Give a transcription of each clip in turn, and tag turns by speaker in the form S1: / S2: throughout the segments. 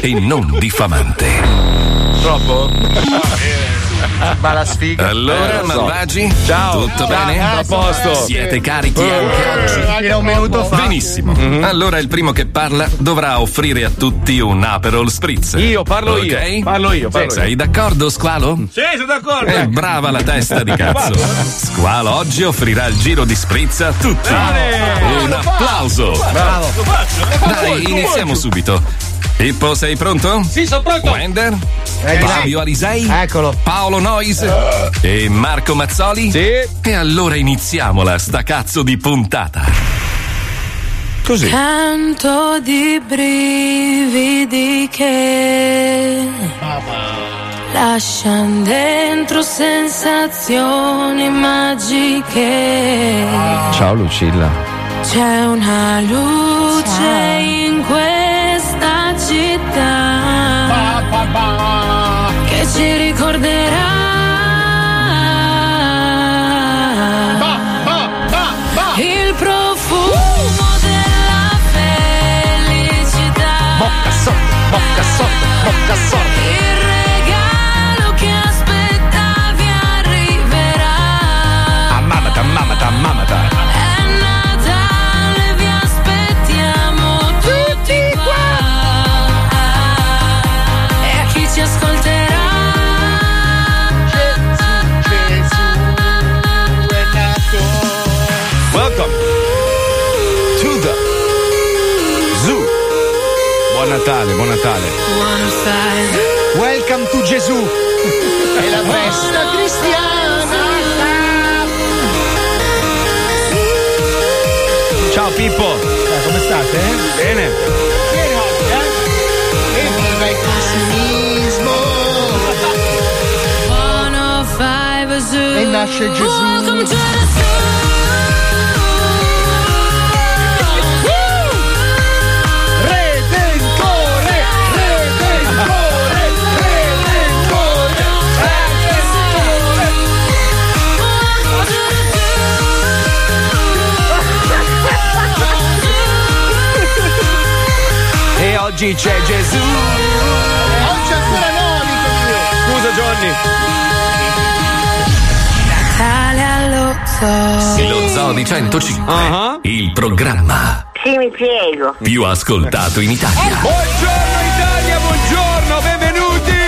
S1: e non diffamante.
S2: Troppo? Ma la sfiga.
S1: Allora,
S2: Eh, lo so.
S1: malvagi,
S2: Ciao.
S1: tutto
S2: Ciao,
S1: bene?
S2: a posto.
S1: Siete carichi
S2: Eh, Mhm.
S1: anche oggi?
S2: anche un minuto fa.
S1: Benissimo. Allora il primo che parla dovrà offrire a tutti un Aperol Spritz.
S2: Io, parlo io,
S1: Ok?
S2: parlo io, parlo
S1: Sì,
S2: io.
S1: Sei d'accordo, Squalo?
S3: Sì, sono d'accordo.
S1: Eh, brava la testa di cazzo. Squalo oggi offrirà il giro di sprizza a tutti. Un applauso.
S3: Lo faccio. eh.
S1: Dai, iniziamo subito. Pippo, sei pronto?
S3: Sì, sono pronto.
S1: Wender?
S4: sì.
S1: Fabio Alisei?
S4: Eccolo.
S1: Paolo Nois? E Marco Mazzoli?
S2: Eh. Sì.
S1: E allora iniziamola, sta cazzo di puntata. Così.
S5: Tanto di brividi che lasciano dentro sensazioni magiche.
S4: Ciao Lucilla.
S5: C'è una luce in questa città che ci ricorderà. Il profumo della felicità. Bocca sotto, bocca sotto, bocca sotto. Il regalo che aspettavi arriverà.
S1: Mamata, mamata, mamata.
S5: È Natale, vi aspettiamo tutti qua. E a chi ci ascolterà.
S2: Welcome to the zoo. Buon Natale, buon Natale.
S5: One side.
S4: Welcome to Gesù.
S2: Ciao Pippo. come state? Bene.
S5: One of five zoo.
S6: E nasce Gesù.
S5: Welcome to the zoo.
S6: Redentore, redentore, redentore, redentore.
S5: Welcome to the
S2: E oggi c'è Gesù.
S6: Oggi ancora no, amico
S2: Scusa Johnny.
S5: Natale allo zoo.
S1: Lo Zoo di 105.
S2: Ah.
S1: Il programma
S7: Sì, mi piego.
S1: più ascoltato in Italia.
S2: Buongiorno Italia, buongiorno, benvenuti!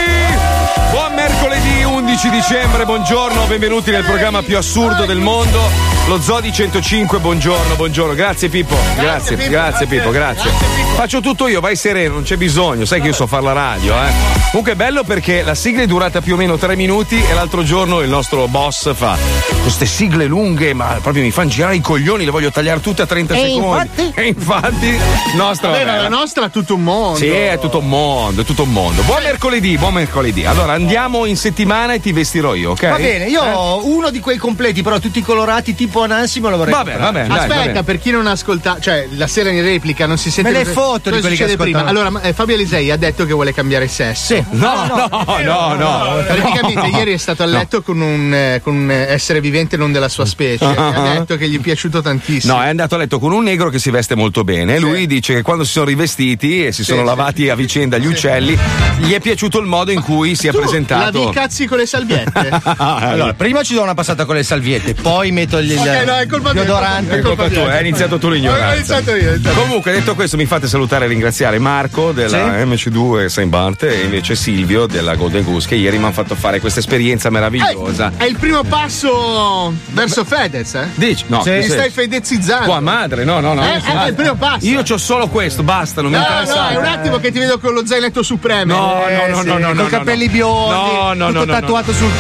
S2: Buon mercoledì 11 dicembre, buongiorno, benvenuti nel programma più assurdo del mondo, lo Zodi 105, buongiorno, buongiorno, grazie Pippo, grazie, grazie Pippo, grazie. Faccio tutto io, vai sereno, non c'è bisogno, sai che io so fare la radio, eh. Comunque è bello perché la sigla è durata più o meno tre minuti e l'altro giorno il nostro boss fa queste sigle lunghe, ma proprio mi fanno girare i coglioni, le voglio tagliare tutte a 30
S6: E
S2: secondi.
S6: infatti?
S2: E infatti, nostra
S6: mio. Aveva
S2: vabbè,
S6: la nostra tutto un mondo.
S2: sì, è tutto un mondo, è tutto un mondo. Buon mercoledì, buon mercoledì. Allora andiamo in settimana e ti vestirò io, ok?
S6: Va
S4: Eh.
S6: bene, io ho uno di quei completi, però tutti colorati, tipo Anansi, me lo vorrei
S2: Vabbè,
S6: comprare.
S2: vabbè, dai, va
S6: Aspetta,
S2: bene.
S6: per chi non ha ascoltato, cioè la sera in replica non si sente.
S4: Me le
S6: cosa-
S4: foto di
S6: cosa
S4: quelli che
S6: succede prima.
S4: ascoltano.
S6: Allora, ma- eh, Fabio Alisei ha detto che vuole cambiare sesso.
S2: No, no, no, no.
S6: Praticamente ieri è stato a letto con, un, eh, con un essere vivente non della sua specie.
S2: Ah,
S6: e ha detto che gli è piaciuto tantissimo.
S2: No, è andato a letto con un negro che si veste molto bene. Lui dice che quando si sono rivestiti e si sono
S6: sì.
S2: lavati a vicenda gli uccelli, gli è piaciuto il modo in cui si è
S6: Tu Lavi
S2: presentato.
S6: i cazzi con le salviette.
S4: Allora, prima ci do una passata con le salviette, poi metto il
S6: Ok, no, è colpa mia,
S4: deodorante.
S6: è colpa
S2: Colpa tua, hai iniziato Ecco tu
S6: Ho
S2: l'ignoranza.
S6: Ecco iniziato io. ho iniziato io.
S2: Comunque, detto questo, mi fate salutare e ringraziare Marco della MC2 Saint Bart e invece Silvio della Golden Goose che ieri mi hanno fatto fare questa esperienza meravigliosa.
S6: Eh, è il primo passo verso Fedez, eh?
S2: Dici? No,
S6: Ti
S2: sì.
S6: stai fedezizzando.
S2: Tua madre, no, no, no.
S6: Eh,
S2: io sono-
S6: eh, il primo passo.
S2: Io c'ho solo questo, basta, non mi
S6: No,
S2: interessa.
S6: no, è un attimo che ti vedo con lo zainetto Eh, supremo.
S2: No, no, no, no, no, no,
S4: Con
S2: no,
S4: capelli
S2: no.
S4: biondi,
S2: No, no, no,
S4: tutto
S2: no, no,
S4: tatuato sul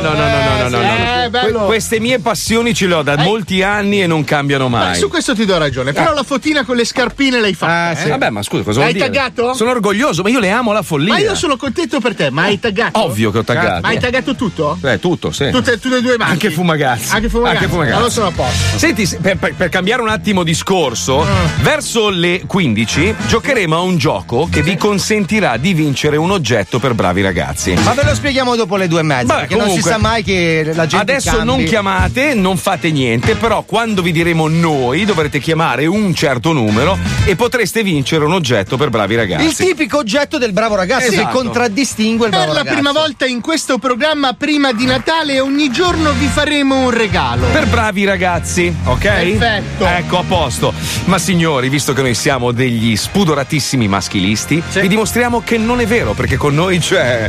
S2: No, no, no, no, no, no, no, no.
S6: Eh, bello.
S2: Que- Queste mie passioni ce le ho da molti anni e non cambiano mai.
S6: Su questo ti do ragione, però la fotina con le scarpine l'hai fatta. eh?
S2: Eh. Ah, Vabbè, ma scusa, cosa
S6: L'hai
S2: vuol dire?
S6: taggato?
S2: Sono orgoglioso, ma io le amo la follia.
S6: Ma io sono contento per te, ma hai taggato?
S2: eh. Ovvio che ho taggato.
S6: Ma hai taggato tutto?
S2: Eh, tutto, sì.
S6: Tutte, tutte e due mani.
S2: Anche Fumagazzi.
S6: Anche fumagazzi.
S2: Anche Fumagazzi.
S6: Allora sono a posto. Ah.
S2: Senti, se- per, per- per cambiare un attimo discorso, verso le 15 giocheremo a un gioco che vi consentirà di vincere un oggetto per bravi ragazzi.
S4: Ma ve lo spieghiamo dopo le due e mezza.
S2: Vabbè,
S4: perché non si
S2: comunque,
S4: sa mai che la gente.
S2: Adesso
S4: cambi.
S2: non chiamate, non fate niente, però quando vi diremo noi dovrete chiamare un certo numero e potreste vincere un oggetto per bravi
S4: Il
S2: ragazzi.
S4: tipico oggetto del bravo ragazzo che
S2: Esatto.
S4: contraddistingue il
S6: Per
S4: bravo
S6: la
S4: ragazzo.
S6: prima volta in questo programma, prima di Natale, ogni giorno vi faremo un regalo.
S2: Per bravi ragazzi, ok?
S6: Perfetto.
S2: Ecco, a posto. Ma signori, visto che noi siamo degli spudoratissimi maschilisti, vi dimostriamo che non è vero, perché con noi c'è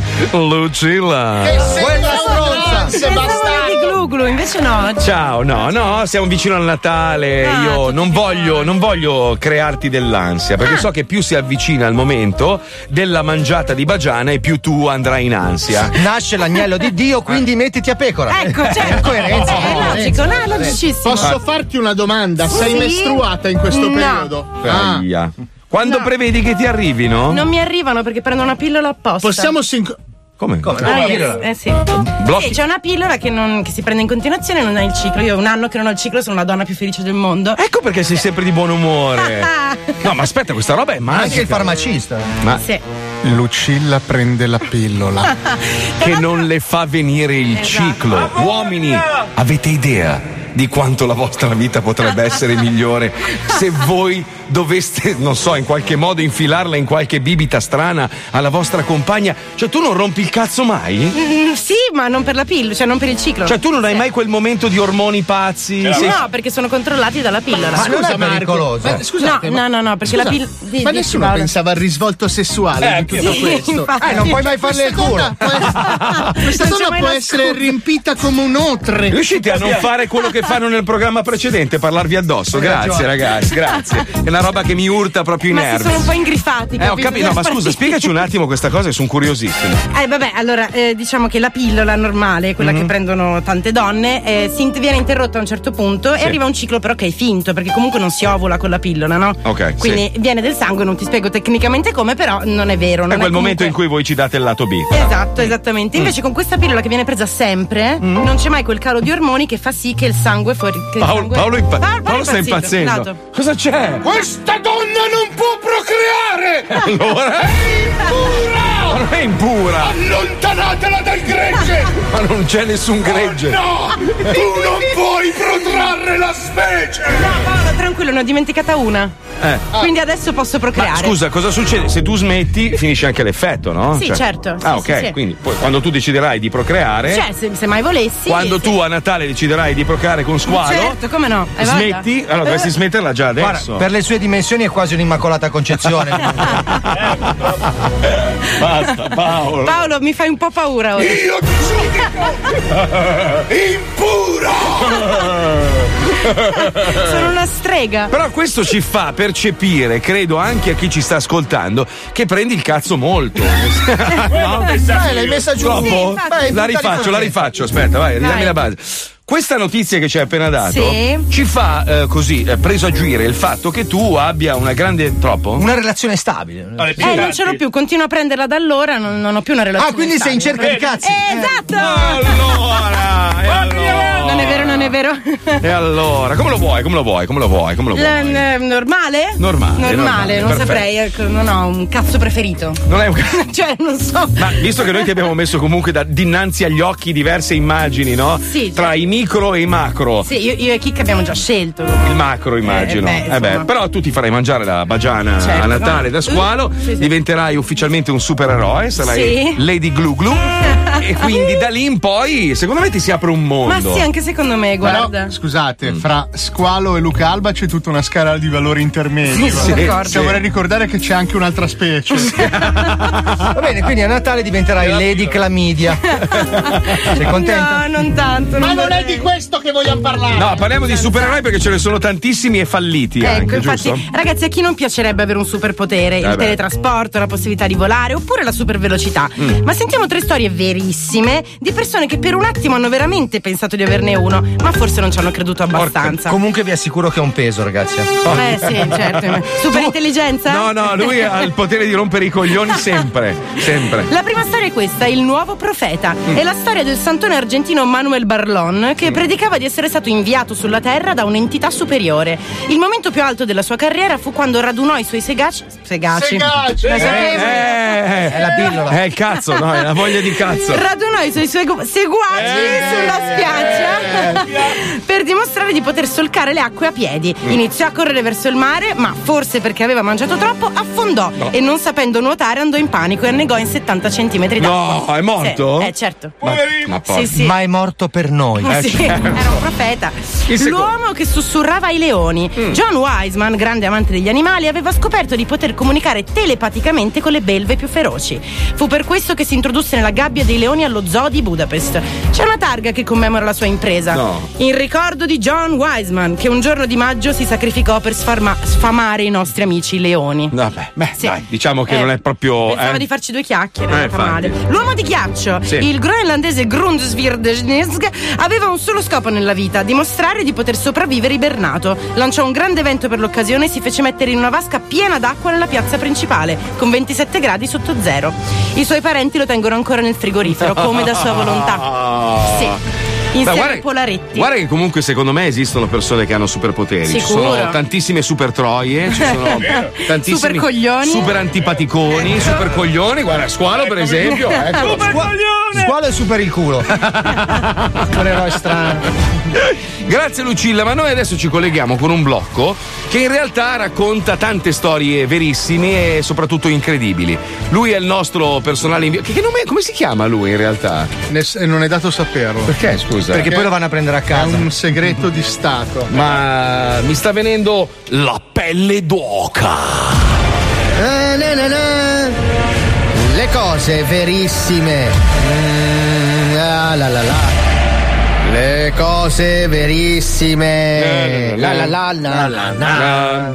S2: Lucilla.
S6: Quella stronza, Cioè,
S7: Pensavo di
S6: Sebastiano.
S7: glu glu, invece no.
S2: Ciao, no, no, siamo vicino al Natale.
S7: Ah,
S2: Io
S7: tutti
S2: non voglio, non voglio crearti dell'ansia, perché so che più si avvicina il momento della mangiata di bagiana e più tu andrai in ansia.
S4: Nasce l'agnello di Dio,
S6: Eh.
S4: quindi mettiti a pecora.
S7: Ecco,
S4: È
S7: certo.
S4: coerenza.
S7: Eh, è logico, no, è logicissimo.
S6: Posso farti una domanda? Sei
S7: Sì.
S6: mestruata in questo
S7: No.
S6: periodo? Ah.
S2: Aia. Quando prevedi che ti arrivino?
S7: Non mi arrivano perché prendo una pillola apposta.
S6: Possiamo sinc-
S2: Come?
S7: Ah, yes, eh, sì.
S2: Blocchi.
S7: Sì, c'è una pillola che, non- che si prende in continuazione e non hai il ciclo. Io ho un anno che non ho il ciclo, sono la donna più felice del mondo.
S2: Ecco perché sei sempre di buon umore.
S7: Ah, ah.
S2: No, ma aspetta, questa roba è magica.
S4: Anche il farmacista.
S2: Ma
S7: Sì.
S6: Lucilla prende la pillola.
S2: che non le fa venire il
S7: Esatto.
S2: ciclo. Uomini, avete idea di quanto la vostra vita potrebbe essere migliore se voi doveste, non so, in qualche modo infilarla in qualche bibita strana alla vostra compagna? Cioè, tu non rompi il cazzo mai?
S7: Mm, sì, ma non per la pillola, cioè non per il ciclo.
S2: Cioè, tu non hai mai quel momento di ormoni pazzi?
S7: Sì, Ah,
S2: Sei-
S7: No, perché sono controllati dalla pillola.
S4: Ma non è
S6: Marco,
S4: pericoloso.
S6: ma- scusate,
S7: Ah, No,
S6: ma-
S7: no, no, no, perché la
S6: scusa,
S7: pil- di-
S6: Ma
S7: dici,
S6: nessuno
S7: Paolo. Eh,
S6: pensava al risvolto sessuale di tutto
S7: Sì,
S6: questo.
S7: infatti.
S4: Eh, non puoi mai farle il
S6: Questa donna
S4: culo.
S6: può essere- Questa
S7: Non c'è
S6: donna
S7: mai
S6: può
S7: la
S6: essere
S7: scusa.
S6: riempita come un otre.
S2: Riuscite a non fare quello che fanno nel programma precedente, parlarvi addosso. Grazie, ragazzi, grazie. È una roba che mi urta proprio i
S7: Ma si
S2: nervi.
S7: sono un po' ingrifati.
S2: Eh, ho capito, no, ma
S7: Spartiti.
S2: scusa, spiegaci un attimo questa cosa, che sono curiosissimo.
S7: Eh vabbè, allora eh, diciamo che la pillola normale, quella
S2: Mhm.
S7: che prendono tante donne, eh, si viene interrotta a un certo punto e arriva un ciclo però che è finto, perché comunque non si ovola con la pillola, no?
S2: Ok,
S7: Quindi viene del sangue, non ti spiego tecnicamente come, però non è vero.
S2: È
S7: non
S2: quel momento
S7: comunque-
S2: in Mm. cui voi ci date il lato B.
S7: Esatto, esattamente. Invece con questa pillola che viene presa sempre, non c'è mai quel calo di ormoni che fa sì che il sangue fuori. che il
S2: Mm. Paolo,
S7: sangue-
S2: Paolo impa-
S7: Paolo- Paolo
S2: Paolo sta
S7: impazzito,
S2: impazzendo.
S7: esatto.
S2: Cosa c'è?
S6: Questa donna non può procreare!
S2: Allora? Ma non è impura!
S6: Allontanatela dal gregge!
S2: Ma non c'è nessun gregge!
S6: No! Tu non puoi protrarre la specie!
S7: No, Paolo, tranquillo, ne ho dimenticata una.
S2: Eh.
S7: Quindi adesso posso
S2: Ma
S7: procreare.
S2: scusa, cosa succede? Se tu smetti, finisce anche l'effetto, no?
S7: Sì, certo.
S2: Ah,
S7: Sì,
S2: ok.
S7: sì, sì.
S2: Quindi poi quando tu deciderai di procreare,
S7: Cioè, se, se mai volessi.
S2: quando
S7: se-
S2: tu a Natale deciderai di procreare con squalo,
S7: Certo, come no? Eh, vada.
S2: smetti. Allora, dovresti smetterla già
S4: Guarda,
S2: adesso.
S4: per le sue dimensioni è quasi un'immacolata concezione.
S2: Basta, Paolo.
S7: Paolo, mi fai un po' paura oh. ora. Sono una strega.
S2: Però questo ci fa percepire, credo anche a chi ci sta ascoltando, che prendi il cazzo molto.
S4: Eh, l'hai messa giù.
S2: Troppo?
S7: Sì, infatti.
S4: Beh,
S2: la
S4: buttali
S2: rifaccio,
S4: fuori.
S2: la rifaccio. Aspetta, vai, ridammi
S7: Vai.
S2: la base. Questa notizia che ci hai appena dato
S7: Sì.
S2: ci fa eh, così eh, presagire il fatto che tu abbia una grande. Troppo?
S4: Una relazione stabile.
S7: Eh, non ce l'ho più, continuo a prenderla da allora, non, non ho più una relazione.
S4: Ah, quindi sei in
S7: stabile.
S4: cerca di cazzi.
S7: Eh, esatto!
S2: Allora, e allora,
S7: Non è vero, non è vero.
S2: E allora, come lo vuoi? Come lo vuoi? Come lo vuoi? Come lo
S7: L-
S2: vuoi?
S7: n- normale?
S2: Normale,
S7: Normale,
S2: normale,
S7: non
S2: perfetto.
S7: saprei, ecco, non ho un cazzo preferito.
S2: Non è un.
S7: Cioè, non so.
S2: Ma visto che noi ti abbiamo messo comunque da- dinanzi agli occhi diverse immagini, no?
S7: Sì,
S2: Tra i micro e i macro.
S7: Sì, io, io e Kik abbiamo già scelto.
S2: Il macro immagino.
S7: Eh, beh,
S2: Eh beh,
S7: insomma.
S2: però tu ti farai mangiare la bagiana
S7: Certo.
S2: a Natale da squalo,
S7: Sì, sì.
S2: diventerai ufficialmente un supereroe, sarai
S7: Sì.
S2: Lady Gluglu e quindi da lì in poi secondo me ti si apre un
S7: Ma
S2: mondo.
S7: sì, anche anche secondo me, guarda.
S6: Però, scusate, fra Squalo e Luca Alba c'è tutta una scala di valori intermedi.
S7: Sì, sono
S6: guarda.
S7: d'accordo.
S6: Cioè, vorrei ricordare che c'è anche un'altra specie.
S4: Va bene, quindi a Natale diventerai Lady Clamidia. Sei contenta?
S7: No, non tanto.
S6: Ma non è
S7: vorrei.
S6: di questo che vogliamo parlare.
S2: No, parliamo di supereroi perché ce ne sono tantissimi e falliti
S7: Ecco,
S2: anche,
S7: infatti,
S2: giusto?
S7: ragazzi, a chi non piacerebbe avere un superpotere?
S2: Eh
S7: il
S2: beh.
S7: teletrasporto, la possibilità di volare oppure la supervelocità.
S2: Mm.
S7: Ma sentiamo tre storie verissime di persone che per un attimo hanno veramente pensato di averne uno, ma forse non ci hanno creduto abbastanza.
S4: Comunque vi assicuro che è un peso, ragazzi.
S7: eh sì, certo. Super intelligenza?
S2: Oh. No, no, lui ha il potere di rompere i coglioni sempre, sempre.
S7: La prima storia è questa, il nuovo profeta. È la storia del santone argentino Manuel Barlon che predicava di essere stato inviato sulla terra da un'entità superiore. Il momento più alto della sua carriera fu quando radunò i suoi segaci. Segaci.
S6: Segaci.
S7: Lo
S6: Eh,
S7: sapevo.
S2: è
S4: la pillola.
S2: È eh, il cazzo, no, è la voglia di cazzo.
S7: Radunò i suoi segu- seguaci sulla spiaggia per dimostrare di poter solcare le acque a piedi. Iniziò a correre verso il mare, ma forse perché aveva mangiato troppo, affondò e non sapendo nuotare andò in panico e annegò in 70 centimetri d'acqua.
S2: No, è morto?
S7: Sì, eh, certo.
S2: Ma- ma
S7: Sì, sì.
S4: Ma è morto per noi.
S7: Ah,
S4: Eh, certo.
S7: Sì,
S2: Ecco.
S7: era un profeta.
S2: Il secondo.
S7: L'uomo che sussurrava ai leoni.
S2: Mm.
S7: John Wiseman, grande amante degli animali, aveva scoperto di poter comunicare telepaticamente con le belve più feroci. Fu per questo che si introdusse nella gabbia dei leoni allo zoo di Budapest. C'è una targa che commemora la sua impresa.
S2: No.
S7: In ricordo di John Wiseman, che un giorno di maggio si sacrificò per sfarma- sfamare i nostri amici leoni.
S2: Vabbè, beh,
S7: Sì.
S2: dai, diciamo che
S7: Eh,
S2: non è proprio.
S7: Pensavo
S2: eh.
S7: di farci due chiacchiere,
S2: Eh,
S7: non fa
S2: infatti.
S7: male. L'uomo di ghiaccio,
S2: Sì.
S7: il groenlandese Grundsvirdnesg, aveva un solo scopo nella vita: dimostrare di poter sopravvivere ibernato. Lanciò un grande evento per l'occasione e si fece mettere in una vasca piena d'acqua nella piazza principale, con 27 gradi sotto zero. I suoi parenti lo tengono ancora nel frigorifero, come da sua volontà. Sì.
S2: Ma
S7: Insieme
S2: guarda,
S7: ai polaretti.
S2: guarda che comunque secondo me esistono persone che hanno superpoteri. Ci
S7: Sicuro.
S2: sono tantissime super troie, ci sono tantissimi
S7: Supercoglioni. Ecco.
S2: super antipaticoni, super coglioni, guarda squalo per esempio, ecco.
S4: Squalo è super il culo. Un eroe strano.
S2: Grazie Lucilla, ma noi adesso ci colleghiamo con un blocco che in realtà racconta tante storie verissime e soprattutto incredibili. Lui è il nostro personale invio. Che che nome come si chiama lui in realtà?
S6: Ness- non è dato saperlo.
S2: Perché scusa?
S4: Perché poi lo vanno a prendere a
S6: Eh. È
S4: casa.
S6: un segreto di Stato.
S2: Ma mi sta venendo la pelle d'oca.
S4: Na, na, na, na. Le cose verissime. Mm, ah, la, la, la. Le cose verissime. La la la la la la.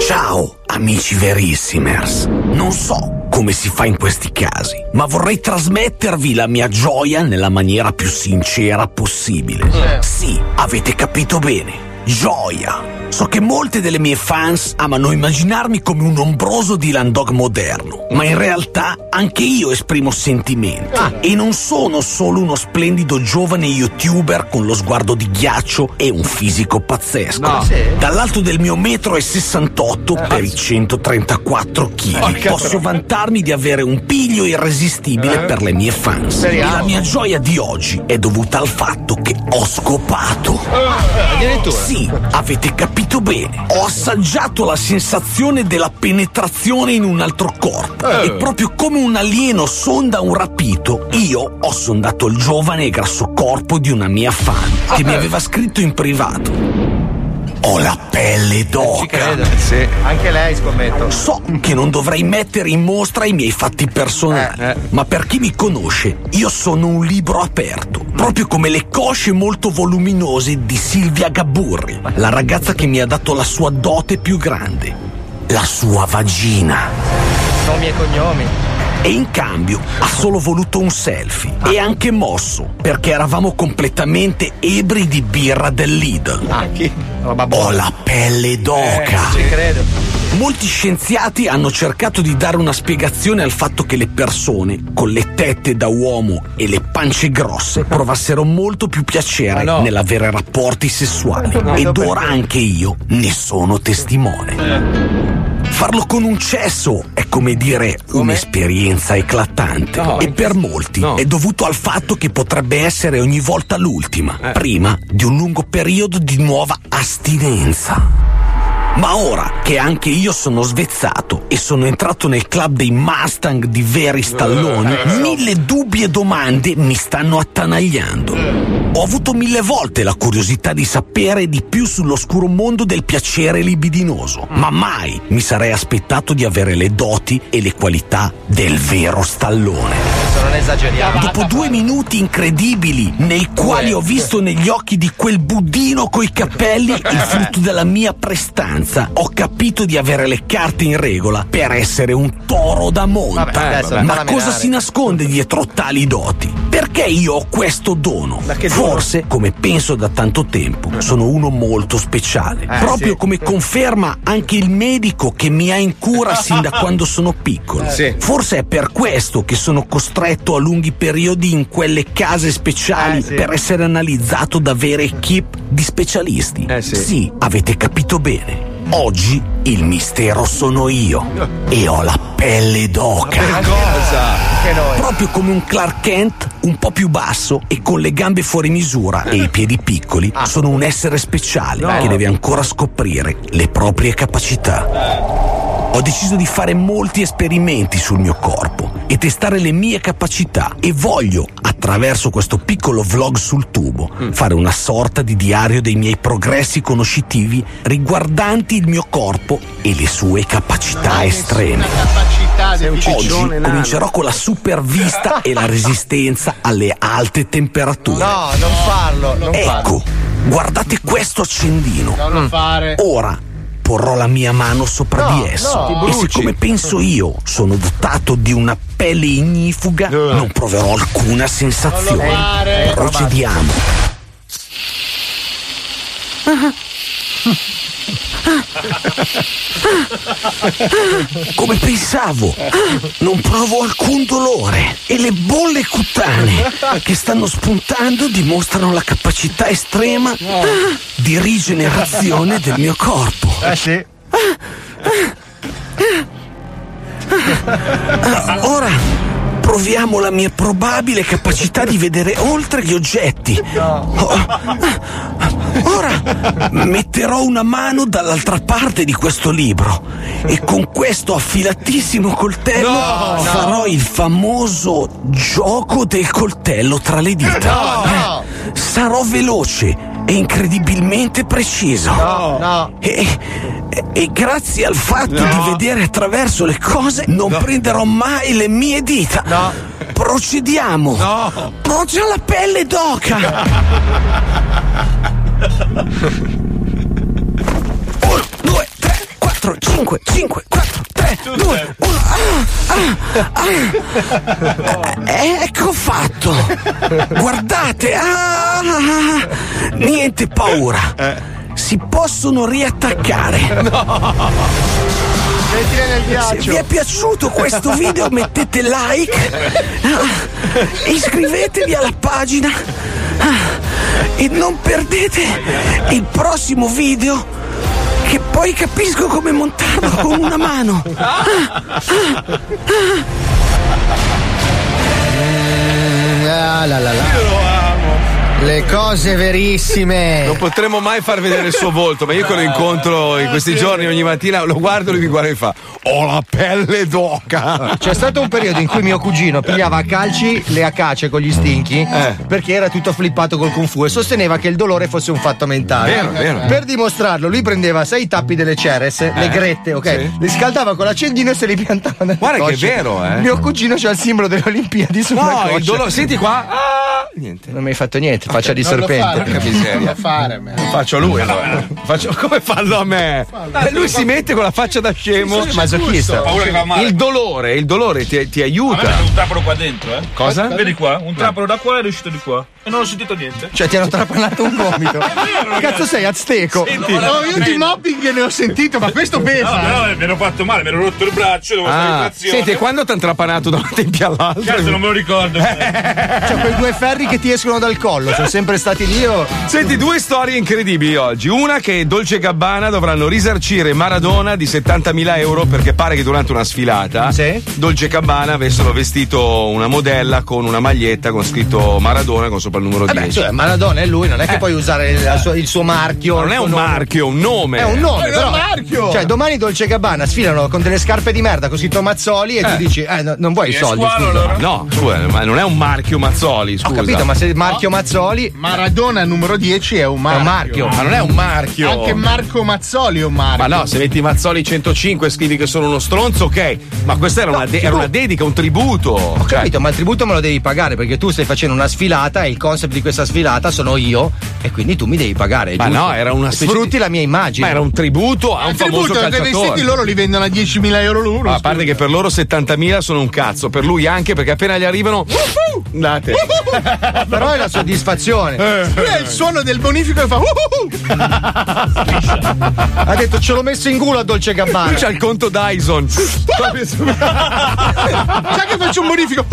S8: Ciao amici verissimers. Non so come si fa in questi casi, ma vorrei trasmettervi la mia gioia nella maniera più sincera possibile. Sì, avete capito bene. Gioia! So che molte delle mie fans amano immaginarmi come un ombroso Dylan Dog moderno, ma in realtà anche io esprimo sentimenti. E non sono solo uno splendido giovane youtuber con lo sguardo di ghiaccio e un fisico pazzesco. Dall'alto del mio metro è 68 per i 134 kg. Posso vantarmi di avere un piglio irresistibile per le mie fans. E la mia gioia di oggi è dovuta al fatto che ho scopato. Sì, avete capito bene. Ho assaggiato la sensazione della penetrazione in un altro corpo. E proprio come un alieno sonda un rapito, io ho sondato il giovane e grasso corpo di una mia fan che mi aveva scritto in privato. Ho la pelle d'oca.
S4: Anche lei scommetto.
S8: So che non dovrei mettere in mostra i miei fatti personali,
S4: Eh,
S8: ma per chi mi conosce, io sono un libro aperto, proprio come le cosce molto voluminose di Silvia Gabburri, la ragazza che mi ha dato la sua dote più grande, la sua vagina
S4: Nomi e cognomi.
S8: e in cambio ha solo voluto un selfie e anche mosso perché eravamo completamente ebri di birra del Lidl.
S4: Ah,
S8: Ho la pelle
S4: Eh,
S8: d'oca. Molti scienziati hanno cercato di dare una spiegazione al fatto che le persone con le tette da uomo e le pance grosse provassero molto più
S4: Ah,
S8: piacere nell'avere rapporti sessuali. Ed ora anche io ne sono testimone.
S4: Eh.
S8: Farlo con un cesso è come dire un'esperienza eclatante e per molti è dovuto al fatto che potrebbe essere ogni volta l'ultima, prima di un lungo periodo di nuova astinenza. Ma ora che anche io sono svezzato e sono entrato nel club dei Mustang di veri stalloni, mille dubbi e domande mi stanno attanagliando. Ho avuto mille volte la curiosità di sapere di più sull'oscuro mondo del piacere libidinoso, ma mai mi sarei aspettato di avere le doti e le qualità del vero stallone.
S9: Adesso non esageriamo.
S8: Dopo due minuti incredibili, nei quali ho visto negli occhi di quel budino coi capelli il frutto della mia prestanza, ho capito di avere le carte in regola per essere un toro da monta.
S9: Vabbè, adesso non
S8: Ma
S9: la
S8: cosa
S9: menare.
S8: si nasconde dietro tali doti? Perché io ho questo dono? Forse, come penso da tanto tempo, sono uno molto speciale.
S9: Eh,
S8: proprio come conferma anche il medico che mi ha in cura sin da quando sono piccolo.
S2: Sì.
S8: Forse è per questo che sono costretto a lunghi periodi in quelle case speciali
S6: Eh, sì.
S8: per essere analizzato da vere equip di specialisti.
S2: Eh, sì.
S8: avete capito bene. Oggi il mistero sono io e ho la pelle d'oca.
S2: Cosa?
S9: Anche noi.
S8: Proprio come un Clark Kent, un po' più basso e con le gambe fuori misura e i piedi piccoli, sono un essere speciale che deve ancora scoprire le proprie capacità. Ho deciso di fare molti esperimenti sul mio corpo e testare le mie capacità e voglio, attraverso questo piccolo vlog sul tubo, fare una sorta di diario dei miei progressi conoscitivi riguardanti il mio corpo e le sue capacità estreme.
S6: capacità di un
S8: Oggi comincerò con la supervista e la resistenza alle alte temperature.
S9: No, non farlo, non farlo.
S8: ecco, guardate questo accendino. Mm.
S6: non fare.
S8: Ora porrò la mia mano sopra
S9: No,
S8: di esso.
S9: no.
S8: e siccome penso io sono dotato di una pelle ignifuga, non proverò alcuna sensazione. Procediamo. Come pensavo, non provo alcun dolore e le bolle cutanee che stanno spuntando dimostrano la capacità estrema di rigenerazione del mio corpo.
S9: Eh sì.
S8: Ora proviamo la mia probabile capacità di vedere oltre gli oggetti. Oh, Ora metterò una mano dall'altra parte di questo libro e con questo affilatissimo coltello farò il famoso gioco del coltello tra le dita. Eh, Sarò veloce e incredibilmente preciso.
S9: No.
S8: E, e- e grazie al fatto di vedere attraverso le cose non prenderò mai le mie dita. Procediamo. No. Proceda la pelle d'oca. Uno, due, tre, quattro, cinque, cinque, quattro, tre, due, uno. Ah, ah, ah. Eh, Ecco fatto. Guardate. ah, ah, ah. Niente paura. Si possono riattaccare.
S6: Mettile nel
S8: Se
S6: ghiaccio.
S8: vi è piaciuto questo video mettete like, ah, iscrivetevi alla pagina ah, e non perdete il prossimo video che poi capisco come montarlo con una mano. ah,
S4: Ah, la, la, la. Le cose verissime.
S2: Non potremmo mai far vedere il suo volto, ma io che lo incontro in questi giorni ogni mattina lo guardo e lui mi guarda e fa: Ho la pelle d'oca.
S9: C'è stato un periodo in cui mio cugino pigliava a calci le acace con gli stinchi
S2: Eh.
S9: perché era tutto flippato col kung fu e sosteneva che il dolore fosse un fatto mentale.
S2: Vero, vero. Eh,
S9: Per dimostrarlo, lui prendeva sei tappi delle Ceres, le grette, ok?
S2: sì.
S9: Li scaldava con l'accendino e se li piantava nelle
S2: Guarda che è
S9: cosce.
S2: vero, eh.
S9: Mio cugino c'ha il simbolo delle Olimpiadi sulla
S2: No,
S9: coscia.
S2: il dolore. Senti qua. Ah, niente.
S9: Non mi hai fatto niente, faccia di
S6: Non lo fare,
S9: serpente.
S2: Porca miseria.
S6: Non lo fare, man.
S2: Faccio a lui allora. Faccio- come fallo a me? E lui si mette con la faccia da scemo.
S9: Masochista.
S3: paura che va male.
S2: Il dolore, il dolore ti, ti
S3: A me
S2: aiuta.
S3: c'è un trapano qua dentro, eh.
S2: Cosa?
S3: Vedi qua, un trapano da qua è uscito di qua. E non ho sentito niente.
S9: Cioè ti hanno trapanato un gomito. Cazzo sei azteco?
S6: No, io di mobbing ne ho sentito, ma questo
S3: No,
S6: pesa.
S3: però mi hanno fatto male, mi hanno rotto il braccio, devo stare in
S2: Ah,
S3: trazione.
S2: senti, e quando ti hanno trapanato da un tempio all'altro?
S3: Cazzo, non me lo ricordo.
S9: Eh. Cioè quei due ferri che ti escono dal collo, sono sempre stati lì. Io.
S2: Senti, due storie incredibili oggi. Una che Dolce e Gabbana dovranno risarcire Maradona di 70.000 euro perché pare che durante una sfilata Dolce e Gabbana avessero vestito una modella con una maglietta con scritto Maradona con sopra il numero 10.
S9: Vabbè, cioè, Maradona è lui, non è che puoi usare il, la sua- il suo marchio.
S2: Eh. non
S9: il
S2: è
S9: suo
S2: un
S9: nome.
S2: marchio, è un nome. Eh,
S9: È un nome, però.
S2: marchio.
S9: Cioè, domani Dolce e Gabbana sfilano con delle scarpe di merda con scritto Mazzoli e tu dici, eh, no- non vuoi i soldi. scusa.
S2: No, scusa, ma non è un marchio Mazzoli, scusa.
S9: Ho capito, ma se il marchio Mazzoli.
S6: Oh. Maradona numero 10 è un marchio.
S2: marchio, ma non è un marchio.
S6: Anche Marco Mazzoli è un
S2: Ma
S6: marchio.
S2: no, se metti Mazzoli 105 e scrivi che sono uno stronzo, ok. Ma questa era, una, de- era una dedica, un tributo. cioè-
S9: Ho capito, ma il tributo me lo devi pagare perché tu stai facendo una sfilata e il concept di questa sfilata sono io e quindi tu mi devi pagare.
S2: Ma
S9: giusto?
S2: no, era una specie
S9: Sfrutti
S2: di-
S9: la mia immagine.
S2: Ma era un tributo a un famoso
S6: tributo, dei
S2: calciatore.
S6: vestiti loro li vendono a 10.000 euro l'uno.
S2: Ma a parte che per loro 70.000 sono un cazzo, per lui anche perché appena gli arrivano andate.
S9: Però è la soddisfazione.
S6: Lui è il suono del bonifico e fa.
S9: Ha detto ce l'ho messo in culo a Dolce
S2: Lui
S9: Gabbana.
S2: c'ha il conto Dyson. Proprio su-
S6: Sai che faccio un bonifico?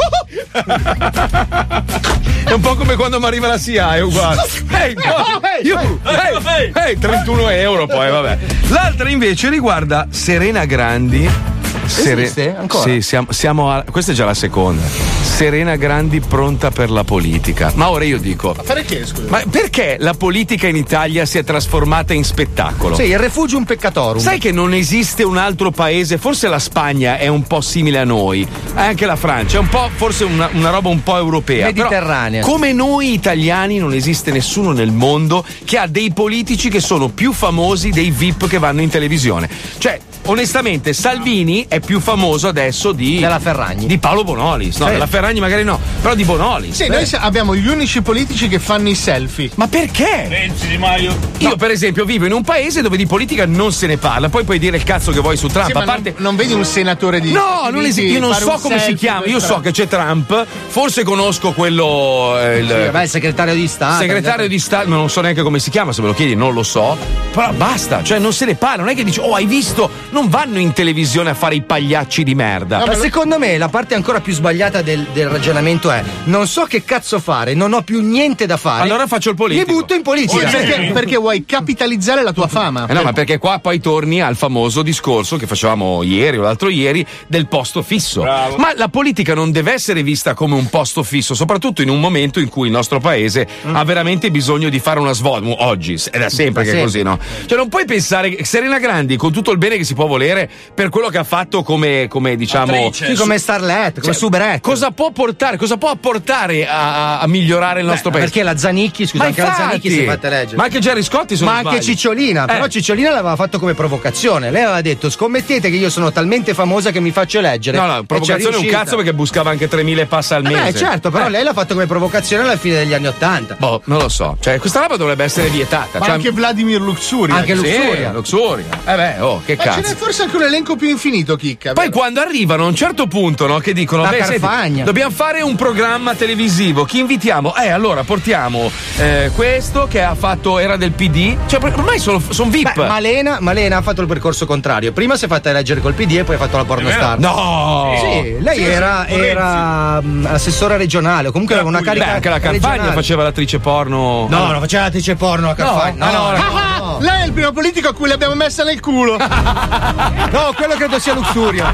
S2: È un po' come quando mi arriva la CIA, è uguale. Ehi,
S9: Oh,
S2: no, you, ehi, ehi, 31 euro poi, vabbè. L'altra invece riguarda Serena Grandi. Sere-
S9: Esiste? Ancora?
S2: Sì, siamo, siamo a- questa è già la seconda. Serena Grandi pronta per la politica. Ma ora io dico,
S6: Fare che, scusa?
S2: ma perché la politica in Italia si è trasformata in spettacolo?
S9: Sì, il refugio un peccatorum.
S2: Sai che non esiste un altro paese, forse la Spagna è un po' simile a noi, eh, anche la Francia, è un po' forse una, una roba un po' europea. però
S9: Mediterranea.
S2: come noi italiani non esiste nessuno nel mondo che ha dei politici che sono più famosi dei VIP che vanno in televisione. Cioè, onestamente, Salvini è più famoso adesso di...
S9: Della Ferragni.
S2: Di Paolo Bonolis. No,
S9: Sì.
S2: della Ferragni magari no, però di Bonolis. Eh.
S6: Sì, noi sa- abbiamo gli unici politici che fanno i selfie.
S2: Ma perché?
S3: Renzi Di Maio.
S2: Io, per esempio, vivo in un paese dove di politica non se ne parla. Poi puoi dire il cazzo che vuoi su Trump.
S6: Sì,
S2: a
S6: ma
S2: parte...
S6: non, non vedi un senatore di.
S2: No, non
S6: di-
S2: esiste.
S6: di
S2: Io non
S6: fare
S2: so
S6: un
S2: come si
S6: selfie
S2: chiama.
S6: per
S2: Io so
S6: strada.
S2: che c'è Trump. Forse conosco quello. eh, il
S9: Vabbè, il segretario di
S6: Ah,
S9: Stato.
S2: segretario di Stato. Non so neanche come si chiama. Se me lo chiedi, non lo so. Però basta. Cioè, non se ne parla. Non è che dici, oh, hai visto? Non vanno in televisione a fare i pagliacci di merda.
S9: Ma Eh, secondo me la parte ancora più sbagliata del, del ragionamento è non so che cazzo fare, non ho più niente da fare.
S2: Allora faccio il
S9: mi
S2: politico.
S9: butto in politica.
S6: Perché, perché vuoi capitalizzare la tua fama.
S2: Eh no, ma perché qua poi torni al famoso discorso che facevamo ieri o l'altro ieri del posto fisso. Ma la politica non deve essere vista come un posto fisso, soprattutto in un momento in cui il nostro paese
S9: Mm.
S2: ha veramente bisogno di fare una svolta. Oggi è da sempre che è così, no? Cioè, non puoi pensare che Serena Grandi, con tutto il bene che si può volere, per quello che ha fatto come, come, diciamo.
S9: cioè, Sì, come Starlet, come Subrette.
S2: Cosa può portare, cosa può apportare a, a- a migliorare il nostro paese?
S9: Perché la Zanicchi, scusa,
S2: Ma
S9: anche
S2: infatti!
S9: la Zanicchi si è fatta leggere.
S2: Ma anche Gerry Scotti sono Eh,
S9: Ma anche Cicciolina, però Cicciolina l'aveva fatto come provocazione. Lei aveva detto: scommettete che io sono talmente famosa che mi faccio eleggere.
S2: No,
S9: E ci
S2: no,
S9: è
S2: provocazione è un
S9: riuscita.
S2: cazzo perché buscava anche 3.000 e passa al
S9: Eh,
S2: mese.
S9: beh, certo, però
S2: Eh,
S9: lei l'ha fatto come provocazione alla fine degli anni Ottanta.
S2: Boh, non lo so. Cioè, questa roba dovrebbe essere vietata.
S6: Ma
S2: Cioè,
S6: anche Vladimir Luxuria.
S9: Anche
S2: sì,
S9: Luxuria.
S2: Luxuria. Eh beh, oh, che
S6: Ma ce n'è
S2: cazzo.
S6: forse anche un elenco più infinito, Chicca.
S2: Poi
S6: vero?
S2: quando arrivano a un certo punto, no, che dicono:
S9: La
S2: Beh, senti,
S9: Carfagna.
S2: dobbiamo fare un programma televisivo. Chi invitiamo? Eh, allora portiamo eh, questo che ha fatto era del PD. Cioè, ormai sono, sono VIP.
S9: Beh, Eh, Malena, Malena ha fatto il percorso contrario. Prima si è fatta eleggere col PD e poi ha fatto la pornostar.
S2: No!
S9: Sì, lei era, era, mm, assessora regionale, o comunque aveva una
S2: Beh,
S9: carica.
S2: anche la
S9: campagna
S2: Carfagna faceva l'attrice porno.
S9: No, non faceva l'attrice porno a Carfagna.
S2: ah, no, no.
S6: Ah, Lei è il primo politico a cui l'abbiamo messa nel culo.
S9: no, quello credo sia Luxuria.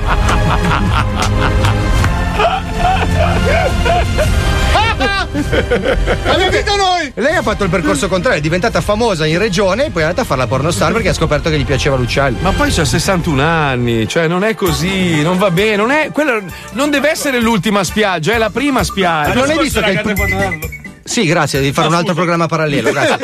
S6: Abbiamo vinto noi.
S9: Lei ha fatto il percorso contrario, è diventata famosa in regione e poi è andata a fare la pornostar perché ha scoperto che gli piaceva l'uccello.
S2: Ma poi c'ha 61 anni, cioè non è così, non va bene, non è. Quella non deve essere l'ultima spiaggia, è la prima spiaggia.
S9: non hai visto che il
S3: Ragazzi, Portello.
S9: Sì, grazie, devi fare un altro programma parallelo, grazie.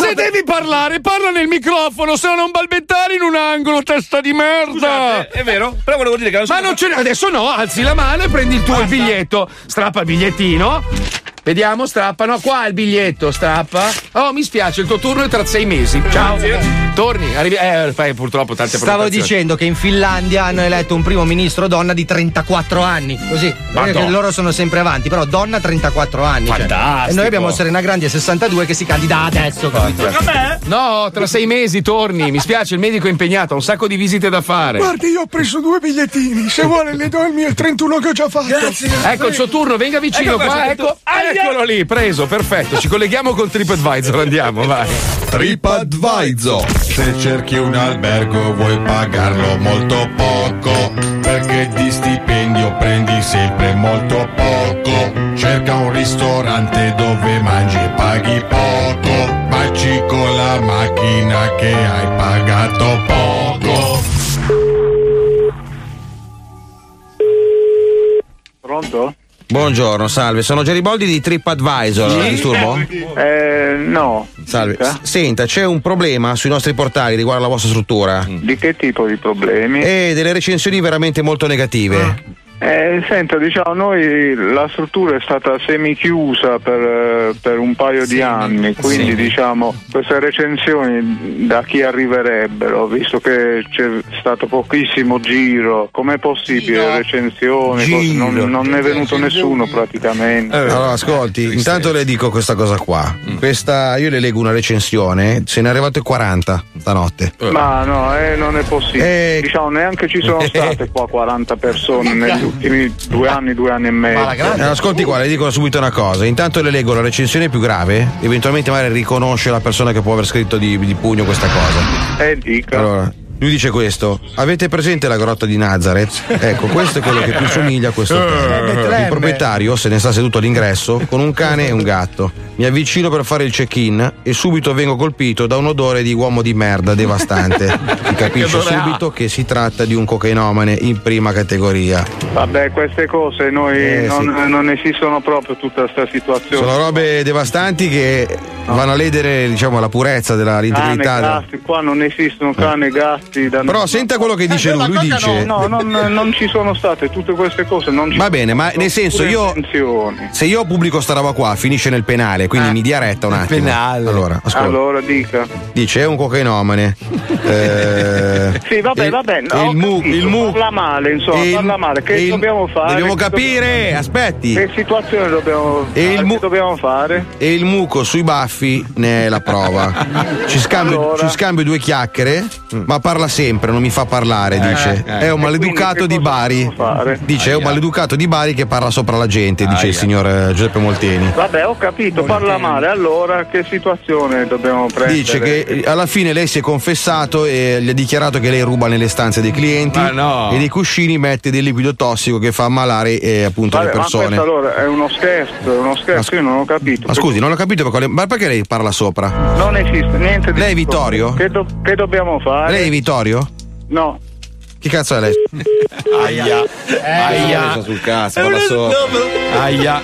S2: Se devi parlare, parla nel microfono, se no non balbettare in un angolo, testa di merda!
S3: Scusate, Eh, è vero, però volevo dire che la
S2: Ma non ce n'è, adesso no, alzi la mano e prendi il tuo biglietto. Strappa il bigliettino. Vediamo, strappano. Qua il biglietto, strappa. Oh, mi spiace, il tuo turno è tra sei mesi. Ciao.
S3: Grazie.
S2: Torni, arrivi. Eh, fai purtroppo tante
S9: Stavo
S2: prenotazioni.
S9: dicendo che in Finlandia hanno eletto un primo ministro donna di 34 anni. Così. Non è
S2: Madonna.
S9: Che loro sono sempre avanti, però donna 34 anni. cioè.
S2: Fantastico.
S9: E noi abbiamo Serena Grandi a 62 che si candida adesso. capito?
S2: No, tra sei mesi torni. Mi spiace, il medico è impegnato, ha un sacco di visite da fare.
S10: Guardi, io ho preso due bigliettini. Se vuole, le do il mio 31 che ho già fatto.
S2: Ecco il suo turno, venga vicino
S10: Ecco qua,
S2: qua.
S10: c'è
S2: Ecco, eccolo lì, preso, perfetto. Ci colleghiamo con TripAdvisor, andiamo, vai.
S11: TripAdvisor. Se cerchi un albergo vuoi pagarlo molto poco, perché di stipendio prendi sempre molto poco. Cerca un ristorante dove mangi e paghi poco, baci con la macchina che hai pagato poco.
S12: Pronto?
S13: Buongiorno, salve, sono Geribaldi di TripAdvisor.
S12: Sì.
S13: la disturbo?
S12: Eh, no.
S13: Salve. S- Senta, c'è un problema sui nostri portali riguardo alla vostra struttura.
S12: Di che tipo di problemi?
S13: E delle recensioni veramente molto negative.
S12: Eh, senta, diciamo, noi la struttura è stata semichiusa per, eh, per un paio di anni, quindi diciamo queste recensioni da chi arriverebbero, visto che c'è stato pochissimo giro, com'è possibile recensioni? cos- Non, non è venuto nessuno praticamente.
S13: Allora, ascolti, intanto le dico questa cosa qua.
S12: Mm.
S13: Questa, io le leggo una recensione, se ne è arrivate 40 stanotte.
S12: Ma no, eh, non è possibile. Diciamo, neanche ci sono state qua 40 persone negli ultimi due anni, due anni e mezzo.
S13: Eh, ascolti qua, le dico subito una cosa. Intanto le leggo la recensione più grave, eventualmente magari riconosce la persona che può aver scritto di, di pugno questa cosa.
S12: Eh, dica.
S13: Allora, lui dice questo: Avete presente la grotta di Nazareth? Ecco, questo è quello che più somiglia a questo
S12: Eh,
S13: hotel. Il proprietario se ne sta seduto all'ingresso con un cane e un gatto. Mi avvicino per fare il check-in e subito vengo colpito da un odore di uomo di merda devastante. Si capisce
S12: odore ha?
S13: subito che si tratta di un cocainomane in prima categoria.
S12: Vabbè, queste cose noi non, non esistono proprio tutta questa situazione.
S13: Eh, Sono robe devastanti che vanno a ledere diciamo, la purezza della-
S12: Cane,
S13: l'integrità. della-
S12: gatti, qua non esistono cane, gatti. Da
S13: Eh.
S12: Eh,
S13: Però senta quello che dice lui, lui dice-
S12: No, no, non, non ci sono state tutte queste cose. Non ci
S13: Va bene, Eh, ma nel senso io. Se io pubblico sta roba qua, finisce nel penale, quindi mi dia retta un attimo. Penale. Allora, ascolta.
S12: Ah. Allora dica.
S13: Dice è un cocainomane. eh,
S12: Sì, vabbè,
S13: il-
S12: vabbè. no, ho
S13: il mu,
S12: capito,
S13: il mu.
S12: Parla male, insomma,
S13: il-
S12: parla male. Che
S13: il-
S12: dobbiamo fare?
S13: dobbiamo
S12: Che
S13: capire,
S12: dobbiamo-
S13: aspetti.
S12: Che situazione dobbiamo fare? Che dobbiamo fare?
S13: E il muco sui baffi ne è la prova. Ci scambio, ci scambio due chiacchiere, ma parla sempre, non mi fa parlare,
S12: Eh,
S13: dice.
S12: eh.
S13: È un
S12: E
S13: maleducato di Bari. Dice, è un maleducato di Bari che parla sopra la gente, dice il signor eh, Giuseppe Molteni.
S12: Vabbè, ho capito, parla male. Allora, che situazione dobbiamo prendere?
S13: Dice che eh, alla fine lei si è confessato e gli ha dichiarato che lei ruba nelle stanze dei clienti
S12: Ma no.
S13: e nei cuscini mette del liquido tossico che fa ammalare eh, appunto
S12: Vabbè,
S13: le
S12: ma questo
S13: persone.
S12: allora è uno scherzo, è uno scherzo, io non ho capito.
S13: Ma scusi, non l'ho capito per quale- ma perché lei parla sopra?
S12: Non esiste niente di
S13: Lei è Vittorio?
S12: Che, do- che dobbiamo fare?
S13: Lei è Vittorio?
S12: No.
S13: Chi cazzo è lei?
S12: Aia.
S14: Aia.
S13: sul cazzo,
S14: vada sopra.
S13: Aia.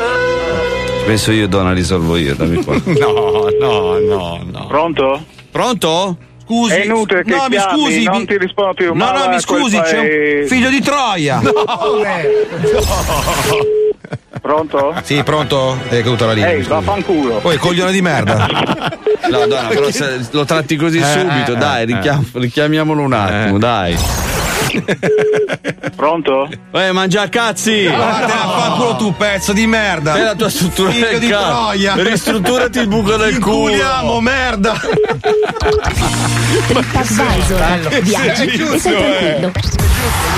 S14: Penso io, Donna, risolvo io, dammi qua.
S13: No, no, no, no.
S12: Pronto?
S14: Pronto? Scusi.
S12: È inutile che
S14: no, mi
S12: chiami,
S14: scusi.
S12: non
S14: mi-
S12: ti rispondo più.
S14: No,
S12: Ma
S14: no,
S12: va,
S14: mi scusi,
S12: colpa
S14: c'è
S12: è-
S14: un figlio di Troia.
S12: No. Pronto?
S13: Sì, pronto? È caduta la linea.
S14: Ehi,
S13: mi scusi.
S12: vaffanculo.
S13: Poi coglione di merda.
S14: No, Donna, però se lo tratti così
S13: Eh,
S14: subito,
S13: eh,
S14: dai,
S13: eh.
S14: richiam- richiamiamolo un attimo, dai.
S12: Pronto?
S14: Eh, mangia cazzi!
S13: Fanculo tu pezzo di merda.
S14: È la tua struttura
S13: Figlio
S14: del
S13: di
S14: cazzo.
S13: Troia.
S14: Ristrutturati il buco del culo.
S13: Inculiamo, merda.
S5: TripAdvisor. Viaggi
S2: Sì, è
S5: e
S2: giusto, eh.
S5: sei
S6: eh.
S5: tranquillo.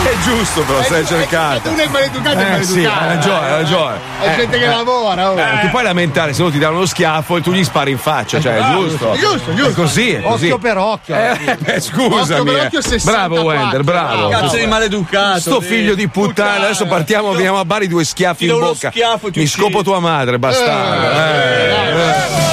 S2: È giusto, però, se l'hai cercata.
S6: uno è maleducato e
S2: Eh,
S6: maleducato.
S2: sì, hai ragione, hai ragione.
S6: È
S2: Eh,
S6: gente che
S2: eh.
S6: lavora, oh.
S2: Eh, ti puoi lamentare, se no ti dà uno schiaffo e tu gli spari in faccia, cioè è
S6: Ah,
S2: giusto.
S6: giusto,
S2: È così, è così.
S6: Occhio per occhio.
S2: Eh, beh, scusami.
S6: Occhio per
S2: eh.
S6: occhio 64.
S2: bravo Wender, bravo.
S14: Cazzo di maleducato,
S2: Sto
S14: sì.
S2: figlio di puttana, adesso partiamo, veniamo a Bari due schiaffi
S14: Ti do
S2: in
S14: uno
S2: bocca.
S14: schiaffo, ti
S2: Mi
S14: uccido.
S2: scopo tua madre, bastardo. Eh, eh.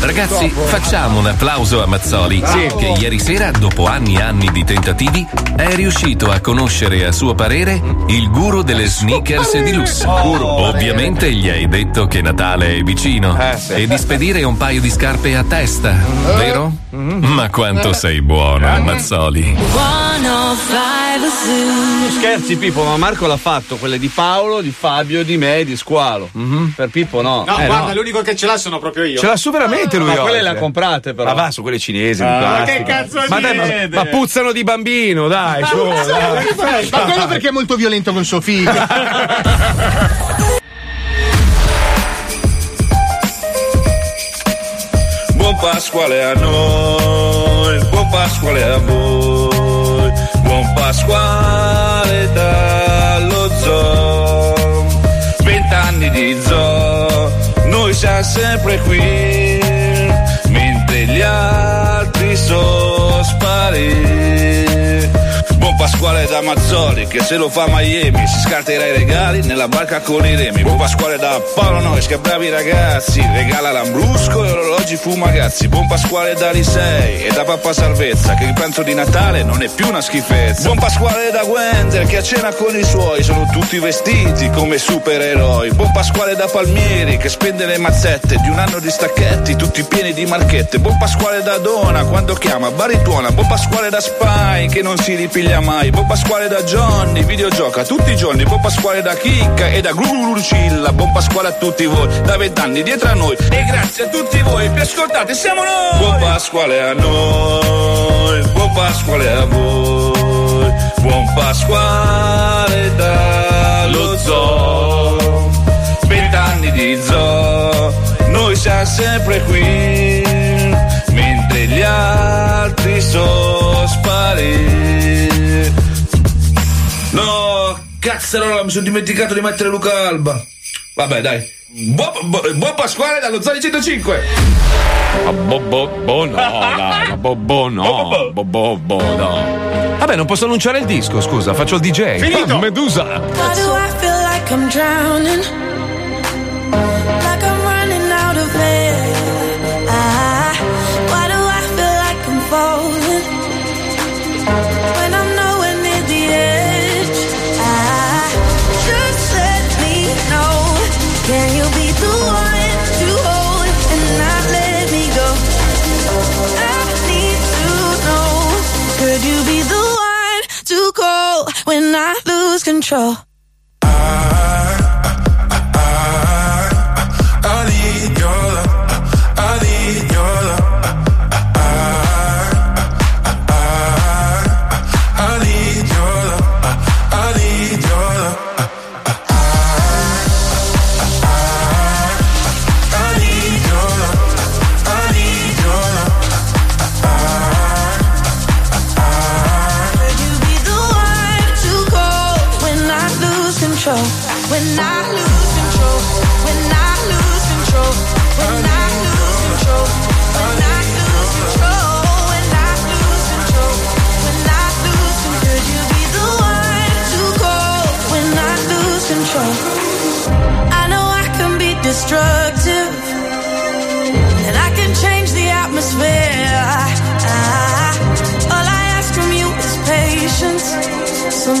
S1: Ragazzi, facciamo un applauso a Mazzoli che ieri sera, dopo anni e anni di tentativi, è riuscito a conoscere a suo parere il guru delle sneakers di lusso.
S2: Oh.
S1: Ovviamente gli hai
S2: Eh,
S1: detto che Natale è vicino e di spedire un paio di scarpe a testa, vero?
S2: Mm-hmm.
S1: Ma
S2: Eh.
S1: quanto sei buono, Mazzoli.
S5: oh
S14: Scherzi Pippo, ma Marco l'ha fatto, quelle di Paolo, di Fabio, di me e di Squalo.
S2: Mhm.
S14: Per Pippo no. Ah,
S15: No,
S14: Eh,
S15: guarda, l'unico che ce l'ha sono proprio io.
S14: Ce l'ha su veramente lui
S15: Ma
S14: oggi.
S15: quelle
S14: la comprate però.
S2: eh. Ma va, su quelle cinesi. di
S14: Ah,
S2: plastica.
S14: che cazzo
S2: ma, dai,
S14: siete?
S2: ma, ma puzzano di bambino, dai. su, dai.
S6: Ma quello perché è molto violento con suo figlio.
S16: Buon Pasquale a noi, buon Pasquale a voi, buon Pasquale dallo zoo. Vent'anni di zoo, noi siamo sempre qui, mentre gli altri sono spariti. Buon Pasquale da Mazzoli, che se lo fa a Miami, si scarterà i regali nella barca con i remi. Buon Pasquale da Paolo Nois, che bravi ragazzi, regala l'ambrusco e orologi fumagazzi. Buon Pasquale da Lisei e da Papà Salvezza, che il pranzo di Natale non è più una schifezza. Buon Pasquale da Wender, che a cena con i suoi sono tutti vestiti come supereroi. Buon Pasquale da Palmieri, che spende le mazzette di un anno di stacchetti, tutti pieni di marchette. Buon Pasquale da Dona, quando chiama, barituona. Buon Pasquale da Spy, che non si ripiglia mai. Buon Pasquale da Johnny, videogioca tutti i giorni. Buon Pasquale da Chicca e da Grulucilla. Buon Pasquale a tutti voi, da vent'anni dietro a noi. E grazie a tutti voi che ascoltate, siamo noi! Buon Pasquale a noi, buon Pasquale a voi, buon Pasquale dallo zoo. Vent'anni di zoo, noi siamo sempre qui, mentre gli altri sono spariti. No, cazzarola, mi sono dimenticato di mettere Luca Alba. Vabbè, dai. Buon, bu- buon Pasquale dallo Zoni 105.
S2: Ma Ah, bo, bo, bo no, dai, ma bo, bo no, bo, bo, bo no. Vabbè, non posso annunciare il disco, scusa, faccio il DJ.
S17: Finito.
S2: Medusa.
S17: Why do I feel like I'm drowning? Like I'm running out of air. Ah, why do I feel like I'm falling? When I'm nowhere near the edge. Ah, just let me know. Can you be the one to hold and not let me go? I need to know. Could you be the one to call when I lose control?
S7: Ah,
S18: I need your love. I need your love. I need your love. I need your love. I need your love. I need your love.
S17: Could you be the one to call when I lose control? When I lose control. When I lose control. When I lose control. When I lose control. When I lose control. When I lose control. Could you be the one to call when I lose control? I know I can be destructive. And I can change the atmosphere. I- Ah, all I ask from you is patience. Some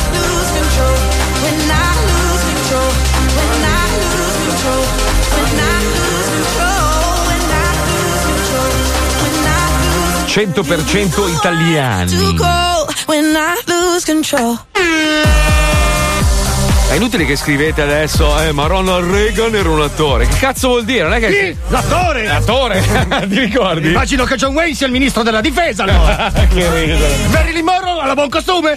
S17: lose control, when I lose control, when I lose control, when I lose control, when I lose control, when I lose
S2: 100%
S17: to
S2: italiani.
S17: go, when I lose control.
S2: È inutile che scrivete adesso, eh, ma Ronald Reagan era un attore. Che cazzo vuol dire? Non è che.
S9: Chi? L'attore?
S2: L'attore? Ti ricordi?
S9: Immagino che John Wayne sia il ministro della difesa, allora.
S2: che ridere.
S9: Marilyn Monroe alla buon costume.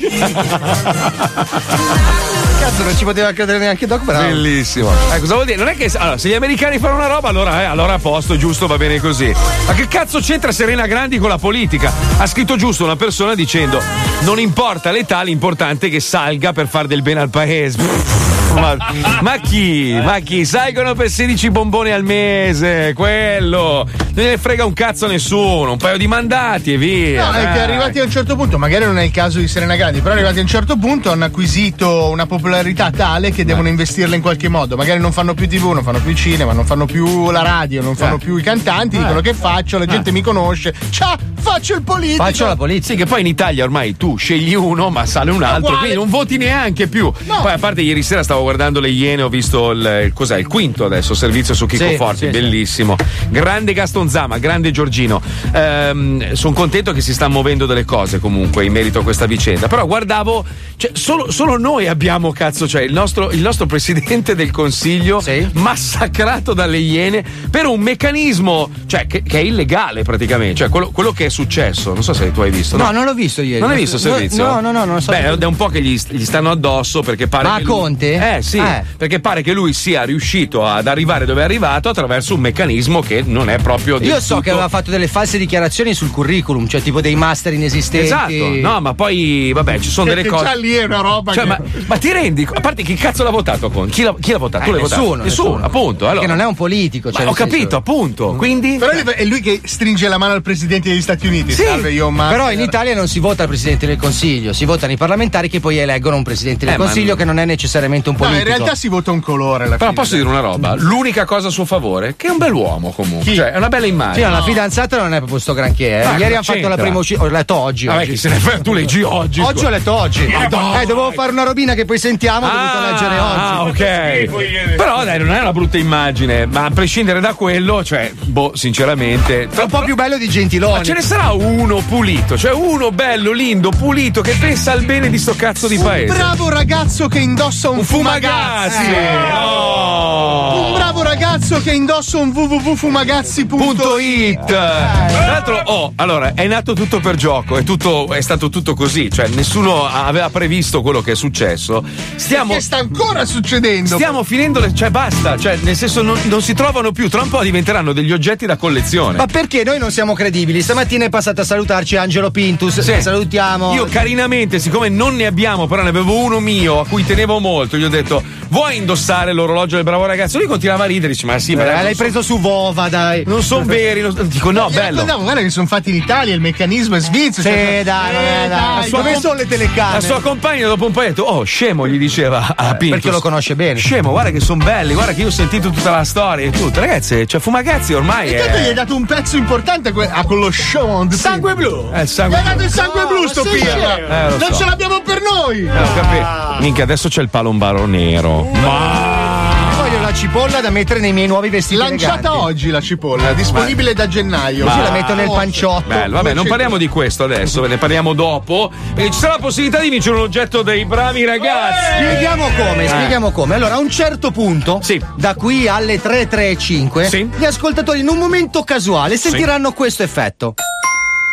S9: Cazzo, non ci poteva credere neanche Doc Brown.
S2: Bellissimo. Eh, cosa vuol dire? Non è che allora, se gli americani fanno una roba, allora, eh, allora a posto, giusto, va bene così. Ma che cazzo c'entra Serena Grandi con la politica? Ha scritto giusto una persona dicendo: Non importa l'età, l'importante è che salga per far del bene al paese. ma, ma chi? Ma chi? Salgono per 16 bomboni al mese, quello. Non ne frega un cazzo a nessuno, un paio di mandati e via. eh.
S6: No, è che
S2: dai.
S6: arrivati a un certo punto, magari non è il caso di Serena Grandi, però arrivati a un certo punto hanno acquisito una popolarità tale che devono investirla in qualche modo. Magari non fanno più TV, non fanno più cinema, non fanno più la radio, non fanno più i cantanti, dicono che faccio, la gente mi conosce. Ciao, faccio il politico.
S2: Faccio la polizia. Sì, che poi in Italia ormai tu scegli uno, ma sale un altro,
S6: uguale.
S2: quindi non voti neanche più. Poi, a parte, ieri sera stavo guardando le Iene, ho visto il, il- cos'è, il quinto adesso, servizio su Chico
S14: Sì,
S2: Forti,
S14: sì,
S2: bellissimo. Grande Gaston Zama, grande Giorgino. Sono contento che si stanno muovendo delle cose comunque in merito a questa vicenda. Però guardavo, cioè, solo, solo noi abbiamo cazzo, cioè il nostro, il nostro presidente del consiglio massacrato dalle Iene per un meccanismo cioè, che, che è illegale praticamente. Cioè, quello, quello che è successo, non so se tu hai visto.
S9: No, non l'ho visto ieri.
S2: Non hai visto il
S9: No,
S2: servizio?
S9: no, no, no, non lo so.
S2: Beh, è un po' che gli, gli stanno addosso perché pare.
S9: Ma
S2: che
S9: a
S2: lui-
S9: Conte?
S2: Eh sì,
S9: Eh.
S2: perché pare che lui sia riuscito ad arrivare dove è arrivato attraverso un meccanismo che non è proprio. del
S9: Io so che
S2: tutto-
S9: aveva fatto delle false dichiarazioni sul curriculum, cioè tipo dei master inesistenti.
S2: Esatto, no, ma poi vabbè, ci sono
S9: Che-
S2: delle
S9: che
S2: cose.
S9: già lì è una roba
S2: Cioè,
S9: che-
S2: ma, ma ti rendi? co- A parte chi cazzo l'ha votato con? Chi l'ha, chi l'ha votato?
S9: Eh,
S2: tu l'hai
S9: nessuno,
S2: votato?
S9: nessuno.
S2: appunto. Allora.
S9: Perché non è un politico.
S2: Ma
S9: Cioè,
S2: ho
S9: nel senso-
S2: capito, appunto. Quindi.
S6: Però lui- è lui che stringe la mano al presidente degli Stati Uniti.
S9: Sì,
S6: Salve, io Master.
S9: però in Italia non si vota il presidente del consiglio, si votano i parlamentari che poi eleggono un presidente del
S2: Eh, ma-
S9: consiglio che non è necessariamente un
S6: No,
S9: politico.
S6: in realtà si vota un colore alla
S2: Però
S6: fine.
S2: posso dire una roba? L'unica cosa a suo favore, che è un bell'uomo comunque.
S9: Chi?
S2: Cioè, è una bella
S9: Sì,
S2: immagine.
S9: no, la fidanzata non è proprio sto granché. eh.
S2: Ah,
S9: Ieri
S2: ma
S9: hanno fatto la
S2: c'entra.
S9: prima uscita. Ho letto oggi.
S2: Vabbè,
S9: oggi.
S2: chi se ne frega, tu leggi oggi.
S9: Oggi
S2: scusa.
S9: ho letto oggi.
S2: Madonna.
S9: Eh, dovevo fare una robina che poi sentiamo, ho dovuto leggere oggi.
S2: Ah, ok. Però dai, non è una brutta immagine, ma a prescindere da quello, cioè, boh, sinceramente.
S9: È un po' più bello di Gentiloni.
S2: Ma ce ne sarà uno pulito, cioè uno bello, lindo, pulito, che pensa al bene di sto cazzo di paese.
S6: Bravo ragazzo che indossa un, fumagazzi.
S2: Fumagazzi! Oh!
S6: Un bravo ragazzo che indossa un www.fumagazzi.it.
S2: Tra l'altro, oh, allora, è nato tutto per gioco, è, tutto, è stato tutto così, cioè nessuno aveva previsto quello che è successo. Stiamo,
S6: Che sta ancora succedendo.
S2: stiamo finendo, le- cioè basta, cioè nel senso non, non si trovano più, tra un po' diventeranno degli oggetti da collezione.
S9: Ma perché noi non siamo credibili? Stamattina è passato a salutarci Angelo Pintus.
S2: Sì.
S9: Salutiamo.
S2: Io carinamente, siccome non ne abbiamo, però ne avevo uno mio a cui tenevo molto, gli ho detto vuoi indossare l'orologio del bravo ragazzo? Lui continuava a ridere, dice ma sì, ma
S9: Eh,
S2: dai,
S9: l'hai
S2: non
S9: preso eh. su Vova, dai.
S2: Non sono veri, non- dico no,
S6: Gli
S2: bello.
S6: raccontavo, guarda che sono fatti in Italia, il meccanismo è svizzero.
S9: Sì,
S6: cioè-
S9: Eh, dai, dai, dai.
S6: dai,
S9: Dove
S6: com-
S9: sono le telecamere?
S2: La sua compagna dopo un po' ha detto "Oh, scemo", gli diceva a Pintus.
S9: Eh, perché lo conosce bene.
S2: Scemo, guarda che sono belli, guarda che io ho sentito tutta la storia e tutto. Ragazzi, cioè Fumagazzi ormai
S6: E tanto gli
S2: è
S6: hai dato un pezzo importante a, que- a quello show. Sangue blu!
S2: è il Eh. sangue
S6: Gli hai dato il sangue
S2: No,
S6: blu, sto
S2: sì,
S6: pirla!
S2: eh, lo
S6: non
S2: so.
S6: ce l'abbiamo per noi!
S2: Eh, ho
S9: Ah.
S2: capito. Minchia, adesso c'è il palombaro nero.
S9: Io voglio la cipolla da mettere nei miei nuovi vestiti.
S6: Lanciata oggi la cipolla, disponibile da gennaio.
S2: Ma-
S6: Così
S9: panciotto.
S2: Bello, vabbè, non parliamo di questo adesso, ve ne parliamo dopo. Perché ci sarà la possibilità di vincere un oggetto dei bravi ragazzi.
S9: Spieghiamo come,
S2: Eh.
S9: spieghiamo come. Allora, a un certo punto, da qui alle 3.35, gli ascoltatori in un momento casuale sentiranno questo effetto.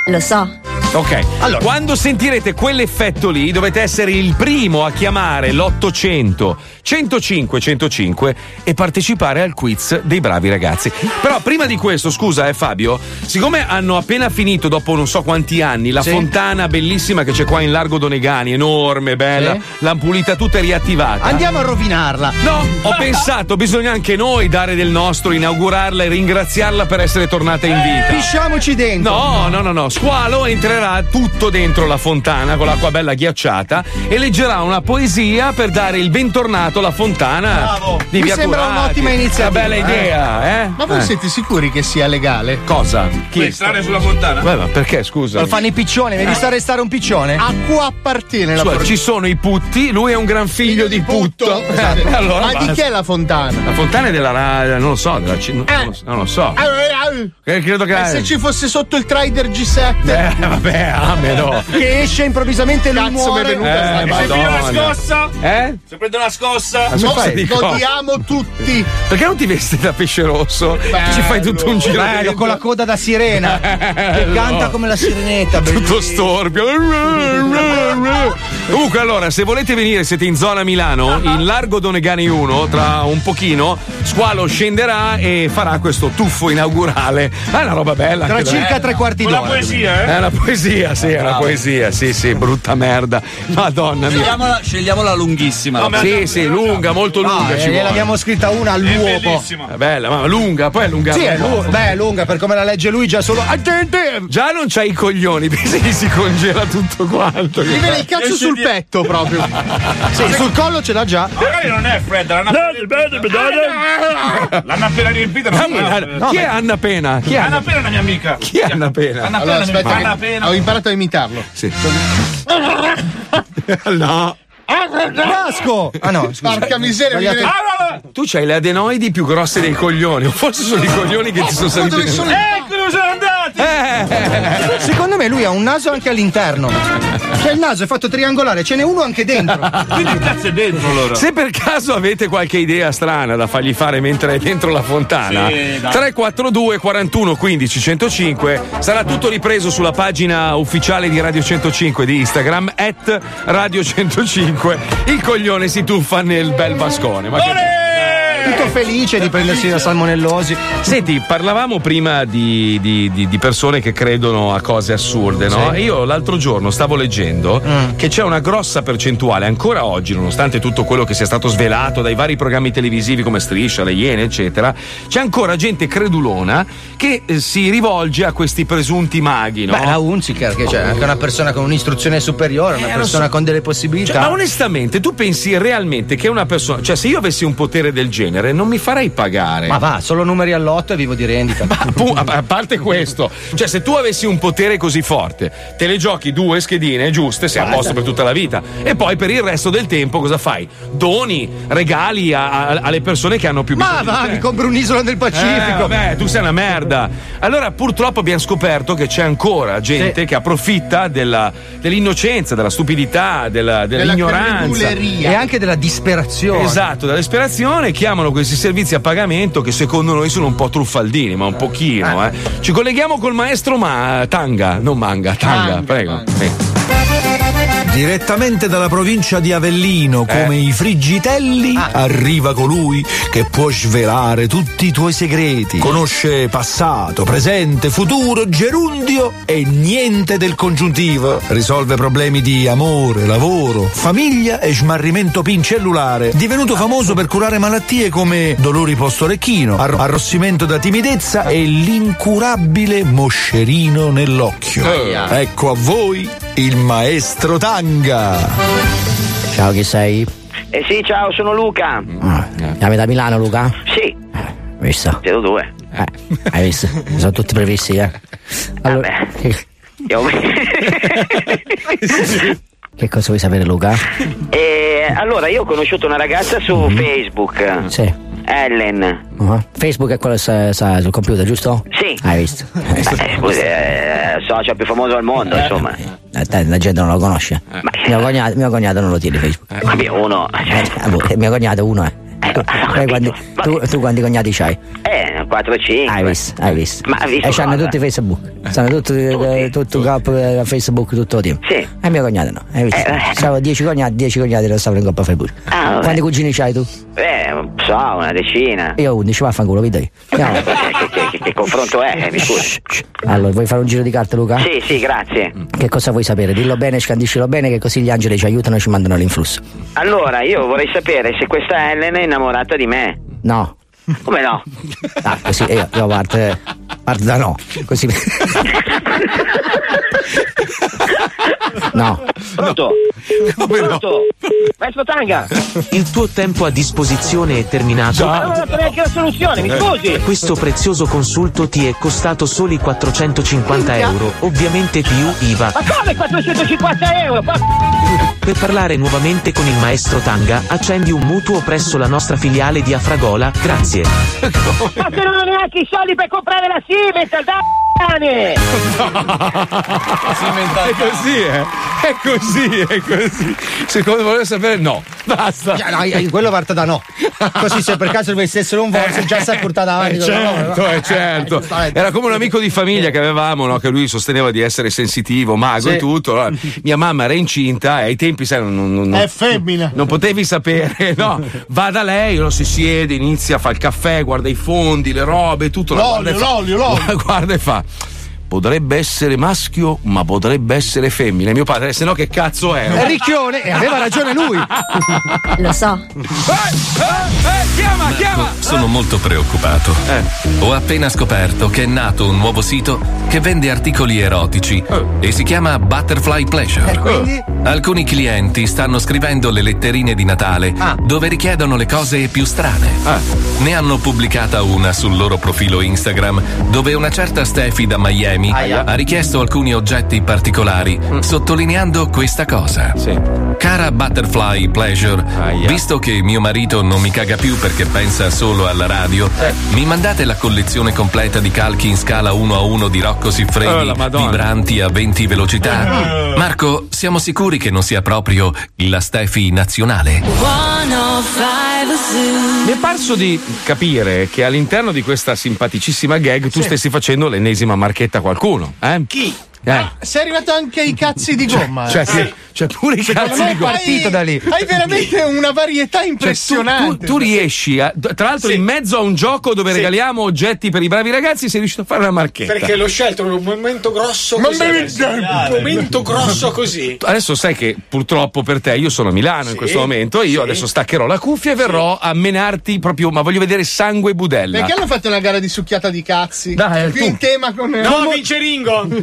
S5: Lo so.
S2: Ok, allora, quando sentirete quell'effetto lì, dovete essere il primo a chiamare l'800 105 105 e partecipare al quiz dei bravi ragazzi. Però prima di questo, scusa eh Fabio, siccome hanno appena finito dopo non so quanti anni la fontana bellissima che c'è qua in Largo Donegani, enorme, bella, l'hanno pulita tutta e riattivata.
S9: Andiamo a rovinarla.
S2: No, ho pensato, bisogna anche noi dare del nostro, inaugurarla e ringraziarla per essere tornata in
S6: Eh,
S2: vita.
S9: Pisciamoci dentro.
S2: No, no, no, no. Squalo entrerà tutto dentro la fontana con l'acqua bella ghiacciata e leggerà una poesia per dare il bentornato alla fontana. Di
S6: Mi
S2: Via
S6: sembra
S2: Curati.
S6: un'ottima iniziativa.
S2: Una bella idea, eh?
S6: Ma voi
S2: Eh.
S6: siete sicuri che sia legale?
S2: Cosa?
S6: Puoi
S2: entrare sulla fontana? Eh, ma perché, scusa?
S9: Lo fanno i piccioni,
S2: Eh.
S9: mi hai visto arrestare un piccione? Cioè,
S6: A qua appartiene la
S2: Scusa,
S6: fontana?
S2: ci sono i putti, lui è un gran figlio di putto. Eh, allora
S6: Esatto. Ma di
S2: basta.
S6: chi è la fontana?
S2: La fontana è della. Ra- non lo so, della. C- non, lo so- non lo so. Eh, credo che.
S6: E se ci fosse sotto il Trider G7?
S2: Eh, vabbè, ameno.
S9: Che esce improvvisamente lui
S6: Cazzo,
S9: muore.
S6: benvenuta.
S2: Eh,
S6: sta-
S2: ma-
S6: Se-
S2: Madonna.
S3: prende una scossa?
S2: Eh?
S3: Se prende una scossa?
S2: Ma se
S3: No,
S2: fai di cosa?
S6: Odiamo tutti.
S2: Perché non ti vesti da pesce rosso? Ci fai tutto un giro.
S9: Bello,
S2: dentro.
S9: eh, con la coda da sirena. che
S2: Bello.
S9: canta come la sirenetta.
S2: Tutto storpio. Comunque, allora, se volete venire, siete in zona Milano, in largo Donegani 1, tra un pochino, Squalo scenderà e farà questo tuffo inaugurale. È una roba bella.
S9: Tra
S2: anche
S9: circa
S2: da-
S9: tre quarti Con la d'ora. poesia, eh?
S2: È una poesia. poesia, sì, è una
S14: Bravo.
S2: poesia, sì, sì, brutta merda. Madonna mia.
S14: Scegliamola, scegliamola lunghissima. la
S2: Sì,
S14: parte.
S2: sì, lunga, molto lunga. ci vuole.
S9: abbiamo eh, scritta una all'uopo.
S2: È bella, ma lunga, poi è lunga.
S9: Sì, è lu- beh, è lunga per come la legge lui già solo. Attente!
S2: Già non c'hai i coglioni, pensi che si congela tutto quanto.
S6: Gli viene il cazzo sul petto proprio. Sì, sul collo ce l'ha già.
S3: Ah, Magari non è fredda, l'hanno appena- l'hanno appena riempita. non
S2: Anna-
S3: è
S2: Anna-
S3: fredda.
S2: Eh, chi è Anna Pena? Chi è
S3: Anna
S2: Anna
S3: Pena è una mia amica.
S2: Chi è Anna Pena?
S3: Anna
S6: Allora,
S3: Pena mi
S6: aspetta,
S3: fa
S6: che
S3: la pena.
S6: ho imparato a imitarlo.
S2: Sì. no.
S9: Vasco! Ah no, scusa.
S6: Porca miseria, mi viene- Ah,
S2: Tu c'hai le adenoidi più grosse dei coglioni, o forse sono i coglioni
S6: Eh,
S2: che ti sono saliti.
S3: Eccolo, Eh, sono andati!
S9: Secondo me lui ha un naso anche all'interno. Cioè il naso è fatto triangolare, ce n'è uno anche dentro.
S3: Quindi cazzo è dentro allora?
S2: Se per caso avete qualche idea strana da fargli fare mentre è dentro la fontana,
S3: Sì, dai.
S2: 342 41 15 105 sarà tutto ripreso sulla pagina ufficiale di Radio 105 di Instagram, at Radio 105. Il coglione si tuffa nel bel vascone. Ma che...
S9: Tutto felice di prendersi la salmonellosi.
S2: Senti, parlavamo prima di, di- di- di persone che credono a cose assurde, no? E Io l'altro giorno stavo leggendo
S9: Mm.
S2: che c'è una grossa percentuale, ancora oggi, nonostante tutto quello che sia stato svelato dai vari programmi televisivi come Striscia, Le Iene, eccetera, c'è ancora gente credulona che eh, si rivolge a questi presunti maghi, no?
S9: Beh, la Unziker, che c'è anche una persona con un'istruzione superiore, una
S2: Eh, lo
S9: persona
S2: so.
S9: con delle
S2: Cioè, ma
S9: possibilità.
S2: onestamente, tu pensi realmente che una persona, cioè se io avessi un potere del genere, non mi farei pagare.
S9: Ma va, solo numeri all'otto e vivo di rendita.
S2: Pu- a a parte questo, cioè se tu avessi un potere così forte, te le giochi due schedine giuste, sei a posto per tutta la vita. E poi per il resto del tempo cosa fai? Doni, regali a- a- alle persone che hanno più
S9: Ma
S2: bisogno.
S9: va,
S2: di
S9: mi
S2: te.
S9: compro un'isola del
S2: Eh,
S9: Pacifico.
S2: vabbè, tu sei una merda. Allora, purtroppo abbiamo scoperto che c'è ancora gente che approfitta della- dell'innocenza, della stupidità, della, dell'ignoranza.
S9: E anche della disperazione.
S2: Esatto, dall'esperazione chiamano questi servizi a pagamento che secondo noi sono un po' truffaldini, ma un pochino. eh. Ci colleghiamo col maestro ma- Tanga, non Manga, Tanga, prego. Sì.
S19: Direttamente dalla provincia di Avellino, come i friggitelli, arriva colui che può svelare tutti i tuoi segreti. Conosce passato, presente, futuro, gerundio e niente del congiuntivo. Risolve problemi di amore, lavoro, famiglia e smarrimento pincellulare. Divenuto famoso per curare malattie come dolori post-orecchino, arro- arrossimento da timidezza e l'incurabile moscerino nell'occhio. Ecco a voi il maestro Tanga.
S20: Ciao, chi sei? Ah,
S21: Eh sì, ciao, sono Luca.
S20: Chiami da Milano, Luca?
S21: Sì,
S20: Visto?
S21: siete due.
S20: Eh, hai visto? Sono tutti previsti, eh. Allora, che,
S21: Io-
S20: che cosa vuoi sapere, Luca?
S21: Eh, allora, io ho conosciuto una ragazza su Facebook.
S20: Mm-hmm. Sì.
S21: Ellen.
S20: Uh-huh. Facebook è quello che sta- sta sul computer, giusto?
S21: Sì.
S20: Hai visto?
S21: Eh, scusi, eh, social più famoso al mondo, insomma.
S20: Eh, dai, la gente non lo conosce. Mio, cognato, mio cognato non lo tiene Facebook.
S21: Vabbè, uno.
S20: Eh, boh, mio cognato uno, eh. Tu, tu quanti, tu- tu quanti cognati c'hai?
S21: Eh, 4 5.
S20: Hai visto, hai visto.
S21: Ma ha visto
S20: e Eh, c'hanno
S21: cosa?
S20: tutti Facebook. C'hanno tutti, eh, tutto il capo eh, Facebook tutto il tempo.
S21: Sì. Eh,
S20: E mio cognato no. Hai visto? C'avevo 10 cognati, 10 cognati non stavano in coppa Facebook.
S21: Ah, vabbè.
S20: Quanti cugini c'hai tu?
S21: Eh, non so, una decina.
S20: Io ho 11, vaffanculo, vedi. Andiamo.
S21: Eh, Che, che- che- che confronto è? Mi scusi.
S20: Allora, vuoi fare un giro di carte, Luca?
S21: Sì, sì, grazie.
S20: Che cosa vuoi sapere? Dillo bene, scandiscilo bene, che così gli angeli ci aiutano e ci mandano l'influsso.
S21: Allora, io vorrei sapere se questa Ellen è innamorata di me.
S20: No.
S21: Come no?
S20: Ah, così io, io parto, eh, parto da no. Così. no.
S21: Pronto? Pronto? Maestro Tanga!
S22: Il tuo tempo a disposizione è terminato.
S21: Ma non saprei anche la soluzione, mi
S9: Eh.
S21: scusi!
S22: Questo prezioso consulto ti è costato soli 450 euro, ovviamente più
S2: Eh.
S22: IVA.
S21: Ma come 450 euro? Ma-
S22: Per parlare nuovamente con il maestro Tanga, accendi un mutuo presso la nostra filiale di Afragola, grazie.
S21: Ma se non ho neanche i soldi per comprare la Simental, dai!
S2: È così, eh? È così, è così. Secondo volevo sapere no. Basta.
S9: Cioè, no, io- quello parte da no. Così se per caso dovesse essere un volse già si è portato avanti.
S2: Eh,
S9: con la
S2: certo,
S9: roba.
S2: eh, certo. Era come un amico di famiglia che avevamo, no? che lui sosteneva di essere sensitivo, mago
S6: Sì.
S2: e tutto. Allora, mia mamma era incinta e ai tempi, sai, non, non- non-
S6: È femmina.
S2: non potevi sapere, no? Va da lei, lo si siede, inizia a fare il caffè, guarda i fondi, le robe, tutto. la
S6: L'olio,
S2: guarda e fa-
S6: l'olio, l'olio.
S2: Guarda e fa.
S23: potrebbe essere maschio, ma potrebbe essere femmina. E mio padre, "Eh, se no che cazzo è?
S9: È ricchione e aveva ragione lui.
S3: Lo so.
S2: Eh, chiama, chiama!
S1: Sono molto preoccupato. Ho appena scoperto che è nato un nuovo sito che vende articoli erotici e si chiama Butterfly Pleasure. Alcuni clienti stanno scrivendo le letterine di Natale
S6: Ah.
S1: dove richiedono le cose più strane. Ne hanno pubblicata una sul loro profilo Instagram dove una certa Steffi da Miami
S24: Aia.
S1: ha richiesto alcuni oggetti particolari sottolineando questa cosa. Cara Butterfly Pleasure, visto che mio marito non mi caga più perché pensa solo alla radio, mi mandate la collezione completa di calchi in scala 1 a 1 di Rocco
S2: Oh,
S1: Siffredi
S2: la Madonna. Mm.
S1: vibranti a 20 velocità? Marco, siamo sicuri che non sia proprio la Steffi nazionale?
S2: Mi è parso di capire che all'interno di questa simpaticissima gag tu stessi facendo l'ennesima marchetta a qualcuno. Eh? Chi? Eh.
S6: Sei arrivato anche ai cazzi Ah, di gomma.
S2: Cioè,
S6: eh.
S2: sì, cioè pure i
S6: Secondo
S2: cazzi
S6: me
S2: di gomma.
S6: hai- Hai veramente una varietà impressionante.
S2: Cioè, Tu, tu riesci, a- tra l'altro, in mezzo a un gioco dove regaliamo oggetti per i bravi ragazzi, sei riuscito a fare una marchetta.
S15: Perché l'ho scelto un momento grosso
S6: Ma
S15: così.
S6: me ne
S15: adesso. un
S6: dai.
S15: momento grosso così.
S2: Adesso sai che purtroppo per te io sono a Milano in questo momento, io adesso staccherò la cuffia e verrò a menarti proprio, ma voglio vedere sangue e budella.
S6: Perché hanno fatto una gara di succhiata di cazzi? Più
S2: tu.
S6: in tema con. eh,
S15: No, vince Ringo!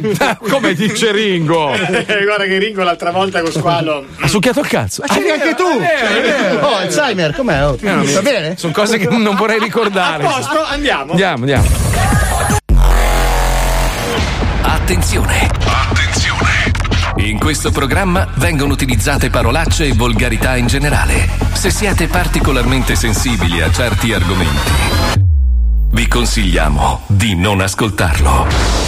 S2: Come dice Ringo?
S15: Eh, Guarda che Ringo l'altra volta con squalo.
S2: Ha succhiato il cazzo.
S6: Ma c'eri anche tu!
S15: vero.
S6: Oh, Alzheimer, com'è? Oh,
S2: No, no,
S6: Va
S2: mi-
S6: bene?
S2: Eh, Sono cose che non vorrei ricordare.
S15: A posto, andiamo.
S2: Andiamo, andiamo.
S1: Attenzione! Attenzione! In questo programma vengono utilizzate parolacce e volgarità in generale. Se siete particolarmente sensibili a certi argomenti, vi consigliamo di non ascoltarlo.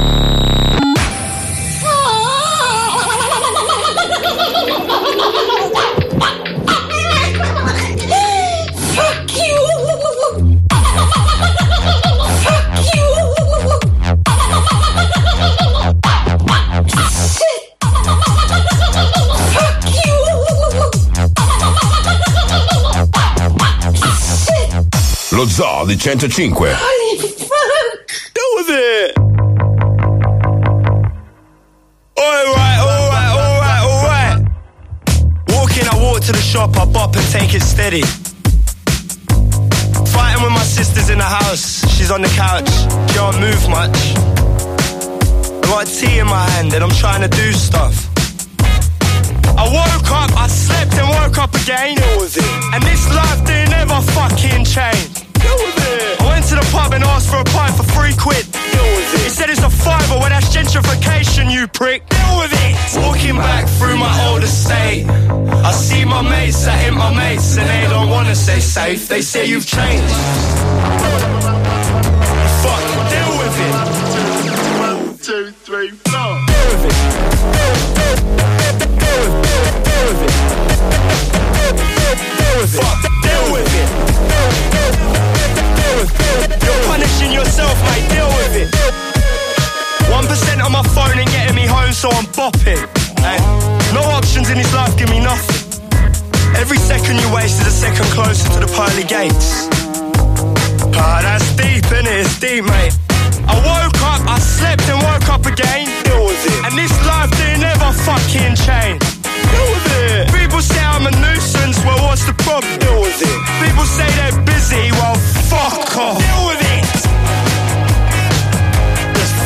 S5: Fuck you! Fuck you! Shit! Fuck you! Shit!
S14: Lo zoo di 105.
S5: Holy fuck!
S14: Deal with it. Alright, alright, alright, alright. Walking, I walk to the shop, I bop and take it steady. Fighting with my sisters in the house, she's on the couch, can't move much. I got tea in my hand and I'm trying to do stuff. I woke up, I slept and woke up again. And this life didn't ever fucking change. I went to the pub and asked for a pint for three quid. He said it's a fiver, well that's gentrification, you prick. Deal with it. Walking back through my old estate, I see my mates, I hit my mates, and they don't wanna stay safe. They say you've changed. Fuck, deal with it. One, two, three, four. Deal with it. Deal with it. Deal with it. Deal with it. Fuck, deal with it. Deal with it. You're punishing yourself, mate. Deal with it. One percent on my phone and getting me home, so I'm bopping. Eh? No options in this life give me nothing. Every second you waste is a second closer to the pearly gates. Ah, that's deep, innit? It's deep, mate. I woke up, I slept and woke up again. Deal with it. And this life didn't ever fucking change. Deal with it. People say I'm a nuisance, well, what's the problem? Deal with it. People say they're busy, well, fuck off. Deal with it.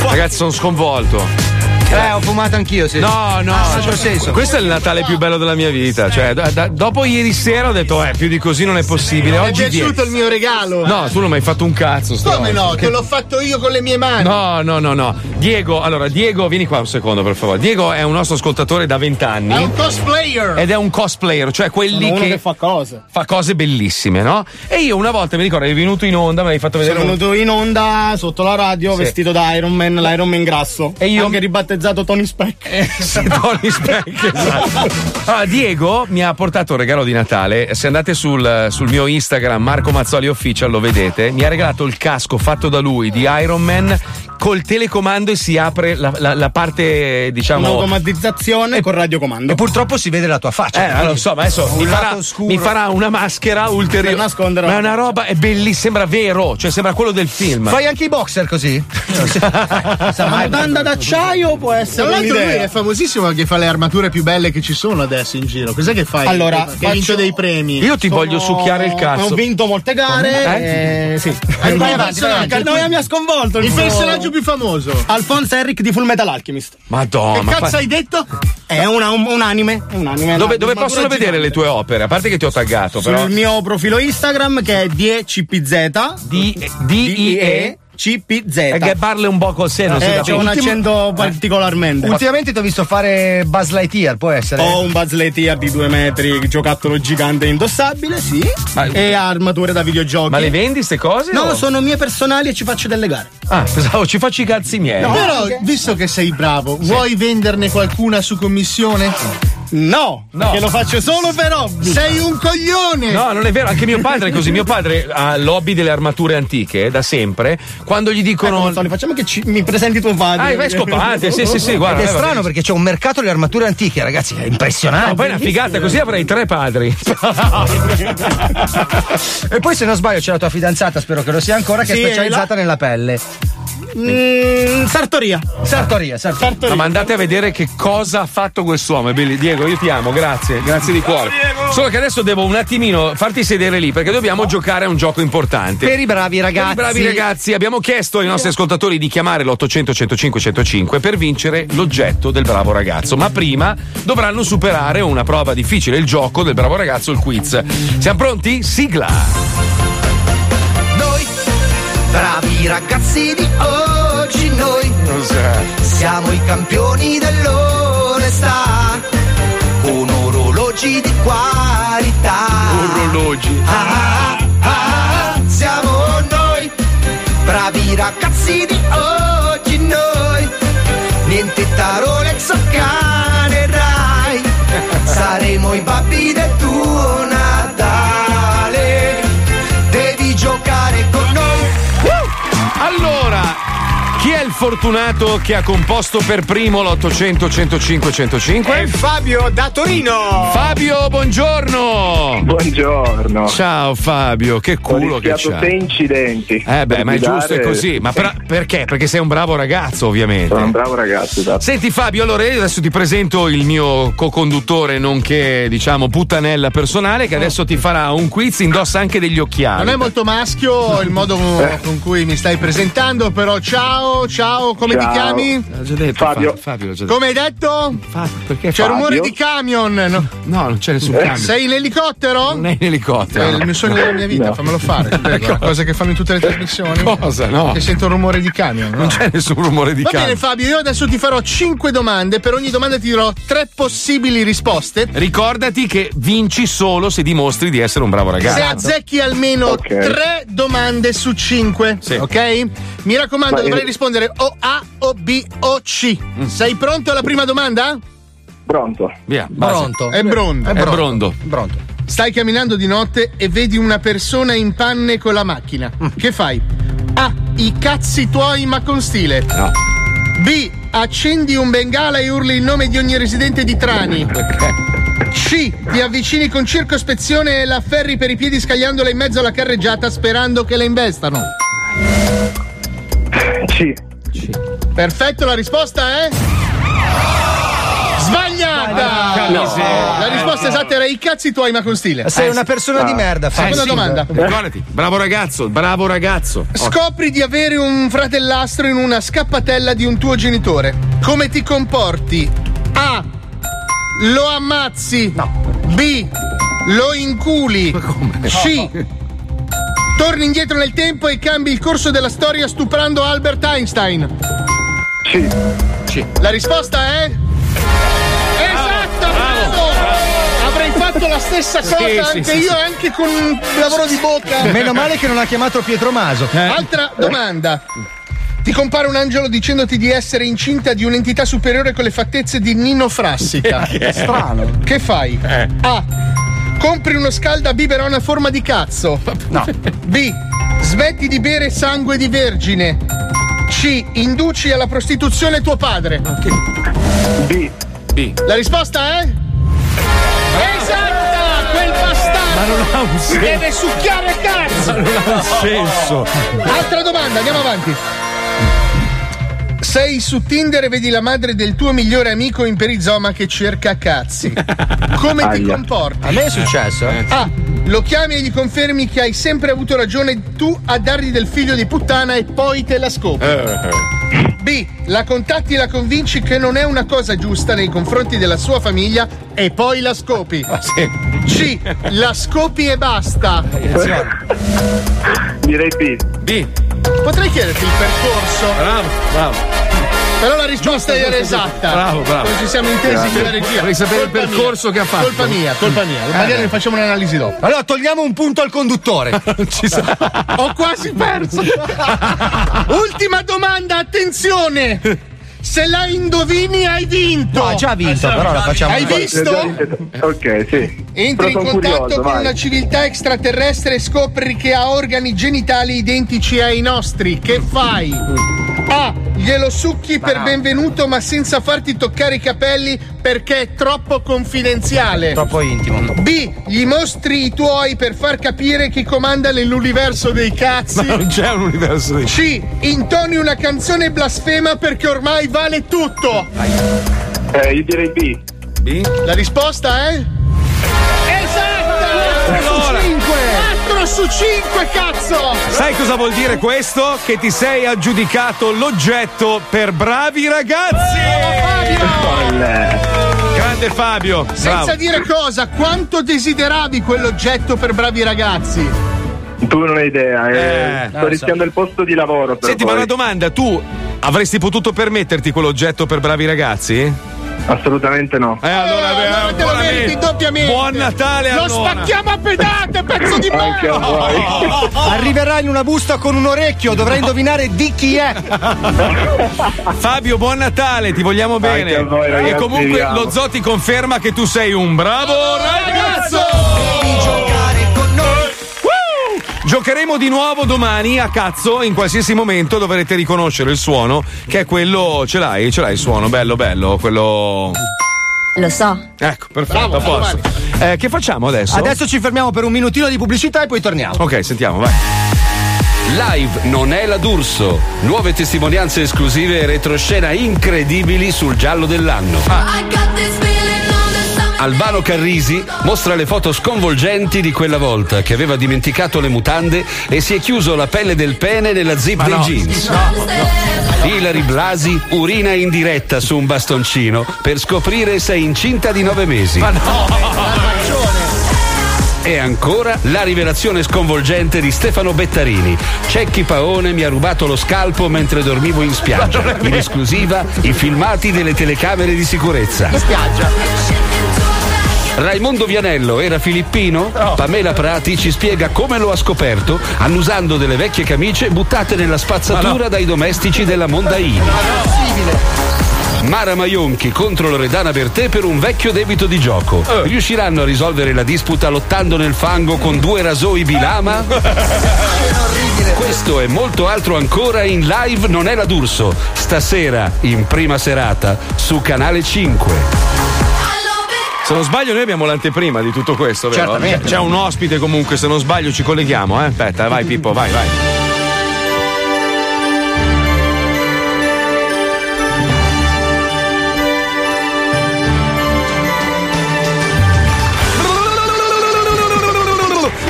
S2: Ragazzi, sono sconvolto.
S9: Eh, ho fumato anch'io, sì.
S2: No, no.
S9: Ah,
S2: cioè,
S9: cioè, senso.
S2: Questo è il Natale più bello della mia vita. Cioè, da- da- dopo ieri sera ho detto, eh, più di così non è possibile.
S6: Mi è
S2: Oggi
S6: piaciuto il mio regalo.
S2: dieci. No, tu non mi hai fatto un cazzo. sto-
S6: Come no?
S2: che-
S6: Te l'ho fatto io con le mie mani.
S2: No, no, no, no. Diego, allora, Diego, vieni qua un secondo, per favore. Diego è un nostro ascoltatore da vent'anni.
S6: È un cosplayer.
S2: Ed è un cosplayer, cioè quelli
S6: Sono uno
S2: che,
S6: che
S2: fa cose. bellissime, no? E io una volta mi ricordo, eri venuto in onda, me l'hai fatto vedere.
S15: Sono
S2: un-
S15: venuto in onda sotto la radio
S2: Sì.
S15: vestito da Iron Man, l'Iron Man grasso. E io. Anche ribattezzato Tony Speck.
S6: Eh,
S2: Tony Speck, esatto. Allora, Diego mi ha portato un regalo di Natale. Se andate sul, sul mio Instagram, Marco Mazzoli Official, lo vedete. Mi ha regalato il casco fatto da lui di Iron Man col telecomando e si apre la, la- la parte, diciamo.
S3: Un'automatizzazione con radiocomando.
S2: E purtroppo si vede la tua
S3: faccia.
S2: Eh, allora, lo so, ma adesso
S3: Ah, cioè, Un
S2: mi
S3: lato
S2: farà,
S3: oscuro.
S2: mi farà una maschera ulteriore.
S3: Per nascondere.
S2: Ma è una roba, è bellissima, sembra vero, cioè sembra quello del film.
S25: Fai anche i boxer così?
S3: La banda d'acciaio può essere
S6: Tra l'altro lui
S3: un'idea.
S6: è famosissimo che fa le armature più belle che ci sono adesso in giro. Cos'è che fai?
S3: Allora,
S6: che
S3: faccio-
S6: vince dei premi.
S3: Io ti voglio succhiare il cazzo. Ho vinto molte gare, eh, sì.
S6: Vai, vai
S3: Il
S6: avanti, vai avanti.
S3: personaggio- No, mi ha sconvolto
S6: Il
S3: suo-
S6: personaggio più famoso.
S3: Alphonse Eric di Full Metal Alchemist.
S2: Madonna. ma fa-
S3: detto? È una- un, un anime. È un anime
S2: Dove,
S3: una-
S2: dove
S3: una
S2: possono
S3: matura
S2: vedere le tue opere? A parte che ti ho taggato,
S3: Sul
S2: però.
S3: mio profilo Instagram che è 10cpz.
S2: D-I-E.
S3: CPZ.
S2: E Eh, che parli un po' così, non si
S3: eh,
S2: capisce.
S3: c'è un accento particolarmente.
S25: Ultimamente ti ho visto fare Buzz Lightyear, può essere?
S9: Oh,
S3: Ho Oh, un Buzz Lightyear di due metri, giocattolo gigante indossabile, sì.
S2: Ma-
S3: E armature da videogiochi.
S2: Ma le vendi ste cose?
S3: No,
S2: o-
S3: sono mie personali e ci faccio delle gare.
S2: Ah, pensavo ci faccio i cazzi miei.
S6: No, Eh, però, visto che sei bravo, vuoi venderne qualcuna su commissione?
S3: No,
S2: No.
S3: Che lo faccio solo per hobby.
S6: Sei un coglione!
S2: No, non è vero, anche mio padre è così. Mio padre ha l'hobby delle armature antiche da sempre. Quando gli dicono.
S3: Ecco, facciamo che ci- mi presenti tuo padre.
S2: Ah, vai scopate, sì, sì, sì, guarda.
S25: Ed è
S2: eh, va
S25: strano perché c'è un mercato delle armature antiche, ragazzi, è impressionante.
S2: Ma poi è una figata, così avrei tre padri.
S25: E poi se non sbaglio c'è la tua fidanzata, spero che lo sia ancora, che
S3: Sì,
S25: è
S3: è
S25: specializzata nella pelle.
S3: Mm, sartoria.
S25: Sartoria, sartoria.
S2: No, ma andate a vedere che cosa ha fatto quest'uomo. È belli- Diego, io ti amo, grazie, grazie di cuore. Solo che adesso devo un attimino farti sedere lì perché dobbiamo giocare a un gioco importante.
S25: Per i bravi
S2: Per i
S25: ragazzi.
S2: bravi ragazzi, abbiamo chiesto ai nostri ascoltatori di chiamare l'800 105 105 per vincere l'oggetto del bravo ragazzo. Ma prima dovranno superare una prova difficile, il gioco del bravo ragazzo, il quiz. Siamo pronti? Sigla!
S9: Noi, bravi ragazzi di oggi, noi siamo i campioni dell'onestà. Con orologi di qualità.
S2: Orologi.
S9: Ah, ah, ah, siamo noi, bravi ragazzi di oggi, noi. Niente Tarolex o cane Rai. Saremo i babbi del tuo Natale. Devi giocare con noi.
S2: Uh! Allora, chi è il fortunato che ha composto per primo l'800 105 105?
S26: È Fabio da Torino.
S2: Fabio, buongiorno.
S1: Buongiorno.
S2: Ciao Fabio, che culo che
S1: rischiato
S2: c'ha.
S1: sei incidenti.
S2: Eh beh,
S1: Per
S2: ma è
S1: guidare-
S2: giusto, è così. Ma per- perché? Perché sei un bravo ragazzo, ovviamente.
S1: Sono un bravo ragazzo, esatto.
S2: Senti Fabio, allora io adesso ti presento il mio co-conduttore, nonché diciamo puttanella personale, che adesso ti farà un quiz, indossa anche degli occhiali.
S6: Non è molto maschio il modo
S3: Eh.
S6: con cui mi stai presentando, però ciao, ciao, come ti
S2: Ciao.
S6: chiami?
S2: L'ho già detto,
S6: Fabio.
S2: Fa- Fabio, l'ho già detto.
S6: Come hai detto?
S2: perché
S6: c'è
S2: Fabio?
S6: rumore di camion. No, Eh,
S2: non c'è nessun camion.
S6: Sei in elicottero?
S2: Non è in elicottero.
S6: È il mio sogno della mia vita,
S2: No.
S6: fammelo fare. ti prego, è una cosa che fanno in tutte le trasmissioni.
S2: Cosa? No.
S6: Che sento un rumore di camion. no?
S2: Non c'è nessun rumore di
S6: Va
S2: camion.
S6: bene Fabio, io adesso ti farò 5 domande, per ogni domanda ti dirò tre possibili risposte.
S2: Ricordati che vinci solo se dimostri di essere un bravo ragazzo.
S6: Se azzecchi almeno tre domande su cinque, ok? Mi raccomando,
S2: Ma-
S6: dovrai rispondere o A, o B, o C.
S2: Mm.
S6: Sei pronto alla prima domanda?
S1: Pronto.
S2: Via.
S6: Pronto. È brondo.
S2: È brondo.
S6: Pronto. Stai camminando di notte e vedi una persona in panne con la macchina.
S2: Mm.
S6: Che fai? A. I cazzi tuoi ma con stile.
S2: No.
S6: B. Accendi un bengala e urli il nome di ogni residente di Trani. C. Ti avvicini con circospezione e la afferri per i piedi scagliandola in mezzo alla carreggiata sperando che la investano.
S1: Sì.
S6: Perfetto, la risposta è. Sbagliata!
S25: Sbagliata. No.
S6: La risposta esatta era i cazzi tuoi ma con stile.
S2: Eh
S25: Sei una persona
S2: Ah.
S25: di merda, Fabio.
S6: Seconda
S25: Eh, sì.
S6: domanda.
S2: Ricordati, bravo ragazzo, bravo ragazzo.
S6: Scopri di avere un fratellastro in una scappatella di un tuo genitore. Come ti comporti? A. Lo ammazzi. B. Lo inculi. C. Torni indietro nel tempo e cambi il corso della storia stuprando Albert Einstein.
S1: Sì.
S6: La risposta è. Esatto, bravo! Avrei fatto la stessa
S25: Sì,
S6: cosa
S25: sì,
S6: anche
S25: sì,
S6: io,
S25: sì.
S6: anche con un lavoro di bocca. Eh.
S25: Meno male che non ha chiamato Pietro Maso.
S2: eh?
S6: Altra domanda. Ti compare un angelo dicendoti di essere incinta di un'entità superiore con le fattezze di Nino Frassica.
S9: Perché? Strano.
S6: Che fai?
S2: Eh.
S6: A. Compri uno scalda biberone a forma di cazzo. No. B. Smetti di bere sangue di vergine. C. Induci alla prostituzione tuo padre. B.
S2: B.
S6: La risposta è? Esatta! Quel bastardo!
S2: Ma non ha un senso.
S6: Deve succhiare il cazzo!
S2: ha senso.
S6: Altra domanda, andiamo avanti. Sei su Tinder e vedi la madre del tuo migliore amico in perizoma che cerca cazzi. Come ti
S9: Aia.
S6: comporti?
S9: A me è successo, eh.
S6: A. Lo chiami e gli confermi che hai sempre avuto ragione tu a dargli del figlio di puttana e poi te la scopri.
S9: Eh.
S6: B. La contatti e la convinci che non è una cosa giusta nei confronti della sua famiglia e poi la scopi.
S9: Ah,
S6: C. La scopi e basta.
S12: Direi B.
S2: B.
S6: Potrei chiederti il percorso?
S2: Bravo, bravo.
S6: Però la risposta era esatta.
S2: Bravo, bravo.
S6: Non ci siamo intesi
S2: Grazie.
S6: con la regia.
S2: Vorrei sapere il
S6: Colpa
S2: percorso
S6: mia.
S2: che ha fatto. Eh,
S6: Colpa mia, colpa mia. Magari ne facciamo un'analisi dopo.
S9: Allora togliamo un punto al conduttore.
S6: Ho quasi perso. Ultima domanda, attenzione. Se la indovini hai vinto.
S9: No, ha già
S2: Eh,
S9: vinto, però la facciamo-
S6: Hai visto?
S12: Ok, sì.
S6: Entri in
S12: Però sono
S6: contatto
S12: curioso,
S6: con
S12: vai.
S6: una civiltà extraterrestre e scopri che ha organi genitali identici ai nostri. Che fai? A. Glielo succhi per benvenuto ma senza farti toccare i capelli perché è troppo confidenziale.
S9: Troppo intimo.
S6: B. Gli mostri i tuoi per far capire chi comanda nell'universo dei cazzi.
S2: Ma non c'è un universo di
S6: C. Intoni una canzone blasfema perché ormai vale tutto.
S12: Eh, io direi B.
S6: La risposta è? Esatta! 4 su 5! 4 su 5, cazzo!
S2: Sai cosa vuol dire questo? Che ti sei aggiudicato l'oggetto per bravi ragazzi! Grande Fabio!
S6: Senza
S2: bravo.
S6: dire cosa, quanto desideravi quell'oggetto per bravi ragazzi?
S12: Tu non hai idea, eh,
S2: Eh,
S12: sto
S2: no, lo
S12: rischiando il posto di lavoro. Per
S2: Senti, ma
S12: voi.
S2: una domanda, tu avresti potuto permetterti quell'oggetto per bravi ragazzi?
S12: Assolutamente no.
S2: Eh, allora, beh,
S6: te lo meriti doppiamente!
S2: Buon Natale
S6: Lo
S2: allora.
S6: spacchiamo a pedate, pezzo di
S12: Anche a
S6: merda!
S12: voi.
S9: Arriverà in una busta con un orecchio, dovrai indovinare di chi è.
S2: Fabio, buon Natale, ti vogliamo bene.
S12: a voi, ragazzi,
S2: e
S12: vi
S2: comunque
S12: amo.
S2: lo Zotti conferma che tu sei un bravo ragazzo!
S18: Devi giocare con noi.
S2: Woo! Giocheremo di nuovo domani a cazzo, in qualsiasi momento dovrete riconoscere il suono, che è quello. Ce l'hai? Ce l'hai il suono? Bello, bello, quello.
S5: Lo so.
S2: Ecco, perfetto, a
S9: Bravo,
S2: posto. Eh, che facciamo adesso?
S9: Adesso ci fermiamo per un minutino di pubblicità e poi torniamo.
S2: Ok, sentiamo, vai.
S4: Live non è la D'Urso. Nuove testimonianze esclusive e retroscena incredibili sul giallo dell'anno. Albano Carrisi mostra le foto sconvolgenti di quella volta che aveva dimenticato le mutande e si è chiuso la pelle del pene nella zip dei jeans. Ilari Blasi urina in diretta su un bastoncino per scoprire se è incinta di nove mesi. E ancora la rivelazione sconvolgente di Stefano Bettarini. Cecchi Paone mi ha rubato lo scalpo mentre dormivo in spiaggia. In esclusiva i filmati delle telecamere di sicurezza.
S6: Spiaggia.
S4: Raimondo Vianello era filippino? Pamela Prati ci spiega come lo ha scoperto annusando delle vecchie camicie buttate nella spazzatura dai domestici della Mondaini. Mara Maionchi contro Loredana Bertè per un vecchio debito di gioco.
S2: Eh.
S4: Riusciranno a risolvere la disputa lottando nel fango con due rasoi bilama? Questo e molto altro ancora in live Non è la D'Urso, stasera in prima serata su Canale 5.
S2: Se non sbaglio, noi abbiamo l'anteprima di tutto questo, vero?
S4: Certamente.
S2: C'è un ospite comunque, se non sbaglio, ci colleghiamo, eh? Aspetta, vai Pippo, vai, vai.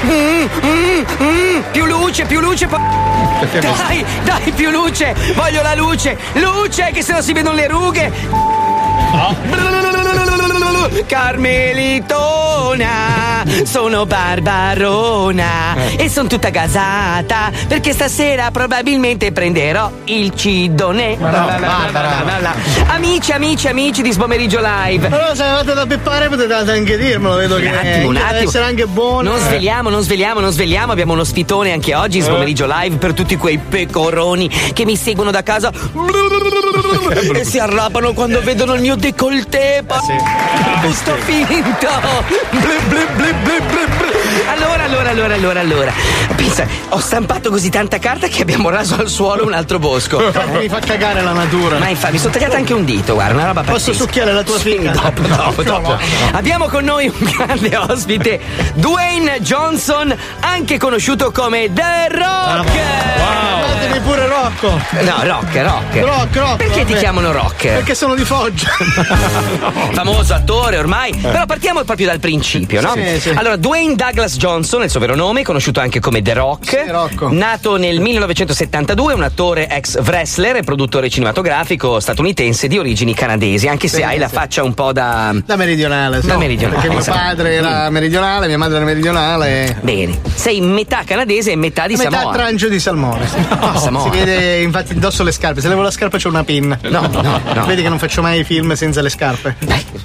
S18: Mm, mm, mm. Più luce, più luce. po- dai, dai, più luce. Voglio la luce. Luce, che se no si vedono le rughe. Carmelitona, sono Barbarona
S9: Eh.
S18: e sono tutta gasata perché stasera probabilmente prenderò il cidone.
S9: Ma no,
S18: La, la, la, la,
S9: Barbara.
S18: la, la, la. Amici, amici, amici di Sbomeriggio Live.
S9: Però se avevate da peppare potete anche dirmelo, vedo
S18: Un
S9: che
S18: attimo, un
S9: deve
S18: attimo.
S9: essere anche buono.
S18: Non
S9: Eh.
S18: svegliamo, non svegliamo, non svegliamo. Abbiamo uno sfitone anche oggi, pomeriggio live, per tutti quei pecoroni che mi seguono da casa e si arrabbiano quando vedono il mio
S15: Eh,
S18: décolleté. pa- Sto finto. Blu, blu, blu, blu, blu, blu. Allora, allora, allora, allora, allora. Pensa, ho stampato così tanta carta che abbiamo raso al suolo un altro bosco.
S15: Eh, Mi fa cagare la natura.
S18: Ma infatti, mi sono tagliato anche un dito, guarda, una roba
S15: Posso
S18: pazzesca.
S15: succhiare la tua
S18: Sì,
S15: figa?
S18: Dopo, dopo,
S15: No,
S18: dopo.
S15: no.
S18: Abbiamo con noi un grande ospite, Dwayne Johnson, anche conosciuto come The Rock.
S15: Fatemi pure Rocco.
S18: No, Rock, Rock.
S15: Rock, Rock.
S18: Perché ti
S15: vabbè.
S18: chiamano Rock?
S15: Perché sono di Foggia. Eh.
S18: famoso attore ormai. Però partiamo proprio dal principio, no?
S15: Sì, sì.
S18: Allora, Dwayne Douglas Johnson, è il suo vero nome, conosciuto anche come The
S15: Eh,
S18: Rock,
S15: Oh.
S18: nato nel 1972, un attore ex wrestler e produttore cinematografico statunitense di origini canadesi, anche se
S15: Sì,
S18: hai la
S15: sì.
S18: faccia un po' da.
S15: Da meridionale, sì.
S18: Da meridionale,
S15: Perché mio
S18: esatto.
S15: padre era meridionale, mia madre era meridionale.
S18: Bene. Sei metà canadese e metà di
S15: Metà
S18: Samoa.
S15: trancio di salmone.
S18: No, Samoa.
S15: si vede infatti indosso le scarpe. Se levo la scarpa c'ho una pin.
S18: No, no, no.
S15: Vedi che non faccio mai i film senza le scarpe.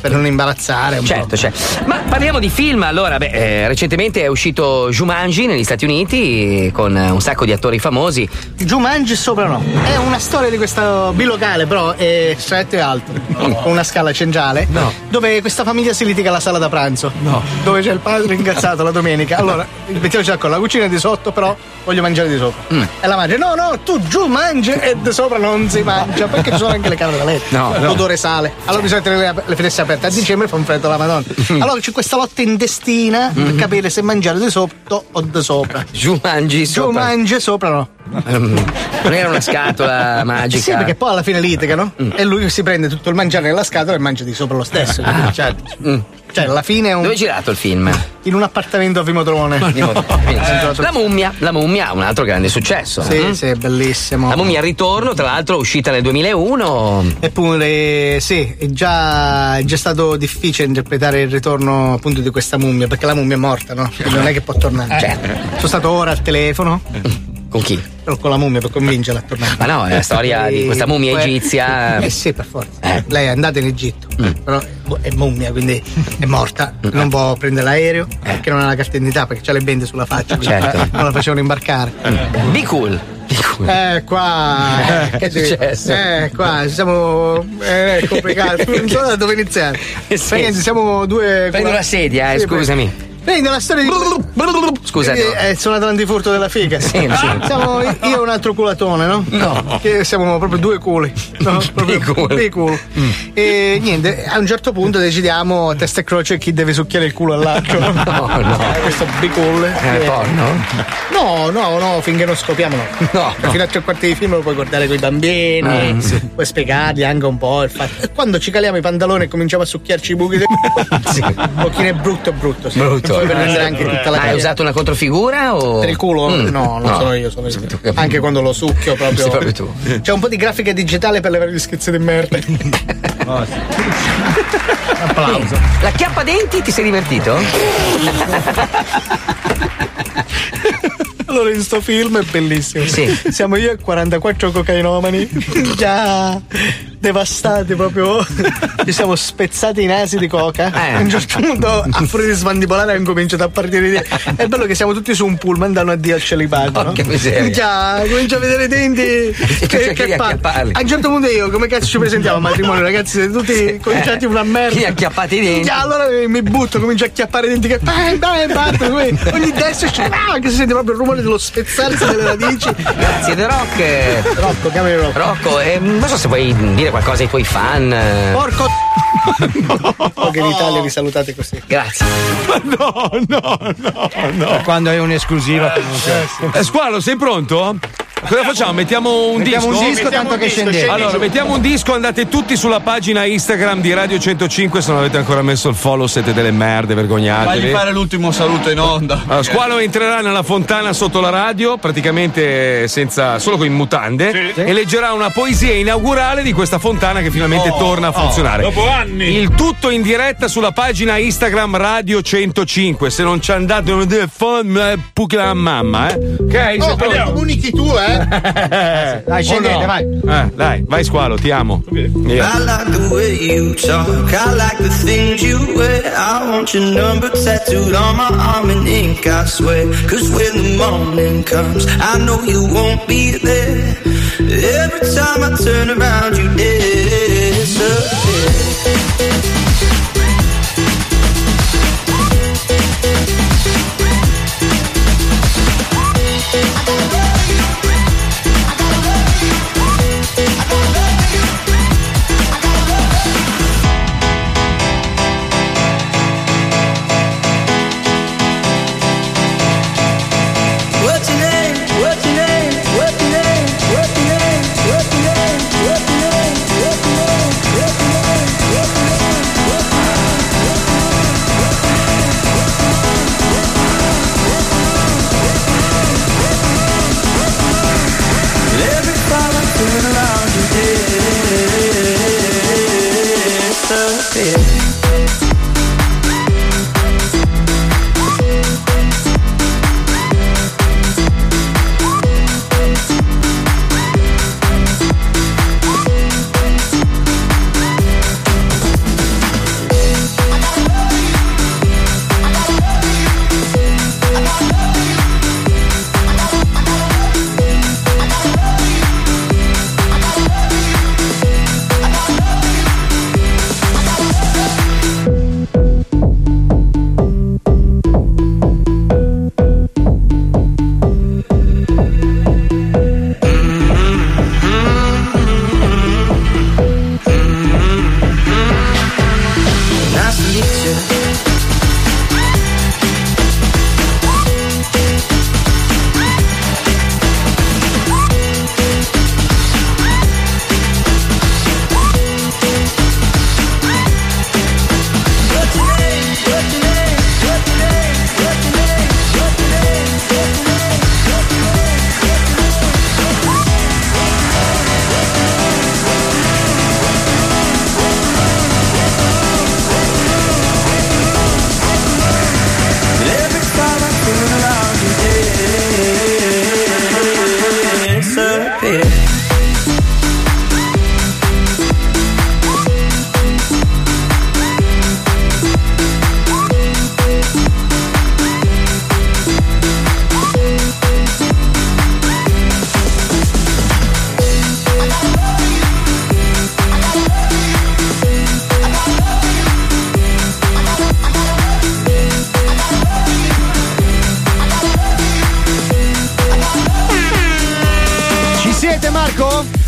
S15: Per non imbarazzare un
S18: Certo, certo. Ma parliamo di film, allora, beh, eh, recentemente è uscito Jumanji negli Stati Uniti eh, con eh, un sacco di attori famosi.
S15: po'. Jumanji sopra no. È una storia di questo bilocale, però è stretto e alto. Con una scala cengiale.
S18: No.
S15: Dove questa famiglia si litiga alla sala da pranzo. No. Dove c'è il padre incazzato la domenica. Allora, mettiamoci d'accordo, la cucina è di sotto, però voglio mangiare di sopra.
S18: Mm.
S15: E la mangia, no, no, tu giù mangi e di sopra non si mangia perché ci sono anche le camere da letto.
S18: No, no.
S15: L'odore sale. Allora bisogna tenere le, le finestre aperte. A dicembre fa un freddo alla Madonna.
S18: Mm.
S15: Allora c'è questa lotta intestina per capire se mangiare di sotto o di sopra.
S18: Mm-hmm. Giù mangi
S15: Giù
S18: sopra.
S15: mangi sopra no.
S18: Mm. Non era una scatola magica. Mm.
S15: Sì, perché poi alla fine litigano e lui si prende tutto il mangiare nella scatola e mangia di sopra lo stesso.
S18: Ah.
S15: Cioè,
S18: Mm.
S15: cioè, alla fine è un.
S18: Dove è girato il film?
S15: In un appartamento a Vimodrone.
S18: Eh, La mummia, la mummia, un altro grande successo.
S15: Sì,
S18: Mm?
S15: sì, è bellissimo.
S18: La mummia al ritorno, tra l'altro, uscita nel 2001.
S15: Eppure sì, è già, è già stato difficile interpretare il ritorno appunto di questa mummia, perché la mummia è morta, no? Quindi non è che può tornare.
S18: Certo.
S15: Sono stato ora al telefono.
S18: Cioè, mm, Con chi?
S15: Con la mummia per convincerla a tornare.
S18: Ma no, è la storia di questa mummia
S15: poi-
S18: egizia. Mm.
S15: Eh sì, per forza. Lei è andata in Egitto, però boh, è mummia, quindi è morta. Non può prendere l'aereo, perché non ha la carta d'identità, perché ha le bende sulla faccia. quindi
S18: Eh. Certo.
S15: Non la facevano imbarcare.
S18: Be cool.
S15: Eh, qua.
S18: Eh,
S15: che
S18: è
S15: devi-
S18: successo?
S15: Eh, qua siamo. Eh, è complicato. non so da dove iniziare. Prendi, siamo due.
S18: Prendo
S15: qua-
S18: la sedia, eh,
S15: Sì,
S18: scusami.
S15: Prendi la storia di. Eh,
S18: Scusa,
S15: Quindi
S18: no.
S15: È il suonato l'antifurto della figa. Ah,
S18: Sì, sì.
S15: Siamo io e un altro culatone, no?
S18: No.
S15: Che siamo proprio due culi. No? Proprio
S18: culi. Mm.
S15: dei culi. E niente, a un certo punto decidiamo a testa e croce chi deve succhiare il culo all'altro.
S18: No, no.
S15: Eh, Questo bicolle.
S18: Eh, porno?
S15: No, no, no, finché non scopriamo no.
S18: No, no.
S15: Fino a tre quarti di film lo puoi guardare con i bambini,
S18: Eh, sì.
S15: puoi spiegargli anche un po' il fatto. E quando ci caliamo i pantaloni e cominciamo a succhiarci i buchi del sì. è brutto, brutto. Sì.
S18: Brutto.
S15: Puoi perdere anche tutta la
S18: Ma hai
S15: carriera.
S18: usato una controfigura o.
S15: Per il culo?
S18: Mm.
S15: No, non sono io, sono io. Anche quando lo succhio proprio.
S18: Sei proprio tu.
S15: C'è un po' di grafica digitale per le varie schizze di merda.
S18: Applauso. La chiappa denti ti sei divertito?
S15: Allora, in sto film è bellissimo.
S18: Sì.
S15: Siamo io e 44 cocainomani. Già devastati proprio. Ci siamo spezzati i nasi di coca.
S18: Eh.
S15: A un certo punto, a furia di smandibolare, hanno cominciato a partire idee. È bello che siamo tutti su un pullman, danno addio al celibato. no?
S18: Porca miseria. Cioè,
S15: Già, comincio a vedere i denti.
S18: cerchi di
S15: palle.
S18: acchiapparli.
S15: A un certo punto, io, come cazzo ci presentiamo al matrimonio, ragazzi? Siete tutti cominciati una merda.
S18: Chi ha acchiappato i denti?
S15: Già, allora eh, mi butto, comincio a chiappare i denti che Ah, bang, bang, bang, come- ogni destra c'è ah, che si sente proprio il rumore dello spezzarsi delle radici.
S18: Grazie, The Rock.
S15: Rocco, chiamami Rocco.
S18: Rocco, eh, non so se vuoi dire qualcosa ai tuoi fan. eh.
S15: Porco Oh, che in Italia vi salutate così.
S18: Grazie.
S2: No, no, no, no.
S9: Quando hai un'esclusiva.
S2: Eh, squalo, sei pronto? Cosa facciamo? Mettiamo un
S9: Mettiamo un
S2: disco?
S9: disco, Mettiamo tanto un che disco, scendete. scendi
S2: Allora,
S9: giù.
S2: mettiamo un disco, andate tutti sulla pagina Instagram di Radio 105, se non avete ancora messo il follow siete delle merde,
S16: Fagli
S2: vergognatevi.
S16: fare l'ultimo saluto in onda.
S2: Allora, Squalo entrerà nella fontana sotto la radio, praticamente senza, solo con in mutande, e leggerà una poesia inaugurale di questa fontana che finalmente
S3: Oh,
S2: torna a
S3: oh,
S2: funzionare.
S3: dopo anni.
S2: Il tutto in diretta sulla pagina Instagram Radio 105. Se non ci andate, non vedete il phone, eh, puchi la mamma, eh. Ok?
S15: Oh,
S2: Sei pronto?
S15: però comunichi tu, eh? Dai, scendete, vai.
S2: Eh, dai, vai Squalo, ti amo.
S14: I
S2: Yeah.
S14: like the way you talk. I like the things you wear. I want your number tattooed on my arm in ink, I swear. Cause when the morning comes, I know you won't be there. Every time I turn around, you disappear.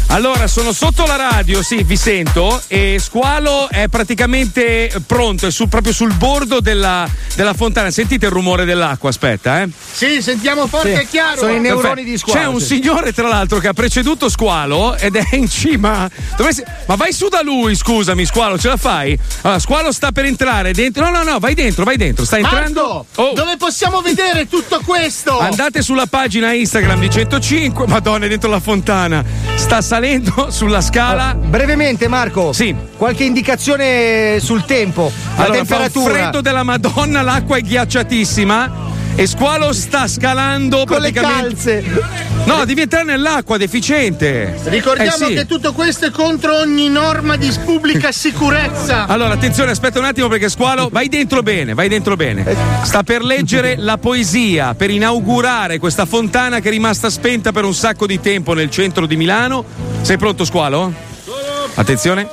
S2: Allora, sono sotto la radio, sì, vi sento. E Squalo è praticamente pronto, è sul- proprio sul bordo della, della fontana. Sentite il rumore dell'acqua, aspetta, eh.
S6: Sì, sentiamo forte e chiaro.
S2: Perfetto. C'è un
S6: sì.
S2: signore, tra l'altro, che ha preceduto Squalo ed è in cima. Dove si- Ma vai su da lui, scusami, Squalo, ce la fai? Allora, Squalo sta per entrare dentro. No, no, no, vai dentro, vai dentro. Sta entrando. Oh.
S6: Marco, dove possiamo vedere tutto questo?
S2: Andate sulla pagina Instagram di 105. Madonna, è dentro la fontana. Sta salendo sulla scala.
S9: Brevemente, Marco.
S2: Sì.
S9: Qualche indicazione sul tempo, la
S2: Allora, fa un
S9: temperatura.
S2: freddo della Madonna, l'acqua è ghiacciatissima. E Squalo sta scalando
S6: Con le
S2: praticamente. No, devi entrare nell'acqua, deficiente.
S6: Ricordiamo
S2: Eh sì.
S6: che tutto questo è contro ogni norma di pubblica sicurezza.
S2: Allora, attenzione, aspetta un attimo perché Squalo,
S6: Eh.
S2: vai dentro bene, vai dentro bene. Sta per leggere la poesia per inaugurare questa fontana che è rimasta spenta per un sacco di tempo nel centro di Milano. Sei pronto, Squalo? Attenzione.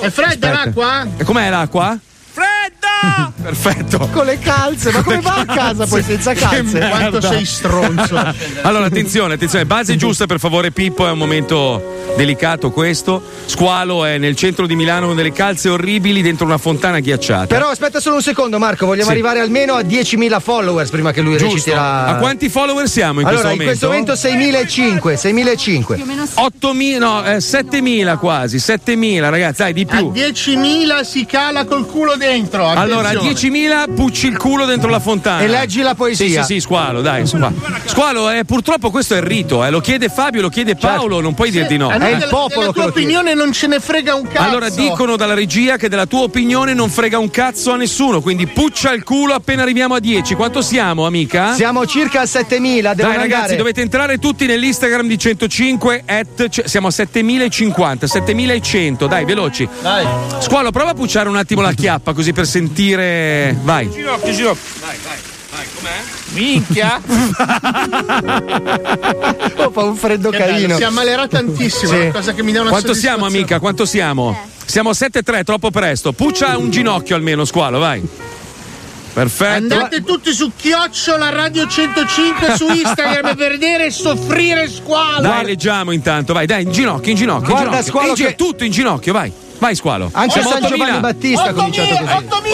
S6: È fredda
S2: Aspetta.
S6: l'acqua?
S2: E com'è l'acqua? Fredda! Perfetto.
S9: Con le calze, ma come va a casa poi senza calze?
S2: Che
S9: Quanto
S2: merda.
S9: sei stronzo.
S2: allora, attenzione, attenzione, base giusta per favore, Pippo, è un momento delicato questo. Squalo è nel centro di Milano con delle calze orribili dentro una fontana ghiacciata.
S9: Però aspetta solo un secondo, Marco, vogliamo
S2: Sì.
S9: arrivare almeno a 10.000 followers prima che lui
S2: Giusto.
S9: reciti la
S2: A quanti follower siamo in
S9: allora,
S2: questo momento?
S9: in questo momento 6.500, 6.500.
S2: 8.000, no, eh, 7.000 quasi, 7.000 ragazzi, dai di
S9: Ah,
S6: A
S2: più.
S6: 10.000 si cala col culo dentro.
S2: Allora, a
S6: attenzione.
S2: 10.000 pucci il culo dentro la fontana.
S6: E leggi la poesia.
S2: Sì, sì, sì, squalo, dai. Squalo, squalo eh, purtroppo questo è il rito, eh, lo chiede Fabio, lo chiede
S6: Certo.
S2: Paolo, non puoi dirti no.
S6: A noi
S2: eh.
S6: della- della tua opinione non ce ne frega un cazzo.
S2: Allora dicono dalla regia che della tua opinione non frega un cazzo a nessuno, quindi puccia il culo appena arriviamo a 10. Quanto siamo, amica?
S9: Siamo circa a 7.000, devono
S2: Ah? Dai ragazzi,
S9: andare.
S2: dovete entrare tutti nell'Instagram di 105 at- c- siamo a 7050, 7100, dai, veloci. Dai. Squalo, prova a pucciare un attimo la chiappa così per sentire. Vai.
S3: Ginocchio, ginocchio. Vai, vai, vai, com'è? Minchia!
S9: Oh, fa un freddo
S6: Che bello,
S9: carino.
S6: si ammalerà tantissimo, è una cosa che mi dà una
S2: Quanto siamo, amica? Quanto siamo? Siamo a 7-3, troppo presto. Puccia un ginocchio almeno, squalo, vai. Perfetto.
S6: Andate tutti su Chiocciola Radio 105 su Instagram per vedere e soffrire squalo.
S2: Dai, leggiamo intanto, vai, dai, in ginocchio, in ginocchio.
S6: Guarda,
S2: in ginocchio.
S6: Squalo,
S2: In gi-
S6: che-
S2: tutto in ginocchio, vai. Vai, squalo.
S9: Anche
S2: Siamo
S9: San
S2: 8.000.
S9: Giovanni Battista ha cominciato così.
S3: 8002!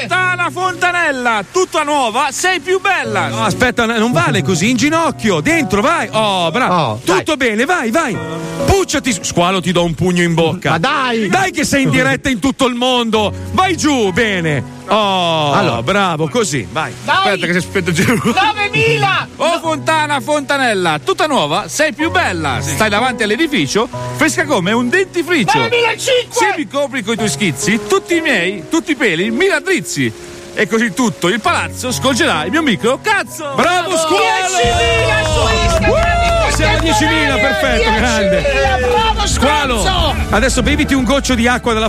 S3: Fontana, fontanella, tutta nuova, sei più bella!
S2: No, aspetta, no, non vale così, in ginocchio, dentro, vai. Oh, bravo. Tutto bene, vai, vai. Pucciati, squalo, ti do un pugno in bocca. Ma dai! Dai che sei in diretta in tutto il mondo. Vai giù, bene. Oh,
S3: Allora.
S2: bravo, così, vai.
S3: Aspetta che si aspetta giù.
S6: 9000!
S3: Oh Fontana, Fontanella, tutta nuova, sei più bella. Stai davanti all'edificio, fresca come un dentifricio.
S6: 9005!
S3: Se mi copri coi tuoi schizzi, tutti i miei, tutti i peli, mi raddrizzi. E così tutto il palazzo scolgerà il mio micro cazzo.
S2: Bravo, squalo!
S3: 10.000 su Instagram!
S2: Siamo a 10.000, perfetto,
S3: 10.000,
S2: grande.
S3: bravo,
S2: Squalo,
S3: stronzo!
S2: adesso beviti un goccio di acqua dalla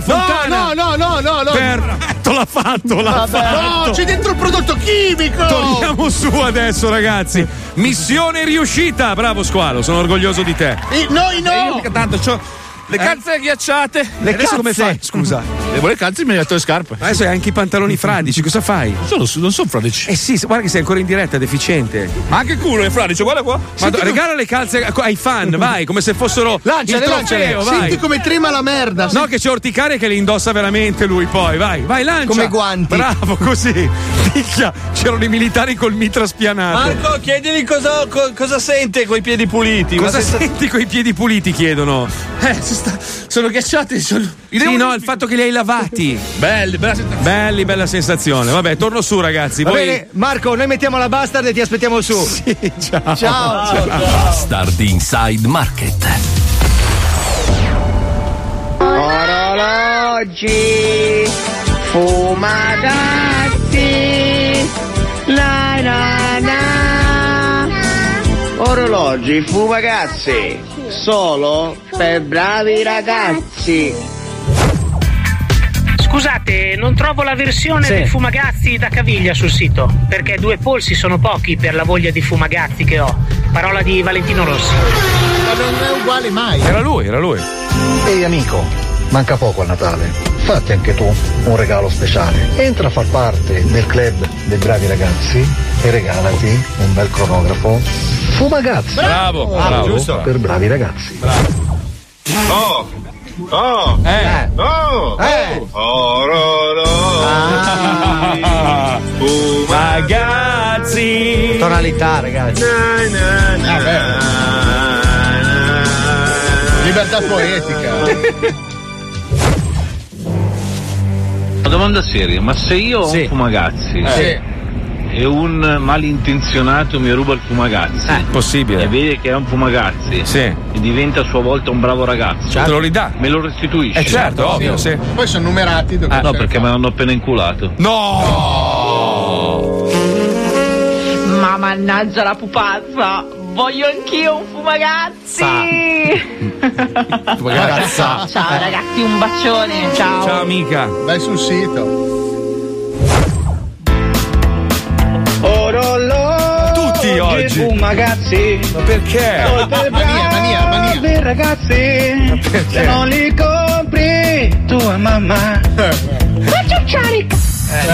S6: No,
S2: fontana.
S6: no, no, no, no.
S2: Perfetto, l'ha fatto, l'ha
S6: Vabbè.
S2: fatto.
S6: No, c'è dentro il prodotto chimico!
S2: Torniamo su adesso, ragazzi. Missione riuscita. Bravo squalo, sono orgoglioso di te.
S6: Eh, Noi no!
S3: Tanto c'ho
S16: Eh.
S3: le calze ghiacciate.
S2: Le adesso come fai? Scusa.
S3: Devo le calze e Eh, mi hai dato le scarpe.
S2: Adesso hai anche i pantaloni fradici, cosa fai?
S3: Sono, non sono fradici.
S2: Eh sì, guarda che sei ancora in diretta, deficiente.
S3: Ma anche culo le fradici, guarda qua.
S2: Ma regala le calze ai fan, vai, come se fossero
S6: Lanciale,
S2: il
S6: lanciale.
S2: trofeo, vai.
S6: Senti come trema la merda.
S2: No, che c'è Orticare che le indossa veramente lui poi. Vai, vai, lancia.
S6: Come guanti.
S2: Bravo, così. Picchia, c'erano i militari col mitra spianato.
S14: Marco, chiedili cosa, co- cosa sente coi piedi puliti.
S2: Cosa
S14: Una sensa-
S2: senti coi piedi puliti? Chiedono. Eh, si sta- sono
S9: Eh,
S2: ghiacciati. Sono... Sì, no, il fatto che li hai lavati. Belli, bella sensazione. Belli, bella sensazione. Vabbè, torno su, ragazzi.
S9: Va
S2: Voi-
S9: bene, Marco, noi mettiamo la bastard e ti aspettiamo su.
S2: ciao.
S9: Ciao.
S1: Bastard Inside Market.
S17: Orologi, fumagazzi, la na na. Orologi, fumagazzi, solo per bravi ragazzi.
S11: Scusate, non trovo la versione
S17: Sì.
S11: dei fumagazzi da caviglia sul sito, perché due polsi sono pochi per la voglia di fumagazzi che ho. Parola di Valentino Rossi.
S6: Ma non è uguale mai.
S2: Era lui, era lui.
S19: Ehi amico, manca poco a Natale. Fatti anche tu un regalo speciale. Entra a far parte del club dei bravi ragazzi e regalati un bel cronografo Fumagazzi.
S17: Bravo,
S3: Ah,
S19: Solo
S17: bravo.
S19: Per bravi ragazzi.
S16: Oh! Oh! Eh! Oh! Eh!
S1: oh,
S9: Ragazzi! Tonalità, ragazzi.
S17: Ah,
S6: Libertà poetica.
S20: Una domanda seria, ma se io ho un fumagazzi
S3: Eh.
S6: Sì.
S20: e un malintenzionato mi ruba il fumagazzi
S3: Eh,
S20: e vede che è un fumagazzi e diventa a sua volta un bravo ragazzo,
S2: Certo. Te lo ridà.
S20: me lo restituisce.
S2: Eh, certo, ovvio, sì.
S6: Poi sono numerati.
S20: Ah, no, perché me l'hanno appena inculato.
S6: Oh.
S2: No!
S22: Ma mannaggia la pupazza! Voglio anch'io un fumagazzi!
S6: Ragazza.
S22: Ciao ragazzi, un bacione! Ciao!
S2: amica.
S6: Vai sul sito.
S2: Tutti oggi.
S22: Fumagazzi!
S2: Ma perché?
S22: mania, mania, mania! ragazzi! Se non li compri, tua mamma! Ma ciucciari!
S2: Eh.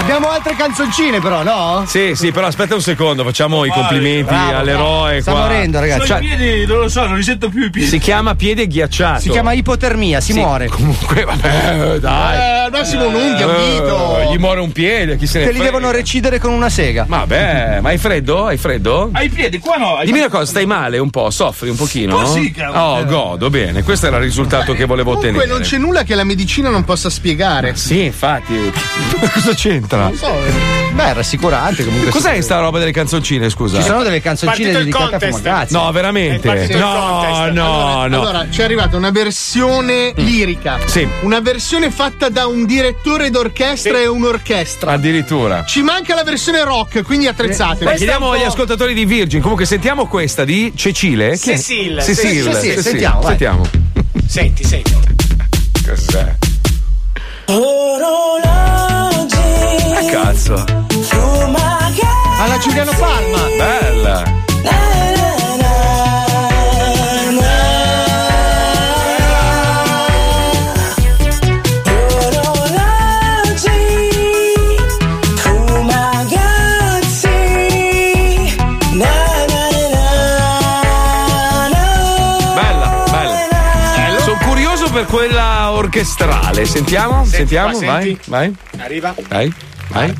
S9: Abbiamo altre canzoncine, però, no?
S2: Sì, sì, però aspetta un secondo, facciamo i complimenti
S9: bravo,
S2: all'eroe.
S9: bravo. Sta
S2: qua.
S9: morendo, ragazzi.
S2: Cioè,
S9: Sono
S3: piedi, non lo so, non li sento più i piedi.
S2: si chiama piede ghiacciato.
S9: Si chiama ipotermia, si
S2: Sì,
S9: muore.
S2: Comunque, vabbè, eh, dai. Eh,
S9: Eh, al massimo un'unghia, un dito.
S2: Gli muore un piede, chi se ne
S9: Te li
S2: frega.
S9: devono recidere con una sega.
S2: Ma Vabbè, ma hai freddo? Hai freddo?
S3: Ai piedi, qua no. ai-
S2: Dimmi una cosa, stai male un po', soffri un pochino?
S6: Po' sì, cavolo.
S2: Oh, godo, bene, questo era il risultato che volevo ottenere.
S6: Comunque non c'è nulla che la medicina non possa spiegare.
S2: Sì, infatti. Cosa c'entra?
S6: Non so. eh.
S9: Beh, è rassicurante comunque.
S2: Cos'è sta roba delle canzoncine, scusa?
S9: Ci sono delle canzoncine
S6: Partito il
S9: dedicate a
S6: contest.
S9: Fumagazzi.
S2: No, veramente?
S6: Partito il
S2: No,
S6: contest.
S2: no, no.
S6: Allora, Mm. ci è arrivata una versione lirica.
S2: Sì.
S6: Una versione fatta da un direttore d'orchestra e un'orchestra.
S2: Addirittura.
S6: Ci manca la versione rock, quindi attrezzatevi.
S2: Beh, chiediamo agli ascoltatori di Virgin. Comunque sentiamo questa di Cecile. Chi è?
S6: Cecile.
S2: Cecile.
S6: Cecile,
S2: Cecile.
S6: sentiamo, vai.
S2: Sentiamo.
S22: Senti, senti.
S2: Cos'è?
S17: Orologi,
S2: Cazzo.
S17: fumagazzi,
S9: Alla Giuliano Palma.
S2: Bella.
S17: orologi, fumagazzi, na na na na.
S2: Bella, bella. Sono curioso per quella orchestrale. Sentiamo,
S17: Senti
S2: sentiamo.
S17: qua,
S2: vai,
S17: senti.
S2: vai.
S17: Arriva.
S2: Vai, vai.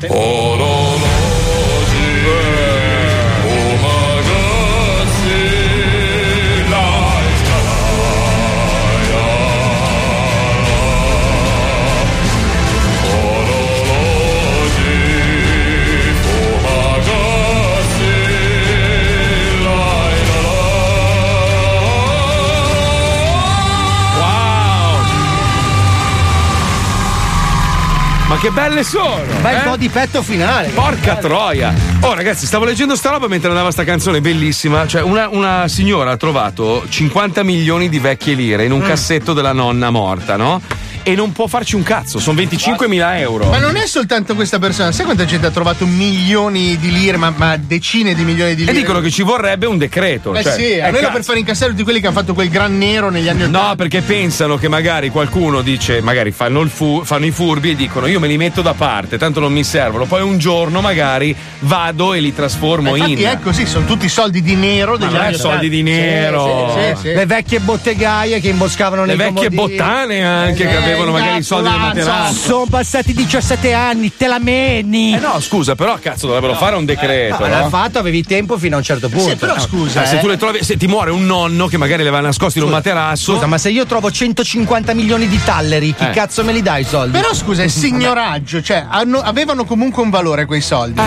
S2: Ma che belle sono!
S9: Bel
S2: eh?
S9: po' di petto finale.
S2: Porca troia! Oh ragazzi, stavo leggendo sta roba mentre andava sta canzone bellissima. Cioè, una, una signora ha trovato 50 milioni di vecchie lire
S6: Mm.
S2: in un cassetto della nonna morta, no? E non può farci un cazzo, sono 25 mila euro.
S6: Ma non è soltanto questa persona, sai quanta gente ha trovato milioni di lire, ma, ma decine di milioni di
S2: E
S6: lire?
S2: dicono che ci vorrebbe un decreto.
S6: Beh
S2: cioè,
S6: sì,
S2: eh,
S6: almeno
S2: cazzo.
S6: per fare incassare tutti quelli che hanno fatto quel gran nero negli anni 80.
S2: No, perché pensano che magari qualcuno dice, magari fanno, il fu- fanno i furbi e dicono io me li metto da parte, tanto non mi servono. Poi un giorno magari vado e li trasformo
S9: Eh,
S6: Ma
S2: in.
S6: infatti
S9: ecco.
S6: è così, sono tutti soldi di nero degli
S2: non è
S6: anni 80.
S2: soldi di nero.
S6: Sì, sì, sì, sì.
S9: Le vecchie bottegaie che imboscavano nei
S2: Le vecchie
S9: comodini. Esatto.
S2: bottane anche che avevano magari i soldi del materasso.
S9: Sono passati 17 anni, te la meni.
S2: Eh no, scusa, però cazzo, dovrebbero fare un decreto.
S9: Eh, Ma l'ha
S2: no?
S9: fatto, avevi tempo fino a un certo punto.
S6: però scusa,
S2: Eh, se
S9: eh.
S2: tu le trovi, se ti muore un nonno che magari le aveva nascoste in un materasso.
S9: Scusa, ma se io trovo 150 milioni di talleri, chi
S2: Eh.
S9: cazzo me li dai i soldi?
S6: Però scusa, è signoraggio, cioè hanno- avevano comunque un valore quei soldi.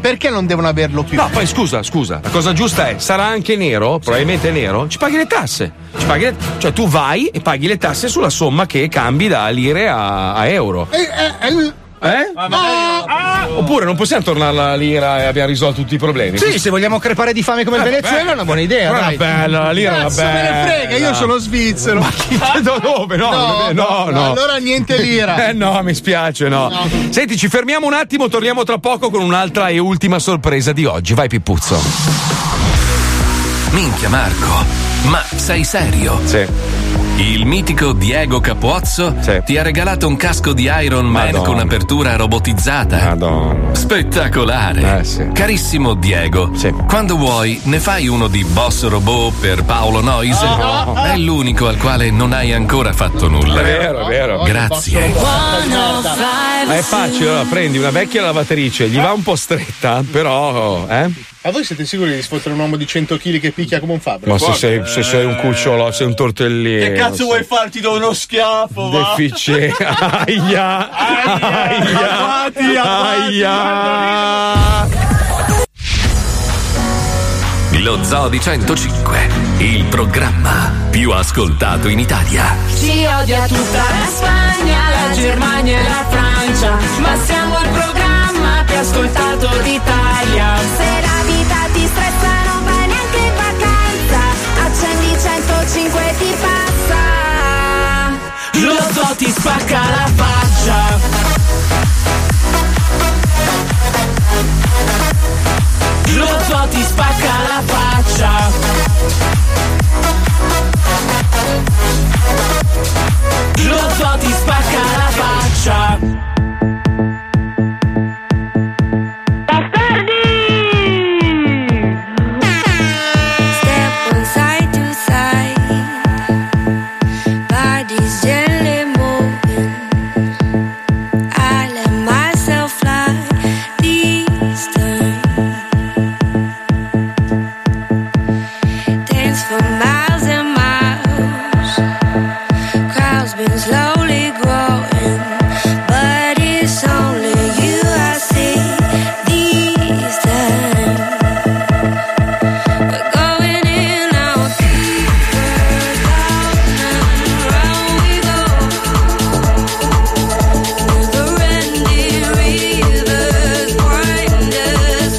S6: Perché non devono averlo più?
S2: Eh. No, poi scusa, scusa, la cosa giusta è, sarà anche nero, probabilmente nero, ci paghi le tasse. Ci paghi le- cioè tu vai e paghi le tasse sulla somma che cambi da lire a, a euro.
S6: Eh, eh, eh,
S2: Eh? Oppure non possiamo tornare alla lira e abbiamo risolto tutti i problemi.
S9: Sì, se vogliamo crepare di fame come il
S2: Eh,
S9: Venezuela
S2: beh.
S9: è una buona idea.
S2: Però
S9: dai.
S2: era bella, la lira
S6: Cazzo,
S2: era
S6: me
S2: bella.
S6: ne frega, io sono svizzero.
S2: Ma chi da dove? No, eh,
S6: No,
S2: no, no.
S6: no, allora niente lira.
S2: Eh no, mi spiace, no. Senti, ci fermiamo un attimo, torniamo tra poco con un'altra e ultima sorpresa di oggi. Vai Pippuzzo.
S1: Minchia Marco, ma sei serio?
S2: Sì.
S1: Il mitico Diego Capuozzo ti ha regalato un casco di Iron Man
S2: Madonna.
S1: con apertura robotizzata.
S2: Eh,
S1: Spettacolare. Carissimo Diego, quando vuoi ne fai uno di Boss Robot per Paolo Noise? È l'unico al quale non hai ancora fatto nulla.
S2: È vero, è vero.
S1: Grazie.
S2: Ma è facile, allora prendi una vecchia lavatrice, gli va un po' stretta, però. Eh?
S6: Ma voi siete sicuri di sfottere un uomo di 100 kg che picchia come un fabbro?
S2: Ma se sei, se sei un cucciolo, sei un tortellino.
S27: Che cazzo vuoi farti da uno schiaffo? va?
S2: Deficiente. Aia.
S27: Aguati, aguati,
S1: Lo Zoo di 105, il programma più ascoltato in Italia.
S3: Ci odia tutta la Spagna, la Germania e la Francia, ma siamo il programma più ascoltato d'Italia. Se la vita ti stressa non vai neanche in vacanza, accendi 105 e ti passa. Lo so ti spacca la faccia. Lo so ti spacca la faccia. Lo so ti spacca la faccia.
S5: Step from side to side, bodies gently moving. I let myself fly this time. Dance for miles and miles, crowds been slowly growing, but it's only you I see this time. Going in out, round we go. Never ending rivers grind us.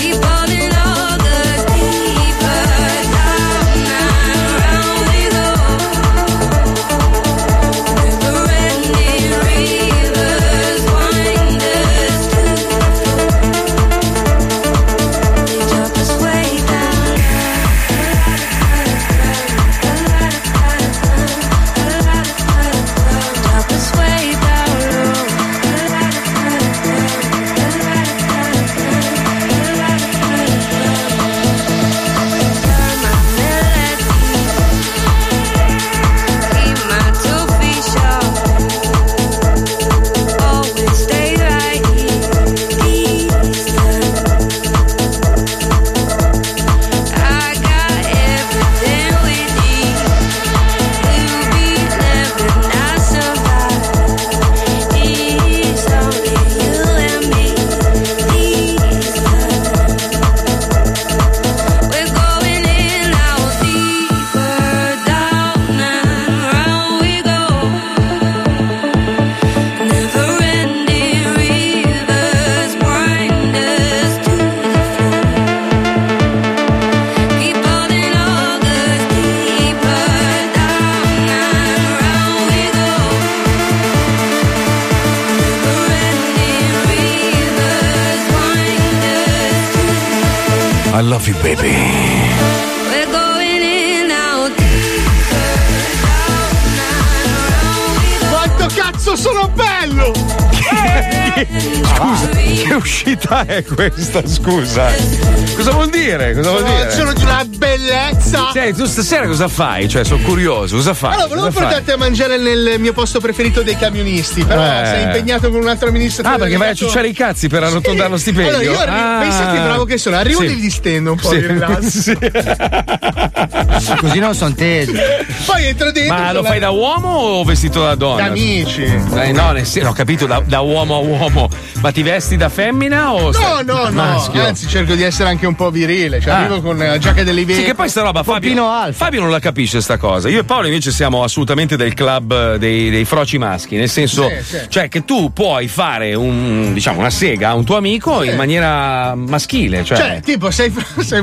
S5: Keep falling all the deeper down and round we go. Never ending rivers grind us. They drop us way down. Drop us way down low. Turn my melody. Keep my two feet sharp. Always stay right here. These times. I got everything we need. We'll be living, I survive. It's only you and me. These We're going in out deeper, down and round we go. Never ending rivers grind us to the Keep holding all the deeper down and round we go. Never ending rivers wind us.
S1: I love you, baby.
S5: We're going in out.
S6: Quanto cazzo sono bello!
S2: Scusa, che uscita è questa? Scusa. Cosa vuol dire? Cosa vuol
S6: Sono,
S2: dire?
S6: sono di una bellezza!
S2: Senti, tu stasera cosa fai? Cioè, sono curioso, cosa fai?
S6: Allora, volevo
S2: Cosa fai?
S6: portarti a mangiare nel mio posto preferito dei camionisti, però
S2: Eh.
S6: sei impegnato con un altro amministratore.
S2: Ah, perché vai a
S6: delegato.
S2: ciucciare i cazzi per
S6: Sì.
S2: arrotondare lo stipendio.
S6: Allora, io arrivo,
S2: Ah.
S6: pensa che bravo che sono, arrivo
S2: Sì.
S6: e li distendo un po'
S2: Sì.
S6: di relax.
S2: Sì.
S9: Così non sono tesi.
S6: Poi entro dentro.
S2: Ma lo
S6: sono-
S2: fai da uomo o vestito da donna?
S6: Da amici.
S2: Eh, no, nel senso, ho capito, da, da uomo a uomo. Ma ti vesti da femmina o
S6: No,
S2: sei-
S6: no, no.
S2: maschio?
S6: Anzi, cerco di essere anche un po' virile. Cioè,
S2: Ah.
S6: arrivo con la giacca delle
S2: Sì, che poi sta roba Fabio, Fabio non la capisce sta cosa. Io e Paolo invece siamo assolutamente del club eh, dei, dei froci maschi, nel senso,
S6: Sì, sì.
S2: cioè che tu puoi fare un, diciamo, una sega a un tuo amico in maniera maschile, cioè,
S6: Cioè, tipo, sei. sei-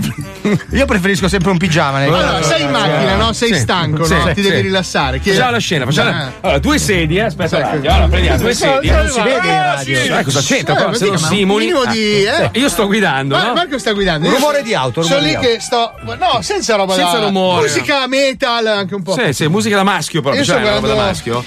S9: Io preferisco sempre un pigiama. nel-
S6: Allora, sei in macchina, no? Sei
S2: Sì.
S6: stanco,
S2: Sì,
S6: no?
S2: sì,
S6: Ti devi
S2: sì.
S6: rilassare. Chiedi-
S2: Facciamo la scena, facciamo la-
S6: Ah. ecco.
S2: Allora, due sedie, aspetta, un attimo, allora, la prendiamo due
S6: Questo-
S2: sedie. Eh,
S6: non Eh, si vede in radio.
S2: Sì, dai, cosa c'entra?
S6: Eh,
S2: Però
S6: ma
S2: se
S6: dica,
S2: non
S6: ma un
S2: simuli. Ah,
S6: minimo di, eh.
S2: Io sto guidando,
S6: Ma-
S2: no?
S6: Marco sta guidando.
S2: Un
S6: Io
S2: rumore
S6: sono-
S2: di auto,
S6: Sono
S2: rumore
S6: lì
S2: di
S6: che sto. No, senza roba
S2: Senza
S6: da
S2: rumore.
S6: Musica metal, anche un po'.
S2: Sì, sì, musica da maschio, però
S6: Io
S2: c'è
S6: sto
S2: una roba da
S6: guardando-
S2: maschio.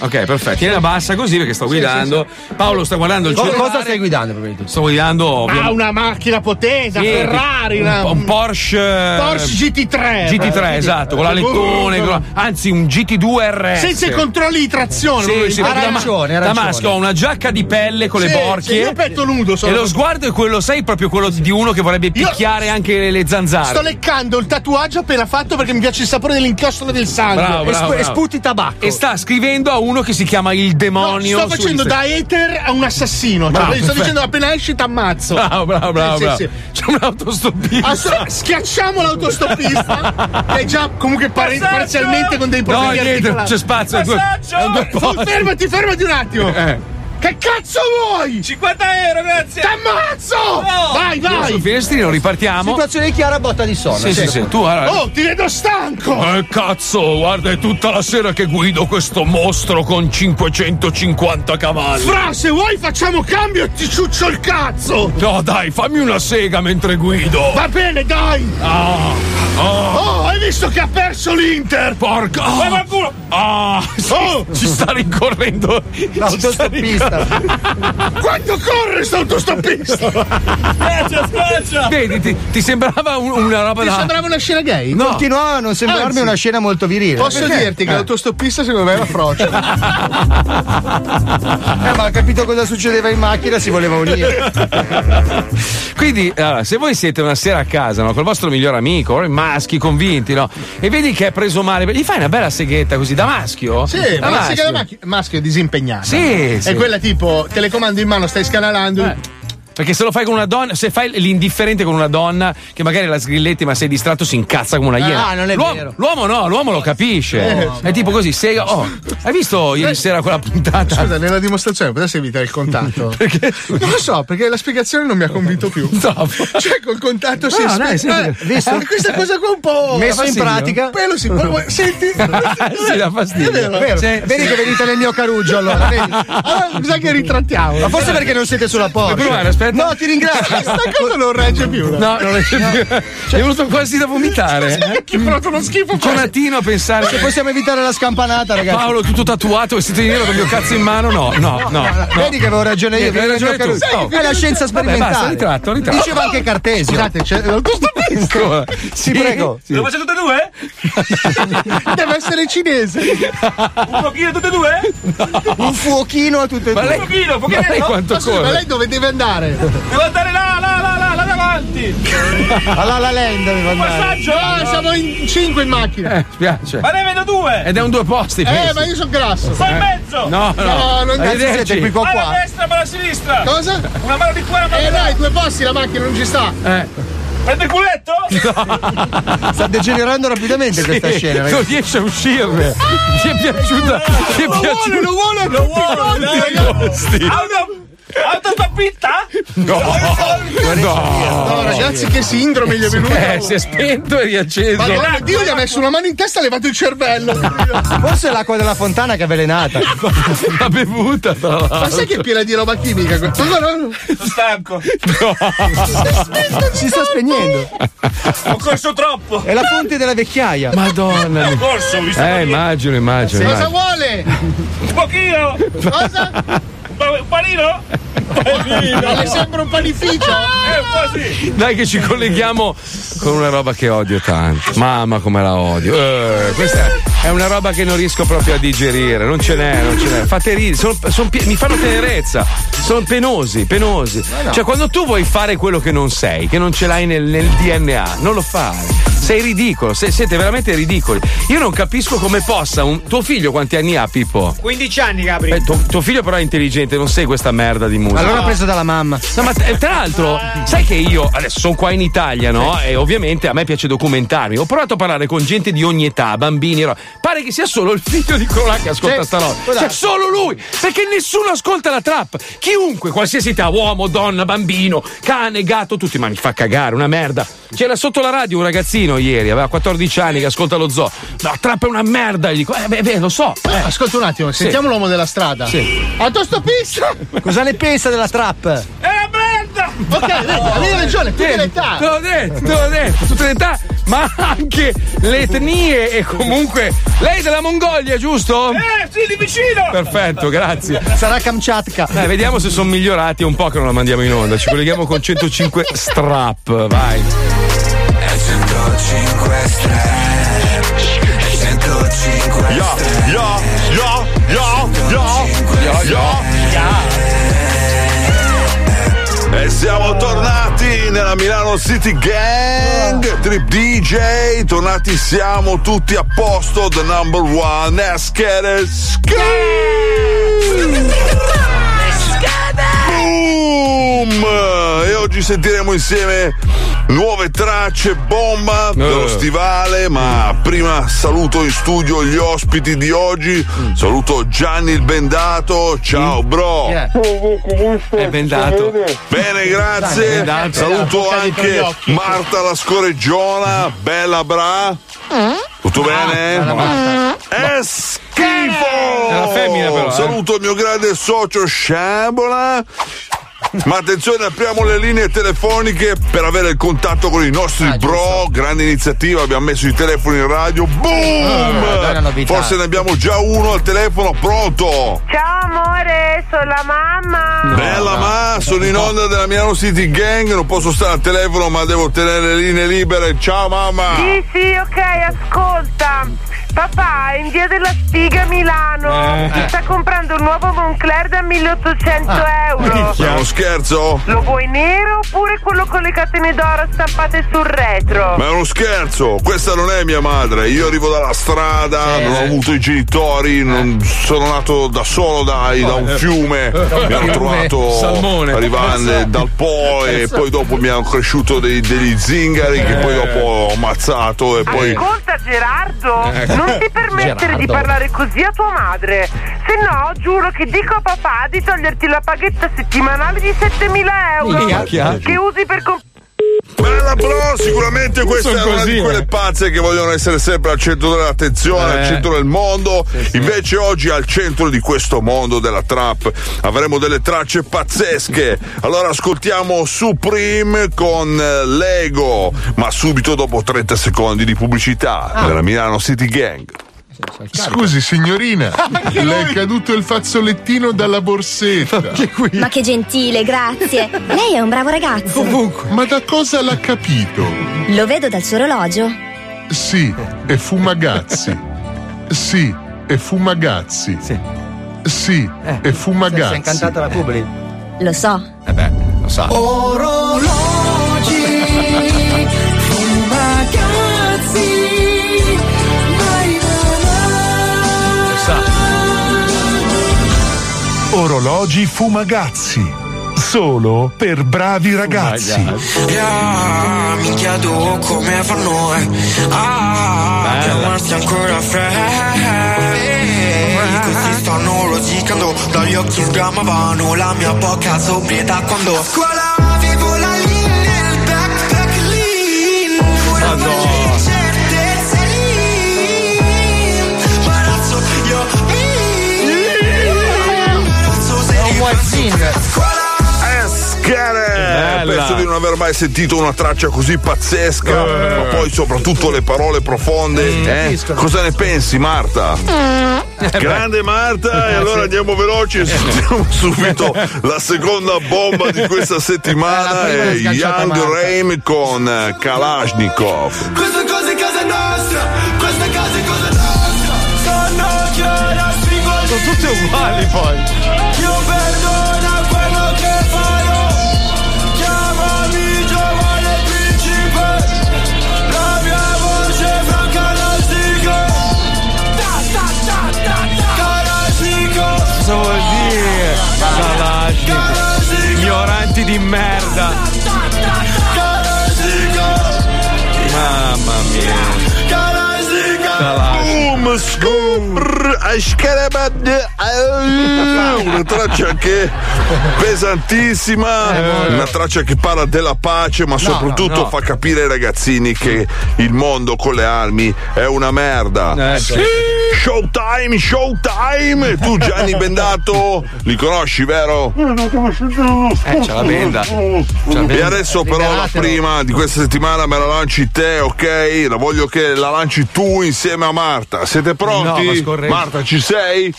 S2: Ok, perfetto. Tienila bassa così perché sto guidando. Paolo sta guardando il
S6: Co- cosa
S2: cellulare.
S6: stai
S2: guidando? Sto guidando ovviamente.
S6: Ah, una macchina potente,
S2: Sì,
S6: Ferrari,
S2: un,
S6: una-
S2: un Porsche eh,
S6: Porsche GT3.
S2: GT3, esatto, con la lettone, con la- anzi un GT2 RS.
S6: Senza i controlli di trazione.
S2: Sì,
S6: proprio
S2: sì,
S6: di-
S2: perché da, ma- da maschio ho una giacca di pelle con le
S6: Sì,
S2: borchie.
S6: sì, io petto nudo sono
S2: E lo
S6: proprio.
S2: sguardo è quello, sai, proprio quello di uno che vorrebbe picchiare anche le, le zanzare.
S6: Sto leccando il tatuaggio appena fatto perché mi piace il sapore dell'inchiostro del sangue.
S2: Bravo, bravo, bravo.
S6: tabacco.
S2: E sta scrivendo a uno che si chiama il demonio.
S6: Sto
S2: su
S6: facendo
S2: Instagram.
S6: da hater a un assassino. Cioè,
S2: Bravo,
S6: sto
S2: perfetto.
S6: dicendo appena esci t'ammazzo.
S2: Bravo, bravo, bravo,
S6: Sì, sì,
S2: bravo.
S6: sì.
S2: C'è un'autostoppista.
S6: Asso- schiacciamo l'autostoppista che è già comunque pare-
S2: Passaggio!
S6: parzialmente con dei
S2: No,
S6: problemi
S2: niente, non
S6: articolari.
S2: c'è spazio. è due-
S6: Passaggio!
S2: è due
S6: Fu-
S2: posti.
S6: fermati, fermati un attimo.
S2: Eh.
S6: Che cazzo vuoi?
S3: 50 euro, grazie.
S6: T'ammazzo!
S2: No!
S6: Vai,
S2: Io
S6: vai.
S2: sul finestrino, ripartiamo.
S9: Situazione chiara, botta di sonno.
S2: Sì, sì, sì, tu allora-
S6: Oh, ti vedo stanco.
S2: Eh, cazzo, guarda, è tutta la sera che guido questo mostro con 550 cavalli.
S6: Fra, se vuoi facciamo cambio e ti ciuccio il cazzo.
S2: No, dai, fammi una sega mentre guido.
S6: Va bene, dai.
S2: Ah, ah.
S6: Oh, hai visto che ha perso l'Inter? Oh.
S2: Porca!
S1: Oh.
S6: Vai, vai, culo.
S2: Ah, si, ci sta rincorrendo l'autostoppista.
S6: Quanto corre sto autostoppista?
S2: Schiaccia, schiaccia! Vedi, ti, ti sembrava un- una roba
S6: Ti
S2: da.
S6: sembrava una scena gay?
S2: No. Eh.
S9: Continuava a non sembrarmi
S6: Anzi,
S9: una scena molto virile.
S6: Posso dirti che l'autostoppista secondo me era froce.
S9: Eh, ma ha capito cosa succedeva in macchina, si voleva unire.
S2: Quindi, allora, se voi siete una sera a casa no, col vostro miglior amico, voi maschi convinti, no, e vedi che è preso male, gli fai una bella seghetta così da Eh, maschio?
S6: Sì, ma la sigla da macchio, maschio è disimpegnata.
S2: Sì,
S6: È
S2: sì. Eh,
S6: quella tipo telecomando in mano, stai scanalando.
S2: Perché se lo fai con una donna, se fai l'indifferente con una donna che magari la sgrilletti ma sei distratto si incazza come una iena.
S6: Ah, non è
S2: l'uomo,
S6: vero.
S2: L'uomo no, l'uomo lo capisce.
S9: Eh.
S2: è tipo così, se, oh, hai visto ieri sera quella puntata?
S6: Eh. Scusa, nella dimostrazione potresti evitare il contatto? perché? Non lo so, perché la spiegazione non mi ha convinto più. Cioè, col contatto si
S9: No,
S6: spe-
S9: dai, sì,
S6: eh,
S9: visto?
S6: eh, Questa cosa qua un po'.
S9: Messo in pratica.
S6: Pelo si poi- Senti.
S2: sì, dà fastidio.
S6: È vero.
S9: Vero.
S6: Sì.
S9: Vedi che venite nel mio caruggio allora. vedi?
S6: Allora, bisogna che ritrattiamo. Eh.
S9: Ma forse perché non siete sulla porta.
S2: Vuoi provare? Aspetta.
S9: No, ti ringrazio.
S6: Questa cosa non regge più. eh? Cioè,
S2: No, non è più. è venuto quasi da vomitare.
S6: Che provato uno schifo.
S2: Con un attimo a pensare.
S9: Se possiamo evitare la scampanata, ragazzi.
S2: Paolo tutto tatuato, vestito di nero con il mio cazzo in mano. No, no, no. no.
S9: Vedi che avevo ragione io.
S2: Niente, hai
S9: vedi che
S2: ragione
S9: il mio caruggio-
S2: tu. Oh.
S9: È la scienza
S2: Vabbè,
S9: sperimentale.
S2: basta, ritratto, ritratto.
S9: Diceva anche Cartesio.
S6: Scusate, c'è
S2: Scusa.
S6: cioè, l'autostopista.
S2: Sì,
S9: prego.
S2: sì.
S3: Lo faccio tutte e due?
S6: Deve essere cinese.
S3: Un pochino tutte e due?
S9: Un fuochino a tutte e
S2: Ma
S9: due.
S2: lei,
S3: Pochino,
S2: ma lei
S3: pochino.
S2: quanto
S6: Ma scusa,
S2: corre?
S6: ma lei dove deve andare?
S3: Devo andare là, là, là, là, là davanti.
S9: Alla la land doveva andare.
S3: Passaggio. eh?
S6: Ah, siamo in cinque in macchina.
S2: Eh, spiace.
S3: Ma ne vedo due.
S2: Ed è un due posti.
S6: Eh,
S2: pensi.
S6: ma io sono grasso.
S3: Sto in mezzo.
S2: No, no.
S6: Eh. No, non
S9: Cazzo,
S2: Arrivederci.
S9: siete qui con
S3: Mano a
S9: qua.
S3: destra, mano a sinistra.
S6: Cosa?
S3: Una mano di qua, una mano
S6: Eh
S3: di là.
S6: dai, due posti la macchina non ci sta.
S2: Eh,
S3: Prendo il culetto?
S9: Sta degenerando rapidamente questa scena.
S2: non
S9: ragazzi.
S2: riesce a uscirne.
S3: Ah,
S2: Ti è piaciuta? Ti è piaciuta?
S6: lo vuole,
S3: Lo vuole, dai.
S2: Costi.
S3: Auto... Autostoppitta?
S2: No, no.
S6: No, ragazzi, che sindrome gli è venuta.
S2: Eh, si è spento e riacceso.
S6: Ma Dio gli ha messo una mano in testa e ha levato il cervello. Ma
S9: Forse è l'acqua della fontana che è avvelenata.
S2: L'ha bevuta, tra l'altro.
S6: sai che è piena di roba chimica? que-
S9: Ecco,
S6: No, no, no.
S3: Sono stanco.
S9: Si sta spegnendo.
S3: Ho corso troppo.
S9: È la fonte della vecchiaia.
S2: Madonna.
S3: Ho corso, mi sta
S2: Eh, immagino, immagino.
S6: Cosa
S2: immagino.
S6: vuole?
S3: un pochino.
S6: Cosa?
S3: Un panino?
S6: No, le sembra un panificio?
S3: È un po' sì.
S2: Dai che ci colleghiamo con una roba che odio tanto. Mamma come la odio. Eh, questa è una roba che non riesco proprio a digerire. Non ce n'è, non ce n'è. Fate ridere, son- son pie- mi fanno tenerezza. Sono penosi, penosi. Cioè quando tu vuoi fare quello che non sei, che non ce l'hai nel, nel DNA, non lo fai. Sei ridicolo, se- siete veramente ridicoli. Io non capisco come possa un tuo figlio quanti anni ha, Pippo?
S15: 15 anni, Gabri.
S2: Eh, tuo, tuo figlio però è intelligente, non segue questa merda di musica.
S9: Allora preso dalla mamma.
S2: No, ma eh, tra l'altro, sai che io adesso sono qua in Italia, no? E ovviamente a me piace documentarmi. Ho provato a parlare con gente di ogni età, bambini. ro- Pare che sia solo il figlio di quello là che ascolta
S9: Sì,
S2: sta roba.
S6: Esatto.
S9: può
S2: Cioè,
S9: darsi.
S2: solo lui! Perché Nessuno ascolta la trap. Chiunque, qualsiasi età, uomo, donna, bambino, cane, gatto, tutti, ma mi fa cagare, una merda. C'era sotto la radio un ragazzino ieri, aveva 14 anni che ascolta lo zoo. No, trap è una merda. Gli dico, eh, beh, beh, lo so.
S6: Ascolta un attimo,
S2: Sì.
S6: sentiamo l'uomo della strada.
S2: Sì.
S6: A tosto pizza! Cosa ne pensa della trap? Ok, vedi, avevi ragione, tutte le età.
S2: Te l'ho detto, te l'ho detto, tutte le età, ma anche le etnie e comunque. Lei è della Mongolia, giusto? Eh, sì, di vicino! Perfetto, grazie.
S28: Sarà Kamchatka.
S2: Dai, vediamo se sono migliorati, è un po' che non la mandiamo in onda. Ci colleghiamo con 105 strap, vai.
S5: 105 105
S10: Yo, yo, yo, yo, yo, yo, yo. E siamo tornati nella Milano City Gang, Trip DJ, tornati siamo tutti a posto, the number one, Eskeres. Boom! E oggi sentiremo insieme nuove tracce bomba dello
S16: Eh.
S10: stivale, ma prima saluto in studio gli ospiti di oggi. Saluto Gianni il bendato. Ciao bro.
S5: È bendato.
S10: Bene,
S5: Dai,
S10: grazie.
S5: bendato.
S10: Saluto
S5: Dai, con gli
S10: anche
S5: occhi.
S10: Marta la scoreggiona, bella bra.
S6: Eh,
S5: Ah,
S10: Tutto
S2: Eh,
S10: bene? È
S3: Eh,
S10: schifo!
S5: Era femmina però, eh.
S10: Saluto il mio grande socio Sciabola. Ma attenzione, apriamo le linee telefoniche per avere il contatto con i nostri bro. Grande iniziativa, abbiamo messo i telefoni in radio.
S5: Ah, dai, una
S10: Boom!
S5: novità.
S10: Forse ne abbiamo già uno al telefono, pronto!
S21: Ciao amore, sono la mamma.
S10: Bella ma, sono in onda della Milano City Gang, non posso stare al telefono ma devo tenere le linee libere. Ciao mamma!
S21: Sì, sì, ok, ascolta. Papà è in via della Spiga a Milano.
S10: Eh.
S21: Si sta comprando un nuovo Moncler da 1800 euro.
S10: È uno scherzo?
S21: Lo vuoi nero oppure quello con le catene d'oro stampate sul retro?
S10: Ma è uno scherzo, questa non è mia madre, io arrivo dalla strada, non ho avuto i genitori, non- sono nato da solo dai, da un
S16: Eh.
S10: fiume,
S16: Eh.
S10: mi hanno
S16: Fiume,
S10: trovato
S16: salmone.
S10: arrivando dal Po e poi dopo mi hanno cresciuto dei- degli zingari che poi dopo ho ammazzato e poi...
S21: Ascolta Gerardo,
S10: Ecco.
S21: non ti permettere di
S10: Gerardo.
S21: parlare così a tua madre, se no giuro che dico a papà di toglierti la paghetta settimanale di 7000 euro
S10: Minchia.
S21: che usi per comprare...
S10: Bella però sicuramente questa è una di quelle pazze che vogliono essere sempre al centro dell'attenzione,
S16: Eh.
S10: al centro del mondo. Invece oggi al centro di questo mondo della trap avremo delle tracce pazzesche. Allora ascoltiamo Supreme con eh, Lego, ma subito dopo 30 secondi di pubblicità della Milano City Gang.
S3: Scusi signorina,
S29: Anche
S3: le è
S29: lui.
S3: caduto il fazzolettino dalla borsetta.
S30: Ma che gentile, grazie. Lei è un bravo ragazzo.
S3: Ma da cosa l'ha capito?
S30: Lo vedo dal suo orologio.
S3: Sì, è Fumagazzi. Sì, è Fumagazzi. Sì, è Fumagazzi.
S28: Si è incantata la Publi.
S30: Lo so.
S3: Eh beh, lo sa.
S5: Orologi, fumagazzi, vai
S1: Orologi fumagazzi. Solo per bravi ragazzi.
S3: Yeah, mi chiedo come fanno eh. ah, a chiamarsi ancora fratelli Così stanno rosicando dagli occhi sgramavano la mia poca sobrietà quando a scuola avevo la linea nel backpack lì Ora faccio incertezze lì Imbarazzo io mi Imbarazzo se ripenso a scuola
S10: Schene! Eh, Penso di non aver mai sentito una traccia così pazzesca, ma poi soprattutto le parole profonde. eh? Cosa ne pensi, Marta? Grande Marta, e allora andiamo veloci e sentiamo subito la seconda bomba di questa settimana.
S3: Eh, la prima
S10: È
S3: l'ha sganciata
S10: Young
S3: Marta.
S10: Rame con eh, Kalashnikov.
S3: Questa cosa è casa nostra, questa casa è cosa nostra. Sono chiara, spingo Sono tutte uguali poi. Io perdono quello che farò. Chiamami giovane principe. La mia voce è franca da stico. Da da da da da. Carasico.
S2: Cosa vuol dire? Kalashnikov. Ignoranti di merda.
S10: Mamma mia.
S3: Carasico.
S10: Boom, scoop, Pur a Scarabad eh, una traccia che è pesantissima, una traccia che parla della pace, ma
S30: No,
S10: soprattutto
S30: no, no.
S10: fa capire ai ragazzini che il mondo con le armi è una merda.
S30: Eh,
S10: Sì. Showtime, showtime! Tu Gianni Bendato li conosci, vero?
S30: Eh, c'ha la benda.
S10: E adesso però la prima di questa settimana me la lanci te, ok? La voglio che la lanci tu insieme a Marta. Siete
S30: No, ma Eh?
S10: pronti?
S30: scorretto.
S10: Marta, ci sei?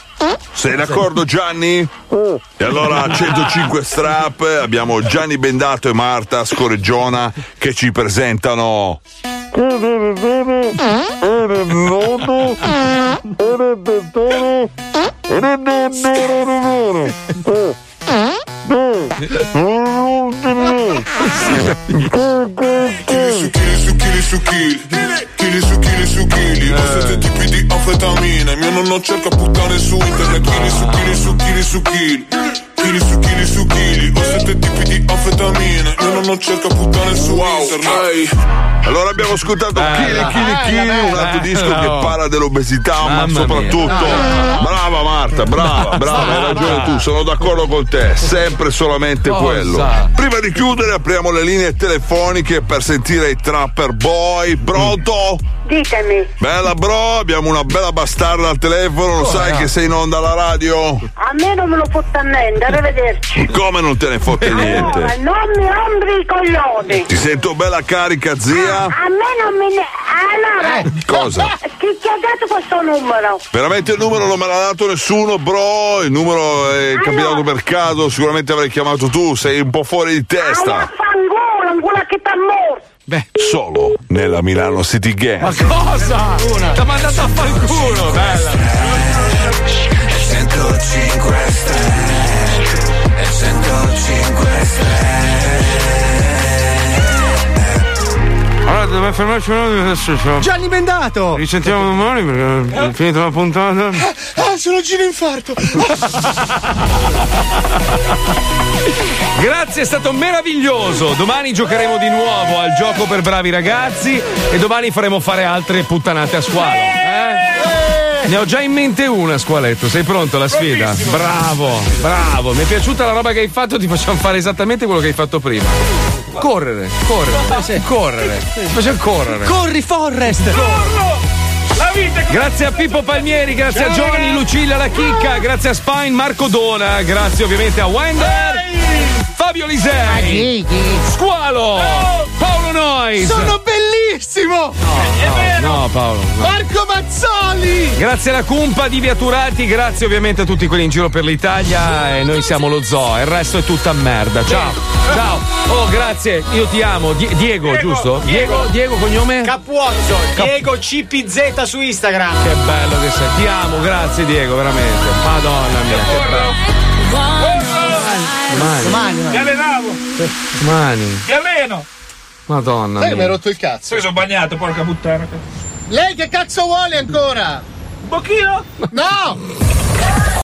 S10: Sei d'accordo Gianni? E allora a 105 strap abbiamo Gianni Bendato e Marta Scorreggiona che ci presentano
S30: Chili su chili su chili, ho sette tipi di anfetamine Mio nonno cerca puttane su internet Chili su chili su chili su chili Chili su chili su chili, ho sette tipi di anfetamine Mio nonno cerca certo puttane su internet
S10: Allora abbiamo ascoltato Kili Kili Kili, un altro disco che parla dell'obesità,
S30: Eh,
S10: ma
S30: Mamma
S10: soprattutto. Brava Marta, brava, brava, hai ragione tu, sono d'accordo con te, sempre solamente
S30: Cosa?
S10: quello. Prima di chiudere apriamo le linee telefoniche per sentire i Trapper Boy, pronto?
S3: Ditemi.
S10: Bella bro, abbiamo una bella bastarda al telefono, lo sai che sei in onda alla radio?
S3: A me non me lo fotte a niente, arrivederci.
S10: Come non te ne fotte
S3: Ma
S10: niente?
S3: non mi rompi i coglioni.
S10: Ti sento bella carica, zia? Eh,
S3: A me non mi ne... Allora,
S10: Cosa?
S3: chi ti ha dato questo numero?
S10: Veramente il numero non me l'ha dato nessuno, bro. Il numero è capitato per caso. Sicuramente avrei chiamato tu. Sei un po' fuori di
S3: Ah,
S10: testa.
S3: Fangola, ancora che t'ha morto.
S10: Solo nella Milano City
S3: Eh.
S10: Gang.
S30: Ma cosa? T'ha mandato a fanculo, bella! 105 stelle e 105
S31: Allora dobbiamo fermarci un attimo adesso. Cioè.
S30: Gianni
S31: Bendato! Risentiamo domani perché è finita la puntata.
S30: Ah, sono Gino Infarto!
S2: Grazie, è stato meraviglioso. Domani giocheremo di nuovo al gioco per bravi ragazzi e domani faremo fare altre puttanate a squalo. eh? Ne ho già in mente una, squaletto. Sei pronto alla sfida? Bravo, bravo. Mi è piaciuta la roba che hai fatto, ti facciamo fare esattamente quello che hai fatto prima. Correre, correre, correre. Ti Facciamo correre.
S30: Corri, Forrest! Corro! La vita!
S2: Grazie a Pippo Palmieri, grazie a Giovanni, Lucilla La Chicca,
S30: Ah.
S2: grazie a Spine, Marco Dona, grazie ovviamente a
S30: Eh,
S2: Wender, Fabio Lisei, Squalo, Paolo Nois.
S30: Sono bellissimo!
S2: No, Paolo. no.
S30: Marco Mazzoli!
S2: Grazie alla cumpa di Viaturati, grazie ovviamente a tutti quelli in giro per l'Italia e noi siamo lo zoo, il resto è tutta merda. Ciao, ciao. Oh, grazie, io ti amo. Die- Diego, giusto? Diego, Diego, cognome?
S9: Capuzzo, Diego CPZ su Instagram.
S2: Che bello che sei, ti amo, grazie Diego, veramente. Madonna mia, che bello. Domani.
S9: Domani.
S3: Mi allenavo,
S2: Mani,
S3: mi alleno.
S2: madonna mia.
S3: rotto il cazzo. Poi sono bagnato, porca puttana.
S16: Lei che cazzo vuole ancora? Un pochino? No!